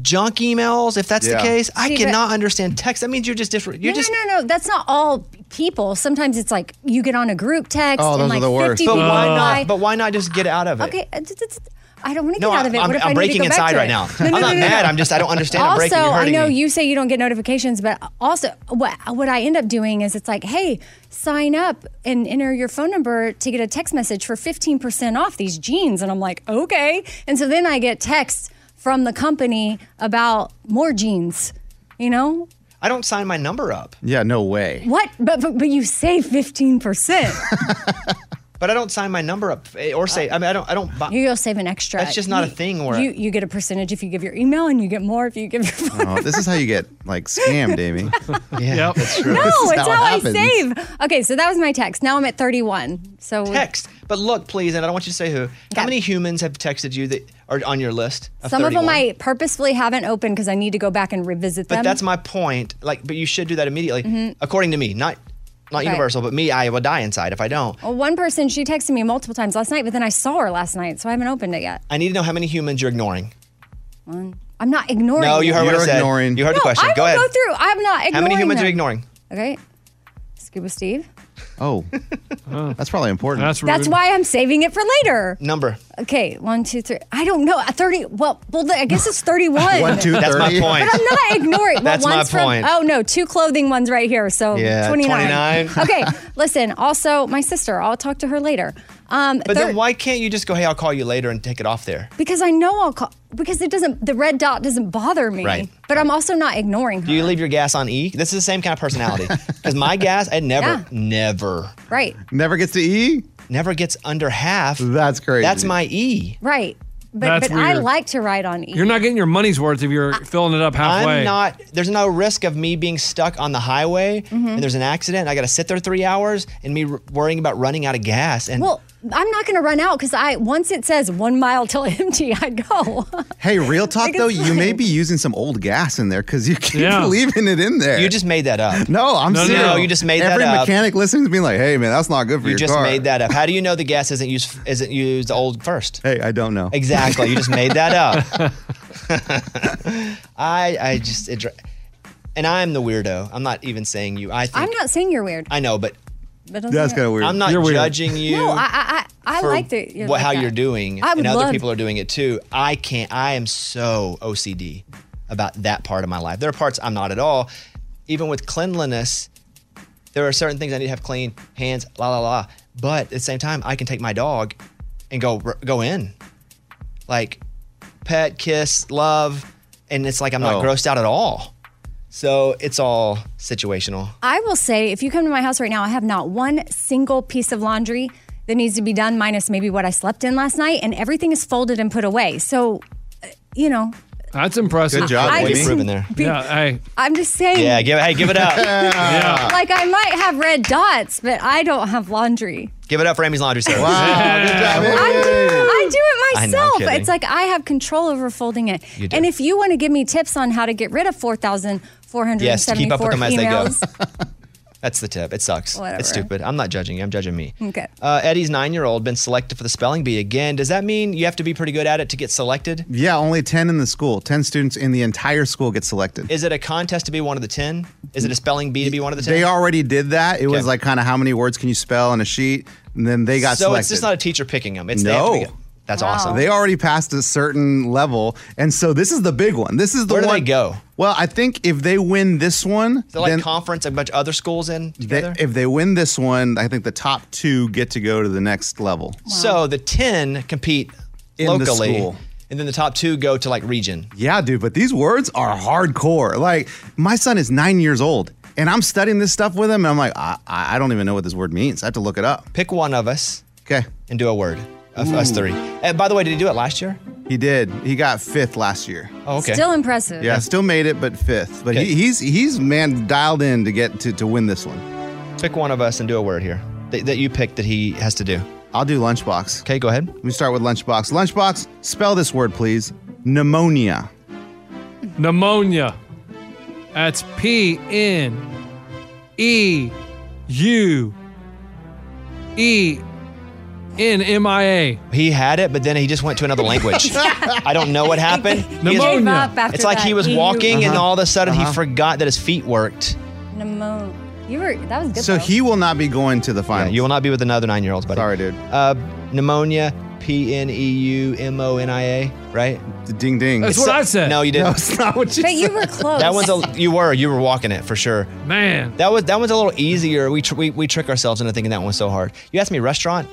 [SPEAKER 1] junk emails. If that's
[SPEAKER 5] Yeah.
[SPEAKER 1] the case, I
[SPEAKER 5] See, but-
[SPEAKER 1] cannot understand text. That means you're just different. You're
[SPEAKER 5] no,
[SPEAKER 1] just.
[SPEAKER 5] no, no, no. That's not all people. Sometimes it's like you get on a group text
[SPEAKER 1] Oh,
[SPEAKER 5] and like 50
[SPEAKER 1] But
[SPEAKER 5] people
[SPEAKER 1] why
[SPEAKER 5] reply.
[SPEAKER 1] not? But why not just get out of it?
[SPEAKER 5] Okay, uh, d- d- d- I don't want to
[SPEAKER 1] No,
[SPEAKER 5] get out of it.
[SPEAKER 1] I'm-
[SPEAKER 5] what if
[SPEAKER 1] I'm
[SPEAKER 5] I need to
[SPEAKER 1] breaking
[SPEAKER 5] go back
[SPEAKER 1] inside
[SPEAKER 5] to
[SPEAKER 1] right
[SPEAKER 5] it?
[SPEAKER 1] now. I'm not mad. I'm just- I don't understand. I'm
[SPEAKER 5] Also,
[SPEAKER 1] breaking. You're hurting
[SPEAKER 5] I know
[SPEAKER 1] me.
[SPEAKER 5] you say you don't get notifications, but also what what I end up doing is it's like, hey, sign up and enter your phone number to get a text message for 15% off these jeans, and I'm like, okay. And so then I get texts from the company about more jeans. You know
[SPEAKER 1] I don't sign my number up,
[SPEAKER 3] Yeah, no way.
[SPEAKER 5] what? But but, but you
[SPEAKER 1] [laughs]
[SPEAKER 5] say 15%.
[SPEAKER 1] but I don't sign my number up eh, or say. I mean, I don't. I don't. Buy,
[SPEAKER 5] You'll save an extra.
[SPEAKER 1] That's just not a
[SPEAKER 5] You-
[SPEAKER 1] thing where-
[SPEAKER 5] you, you get a percentage if you give your email, and you get more if you give your phone.
[SPEAKER 3] Oh, this
[SPEAKER 5] [laughs]
[SPEAKER 3] is how you get like scammed,
[SPEAKER 1] [laughs]
[SPEAKER 3] Amy.
[SPEAKER 1] yeah,
[SPEAKER 3] that's true.
[SPEAKER 5] No,
[SPEAKER 3] This is
[SPEAKER 5] it's how, I
[SPEAKER 3] happens.
[SPEAKER 5] save. Okay, so that was my text. Now I'm at 31. So
[SPEAKER 1] text. But look, please, and I don't want you to say who. How many humans have texted you that are on your list? Of
[SPEAKER 5] Some of
[SPEAKER 1] 31?
[SPEAKER 5] them I purposefully haven't opened because I need to go back and revisit
[SPEAKER 1] But
[SPEAKER 5] them.
[SPEAKER 1] that's my point. Like, but you should do that immediately,
[SPEAKER 5] Mhm.
[SPEAKER 1] according to me. Not, not
[SPEAKER 5] Right.
[SPEAKER 1] universal, but me. I will die inside if I don't.
[SPEAKER 5] Well, one person she texted me multiple times last night, but then I saw her last night, so I haven't opened it yet.
[SPEAKER 1] I need to know how many humans you're ignoring.
[SPEAKER 5] One. I'm not ignoring.
[SPEAKER 1] No, you
[SPEAKER 5] them.
[SPEAKER 1] heard what I said. You heard the
[SPEAKER 5] No,
[SPEAKER 1] question.
[SPEAKER 5] I
[SPEAKER 1] Go
[SPEAKER 5] will
[SPEAKER 1] ahead.
[SPEAKER 5] Go through. I'm not ignoring.
[SPEAKER 1] how many humans
[SPEAKER 5] them.
[SPEAKER 1] are you ignoring?
[SPEAKER 5] Okay. Scuba Steve.
[SPEAKER 3] Oh, that's probably important. That's,
[SPEAKER 5] That's why I'm saving it for later.
[SPEAKER 1] Number.
[SPEAKER 5] Okay, one, two, three. I don't know. Uh, Thirty. Well, well, I guess it's thirty-one.
[SPEAKER 1] [laughs] One, two, That's my 30. point.
[SPEAKER 5] But I'm not ignoring.
[SPEAKER 1] That's
[SPEAKER 5] well,
[SPEAKER 1] my
[SPEAKER 5] one's
[SPEAKER 1] point.
[SPEAKER 5] From, oh no, two clothing ones right here. So
[SPEAKER 1] Yeah,
[SPEAKER 5] 29.
[SPEAKER 1] 29.
[SPEAKER 5] [laughs] okay, listen. Also, my sister. I'll talk to her later. Um,
[SPEAKER 1] But
[SPEAKER 5] thir-
[SPEAKER 1] then why can't you just go, hey, I'll call you later and take it off there?
[SPEAKER 5] because I know I'll call. Because it doesn't. The red dot doesn't bother me.
[SPEAKER 1] Right.
[SPEAKER 5] But I'm also not ignoring her.
[SPEAKER 1] Do you leave your gas on E? This is the same kind of
[SPEAKER 5] [laughs]
[SPEAKER 1] personality. Because my gas, it never,
[SPEAKER 5] Yeah.
[SPEAKER 1] never,
[SPEAKER 5] Right.
[SPEAKER 3] never gets to E.
[SPEAKER 1] Never gets under half.
[SPEAKER 3] That's crazy.
[SPEAKER 1] That's my E.
[SPEAKER 5] Right. But
[SPEAKER 4] That's
[SPEAKER 5] but I
[SPEAKER 4] weird.
[SPEAKER 5] like to ride on E.
[SPEAKER 4] You're not getting your money's worth if you're filling it up halfway.
[SPEAKER 1] I'm not. There's no risk of me being stuck on the highway
[SPEAKER 5] Mhm.
[SPEAKER 1] and there's an accident. I got to sit there three hours and me r- worrying about running out of gas. And
[SPEAKER 5] e, well, I'm not going to run out because I once it says one mile [laughs] till empty, I go.
[SPEAKER 3] Hey, real talk
[SPEAKER 5] Like,
[SPEAKER 3] though,
[SPEAKER 5] it's
[SPEAKER 3] you may
[SPEAKER 5] like-
[SPEAKER 3] be using some old gas in there because you keep
[SPEAKER 1] Yeah.
[SPEAKER 3] leaving it in there.
[SPEAKER 1] You just made that up.
[SPEAKER 3] No, I'm
[SPEAKER 1] No, no,
[SPEAKER 3] serious.
[SPEAKER 1] no, you just made that
[SPEAKER 3] Every
[SPEAKER 1] up.
[SPEAKER 3] mechanic listening to me like, hey man, that's not good for
[SPEAKER 1] You
[SPEAKER 3] your
[SPEAKER 1] just
[SPEAKER 3] car.
[SPEAKER 1] made that up. How do you know the gas isn't used isn't used old first?
[SPEAKER 3] Hey, I don't know.
[SPEAKER 1] Exactly. You just made that
[SPEAKER 3] [laughs]
[SPEAKER 1] [laughs] up. I I just it, dri- and I'm the weirdo. I'm not even saying you. I think
[SPEAKER 5] I'm not saying you're weird.
[SPEAKER 1] I know, but
[SPEAKER 5] But I'm saying-
[SPEAKER 1] I'm not judging you.
[SPEAKER 5] No, I I, I, I
[SPEAKER 1] for
[SPEAKER 5] like that. You're
[SPEAKER 1] what,
[SPEAKER 5] like
[SPEAKER 1] how
[SPEAKER 5] that.
[SPEAKER 1] you're doing,
[SPEAKER 5] I would
[SPEAKER 1] and other
[SPEAKER 5] love-
[SPEAKER 1] people are doing it too. I can't. I am so OCD about that part of my life. There are parts I'm not at all. Even with cleanliness, there are certain things I need to have clean hands. La la la. But at the same time, I can take my dog and go go in, like pet, kiss, love, and it's like I'm not
[SPEAKER 5] Oh.
[SPEAKER 1] grossed out at all. So it's all situational.
[SPEAKER 5] I will say, if you come to my house right now, I have not one single piece of laundry that needs to be done, minus maybe what I slept in last night, and everything is folded and put away. So, uh, you know,
[SPEAKER 4] That's impressive.
[SPEAKER 5] Good job, I Whitney. just-
[SPEAKER 1] Improving there.
[SPEAKER 5] be-
[SPEAKER 4] Yeah, hey.
[SPEAKER 5] I'm just saying.
[SPEAKER 1] Yeah, give- hey, give it
[SPEAKER 5] [laughs]
[SPEAKER 1] up. Yeah.
[SPEAKER 5] Like I might have red dots, but I don't have laundry.
[SPEAKER 1] Give it up for Amy's laundry service.
[SPEAKER 2] Oh,
[SPEAKER 3] Wow, good job, Amy.
[SPEAKER 5] I do. I do
[SPEAKER 1] I
[SPEAKER 5] it
[SPEAKER 1] know,
[SPEAKER 5] myself.
[SPEAKER 1] kidding.
[SPEAKER 5] it's like I have control over folding it.
[SPEAKER 1] You do.
[SPEAKER 5] And if you want to give me tips on how to get rid of four thousand four hundred and
[SPEAKER 1] Yes,
[SPEAKER 5] seventy
[SPEAKER 1] keep up
[SPEAKER 5] four
[SPEAKER 1] with them as
[SPEAKER 5] emails,
[SPEAKER 1] they go. [laughs] That's the tip. It sucks.
[SPEAKER 5] Whatever.
[SPEAKER 1] It's stupid. I'm not judging you. I'm judging me.
[SPEAKER 5] okay.
[SPEAKER 1] Uh, Eddie's nine-year-old been selected for the spelling bee again. Does that mean you have to be pretty good at it to get selected?
[SPEAKER 3] Yeah, only 10 in the school. 10 students in the entire school get selected.
[SPEAKER 1] Is it a contest to be one of the ten? Is it a spelling bee to be one of the ten?
[SPEAKER 3] They already did that. It was like kind of how many words can you spell on a sheet, and then they got
[SPEAKER 1] so
[SPEAKER 3] selected.
[SPEAKER 1] it's just not a teacher picking them. It's they have to be
[SPEAKER 3] no.
[SPEAKER 1] good. That's awesome.
[SPEAKER 3] They already passed a certain level, and so this is the big one. This is the
[SPEAKER 1] Where do they
[SPEAKER 3] one.
[SPEAKER 1] go?
[SPEAKER 3] Well, I think if they win this one,
[SPEAKER 1] Is it like
[SPEAKER 3] then
[SPEAKER 1] conference a bunch of other schools in
[SPEAKER 3] they,
[SPEAKER 1] together?
[SPEAKER 3] if they win this one, I think the top two get to go to the next level.
[SPEAKER 1] So the ten compete
[SPEAKER 3] In the
[SPEAKER 1] locally,
[SPEAKER 3] school.
[SPEAKER 1] and then the top two go to like region.
[SPEAKER 3] Yeah, dude, but these words are hardcore. Like, my son is nine years old, and I'm studying this stuff with him, and I'm like, I, I I don't even know what this word means. I have to look it up.
[SPEAKER 1] Pick one of us.
[SPEAKER 3] Okay.
[SPEAKER 1] And do a word of us three. And by the way, did he do it last year?
[SPEAKER 3] He did. He got fifth last year.
[SPEAKER 1] Oh, okay.
[SPEAKER 5] Still impressive.
[SPEAKER 3] Yeah, still made it, but fifth. But he, he's he's man dialed in to get to, to win this one.
[SPEAKER 1] Pick one of us and do a word here that, that you pick that he has to do.
[SPEAKER 3] I'll do lunchbox.
[SPEAKER 1] Okay, go ahead.
[SPEAKER 3] We start with lunchbox. Lunchbox, spell this word, please. Pneumonia.
[SPEAKER 4] Pneumonia. That's P N E U E N M I A.
[SPEAKER 1] He had it, but then he just went to
[SPEAKER 4] [laughs]
[SPEAKER 3] [laughs]
[SPEAKER 1] another language. I don't know what happened.
[SPEAKER 4] He
[SPEAKER 1] He was-
[SPEAKER 4] gave up after
[SPEAKER 1] it's like he
[SPEAKER 4] that.
[SPEAKER 1] was
[SPEAKER 4] He-
[SPEAKER 1] walking and
[SPEAKER 4] Uh-huh.
[SPEAKER 1] all of a sudden
[SPEAKER 4] Uh-huh.
[SPEAKER 1] he forgot that his feet worked.
[SPEAKER 5] Pneumo- You were that was good.
[SPEAKER 3] So
[SPEAKER 5] though.
[SPEAKER 3] he will not be going to the finals.
[SPEAKER 1] you will not be with another nine year olds, buddy.
[SPEAKER 3] Sorry, dude.
[SPEAKER 1] Uh, pneumonia, P N E U M O N I A, right?
[SPEAKER 3] Ding ding.
[SPEAKER 4] That's what I said.
[SPEAKER 1] No, you didn't.
[SPEAKER 4] No, it's not what you But you said. were close.
[SPEAKER 1] That one's a, you were you were walking it for sure.
[SPEAKER 4] Man.
[SPEAKER 1] that was that one's a little easier. We tr- we, we trick ourselves into thinking that one's so hard. You asked me restaurant,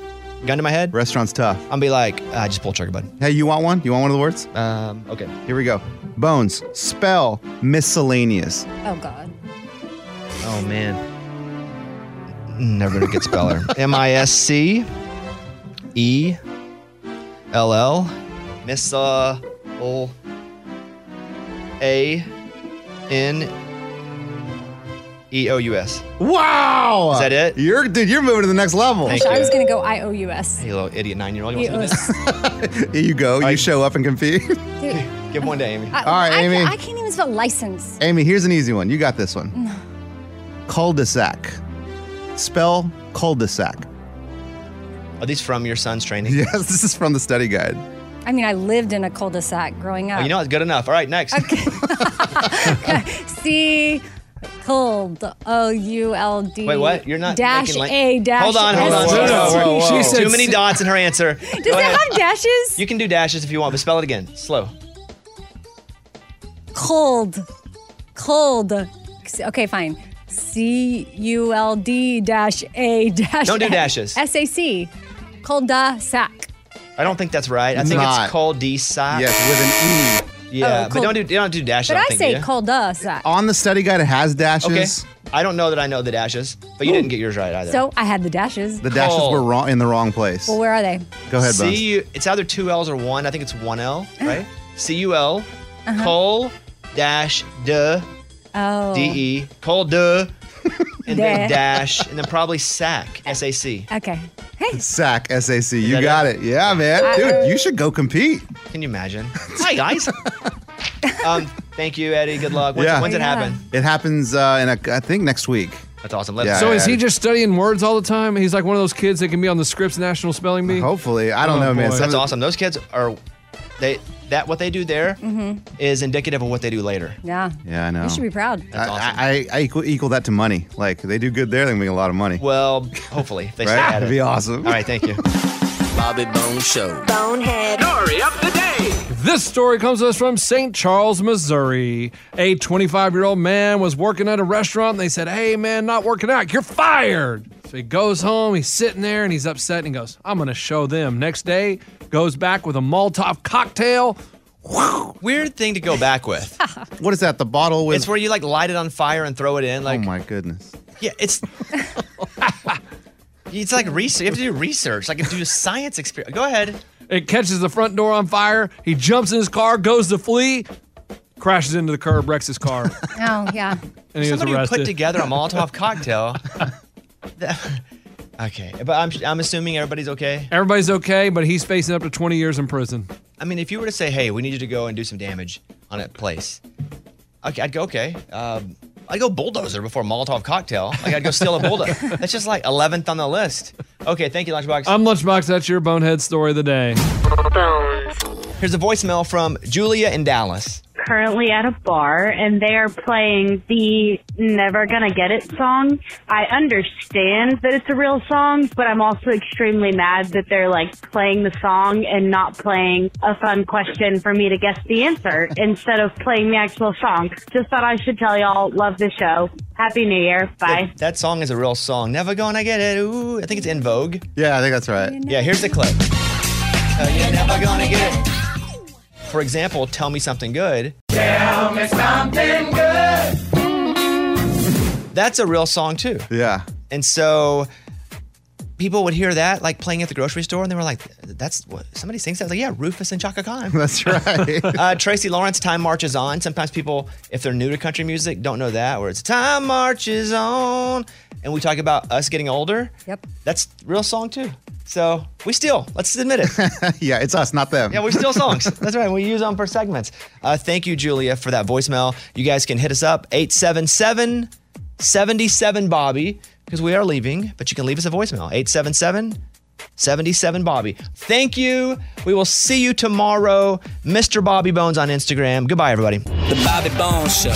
[SPEAKER 1] gun to my head.
[SPEAKER 3] Restaurant's tough.
[SPEAKER 1] I'll be like, I just pull trigger, bud.
[SPEAKER 3] Hey, you want one? You want one of the words?
[SPEAKER 1] Um, okay.
[SPEAKER 3] Here we go. Bones, spell miscellaneous.
[SPEAKER 5] Oh God.
[SPEAKER 1] Oh man. Never gonna get speller. M I S C E L L Missa O A N E O U S.
[SPEAKER 3] [laughs] Wow.
[SPEAKER 1] Is that it?
[SPEAKER 3] You're dude, you're moving to the next level.
[SPEAKER 5] Gosh, I was gonna go I O U S.
[SPEAKER 1] Hey, little idiot nine year old. You want some of
[SPEAKER 5] Eos.
[SPEAKER 1] this?
[SPEAKER 3] [laughs] you go. You show up and compete.
[SPEAKER 5] Dude,
[SPEAKER 1] Give one to Amy.
[SPEAKER 5] [laughs] I,
[SPEAKER 3] All right,
[SPEAKER 5] I,
[SPEAKER 3] Amy.
[SPEAKER 5] Can't, I can't even spell license.
[SPEAKER 3] Amy, here's an easy one. You got this one. Cul-de-sac. Spell cul-de-sac.
[SPEAKER 1] Are these from your son's training?
[SPEAKER 3] [laughs] Yes, this is from the study guide.
[SPEAKER 5] I mean, I lived in a cul-de-sac growing
[SPEAKER 1] Oh,
[SPEAKER 5] up.
[SPEAKER 1] you know it's good enough. All right, next.
[SPEAKER 5] C cold O U L D.
[SPEAKER 1] Wait, what? You're not
[SPEAKER 5] dash
[SPEAKER 1] making like-
[SPEAKER 5] A dash.
[SPEAKER 1] Hold on, hold on.
[SPEAKER 5] S-
[SPEAKER 1] Whoa, whoa, whoa.
[SPEAKER 5] She said
[SPEAKER 1] Too many
[SPEAKER 5] s-
[SPEAKER 1] dots in her answer.
[SPEAKER 5] Does
[SPEAKER 1] Go
[SPEAKER 5] it
[SPEAKER 1] ahead.
[SPEAKER 5] have dashes?
[SPEAKER 1] You can do dashes if you want, but spell it again. Slow.
[SPEAKER 5] Cold, cold. Okay, fine. C U L D dash A dash.
[SPEAKER 1] Don't do dashes.
[SPEAKER 5] S A C. Cul-de-sac.
[SPEAKER 1] I don't think that's right. I think
[SPEAKER 3] Not.
[SPEAKER 1] it's called D sock.
[SPEAKER 3] Yes, with an E.
[SPEAKER 1] Yeah,
[SPEAKER 3] Oh,
[SPEAKER 1] but
[SPEAKER 3] cool.
[SPEAKER 1] don't do don't do dashes.
[SPEAKER 5] But
[SPEAKER 1] I, don't
[SPEAKER 5] I
[SPEAKER 1] think, do
[SPEAKER 5] say
[SPEAKER 1] you?
[SPEAKER 5] cul-de-sac.
[SPEAKER 3] On the study guide, it has
[SPEAKER 1] Okay.
[SPEAKER 3] dashes.
[SPEAKER 1] I don't know that I know the dashes, but you didn't get yours right either.
[SPEAKER 5] So I had the dashes.
[SPEAKER 3] The dashes
[SPEAKER 1] Cul.
[SPEAKER 3] were wrong in the wrong place.
[SPEAKER 5] Well, where are they?
[SPEAKER 3] Go ahead, Bones.
[SPEAKER 1] See you. It's either two L's or one. I think it's one
[SPEAKER 5] [gasps]
[SPEAKER 1] L, right? C U L,
[SPEAKER 5] Uh-huh.
[SPEAKER 1] Cole dash de
[SPEAKER 5] Oh. [laughs]
[SPEAKER 1] D E Cole de and then
[SPEAKER 5] There.
[SPEAKER 1] dash, and then probably sack, S A C.
[SPEAKER 5] Okay.
[SPEAKER 3] Sack SAC. You got it. Yeah, man. Dude, you should go compete.
[SPEAKER 1] Can you imagine? Hi
[SPEAKER 5] [laughs]
[SPEAKER 1] guys. um, thank you, Eddie. Good luck. When's,
[SPEAKER 3] yeah.
[SPEAKER 1] when's it happen?
[SPEAKER 3] It happens uh, in a, I think next week.
[SPEAKER 1] That's awesome.
[SPEAKER 3] yeah,
[SPEAKER 4] so is
[SPEAKER 3] yeah.
[SPEAKER 4] he just studying words all the time? He's like one of those kids that can be on the Scripps National Spelling Bee.
[SPEAKER 3] Hopefully, I don't know, man. Some
[SPEAKER 1] That's
[SPEAKER 3] of-
[SPEAKER 1] awesome. Those kids are they that what they do there is
[SPEAKER 5] Mm-hmm.
[SPEAKER 1] indicative of what they do later.
[SPEAKER 5] Yeah.
[SPEAKER 3] Yeah, I know.
[SPEAKER 5] You should be proud.
[SPEAKER 3] I, I, I equal, equal that to money. Like they do good there, they make a lot of money.
[SPEAKER 1] Well, hopefully, if they stay
[SPEAKER 3] Right?
[SPEAKER 1] at it.
[SPEAKER 3] That'd be awesome.
[SPEAKER 1] All right, thank you.
[SPEAKER 9] Bobby Bone Show.
[SPEAKER 2] Bonehead. Story of the day.
[SPEAKER 4] This story comes to us from St. Charles, Missouri. A 25 year old man was working at a restaurant and they said, Hey, man, not working out. You're fired. So he goes home, he's sitting there and he's upset and he goes, I'm going to show them. Next day, goes back with a Molotov cocktail.
[SPEAKER 1] Weird thing to go back with.
[SPEAKER 3] [laughs] what is that? The bottle with.
[SPEAKER 1] It's where you like light it on fire and throw it in. Like,
[SPEAKER 3] oh my goodness.
[SPEAKER 1] yeah,
[SPEAKER 3] [laughs]
[SPEAKER 1] it's. it's like research. You have to do research. Like, do a science experiment. Go ahead.
[SPEAKER 4] It catches the front door on fire. He jumps in his car, goes to flee, crashes into the curb, wrecks his
[SPEAKER 1] [laughs]
[SPEAKER 4] car.
[SPEAKER 5] Oh, yeah.
[SPEAKER 4] And he was
[SPEAKER 1] Somebody who put
[SPEAKER 4] arrested.
[SPEAKER 1] together a Molotov
[SPEAKER 3] [laughs]
[SPEAKER 1] cocktail. okay, but I'm, I'm assuming everybody's okay.
[SPEAKER 4] Everybody's okay, but he's facing up to 20 years in prison.
[SPEAKER 1] I mean, if you were to say, "Hey, we need you to go and do some damage on a place," okay, I'd go, "Okay." Um, I'd go bulldozer before Molotov cocktail. Like I'd go steal a bulldozer. That's just like 11th on the list. Okay, thank you, Lunchbox.
[SPEAKER 4] I'm Lunchbox. That's your bonehead story of the day.
[SPEAKER 1] Here's a voicemail from Julia in Dallas.
[SPEAKER 8] currently at a bar and they are playing the Never Gonna Get It song. I understand that it's a real song, but I'm also extremely mad that they're like playing the song and not playing a fun question for me to guess the
[SPEAKER 5] [laughs]
[SPEAKER 8] answer instead of playing the actual song. Just thought I should tell y'all, love the show. Happy New Year. Bye.
[SPEAKER 1] That, that song is a real song. Never gonna get it. Ooh, I think it's in Vogue.
[SPEAKER 3] Yeah, I think that's right.
[SPEAKER 1] Yeah, here's the clip. Oh, you're never gonna get it. For example, tell me something good.
[SPEAKER 2] Tell me something good.
[SPEAKER 1] That's a real song too.
[SPEAKER 3] Yeah.
[SPEAKER 1] And so people would hear that like playing at the grocery store, and they were like, "That's what somebody [laughs] sings that." I was like, yeah, Rufus and Chaka Khan.
[SPEAKER 3] [laughs] That's right.
[SPEAKER 1] [laughs] uh, Tracy Lawrence, "Time Marches On." Sometimes people, if they're new to country music, don't know that. Where it's "Time Marches On," and we talk about us getting older. Yep. That's a real song too. So we steal. Let's admit it.
[SPEAKER 3] [laughs] yeah, it's us, not them.
[SPEAKER 1] Yeah, we
[SPEAKER 3] [laughs]
[SPEAKER 1] steal songs. That's right. We use them for segments. Uh, thank you, Julia, for that voicemail. You guys can hit us up 877 77 Bobby because we are leaving, but you can leave us a voicemail 877 77 Bobby. Thank you. We will see you tomorrow. Mr. Bobby Bones on Instagram. Goodbye, everybody. The Bobby Bones Show.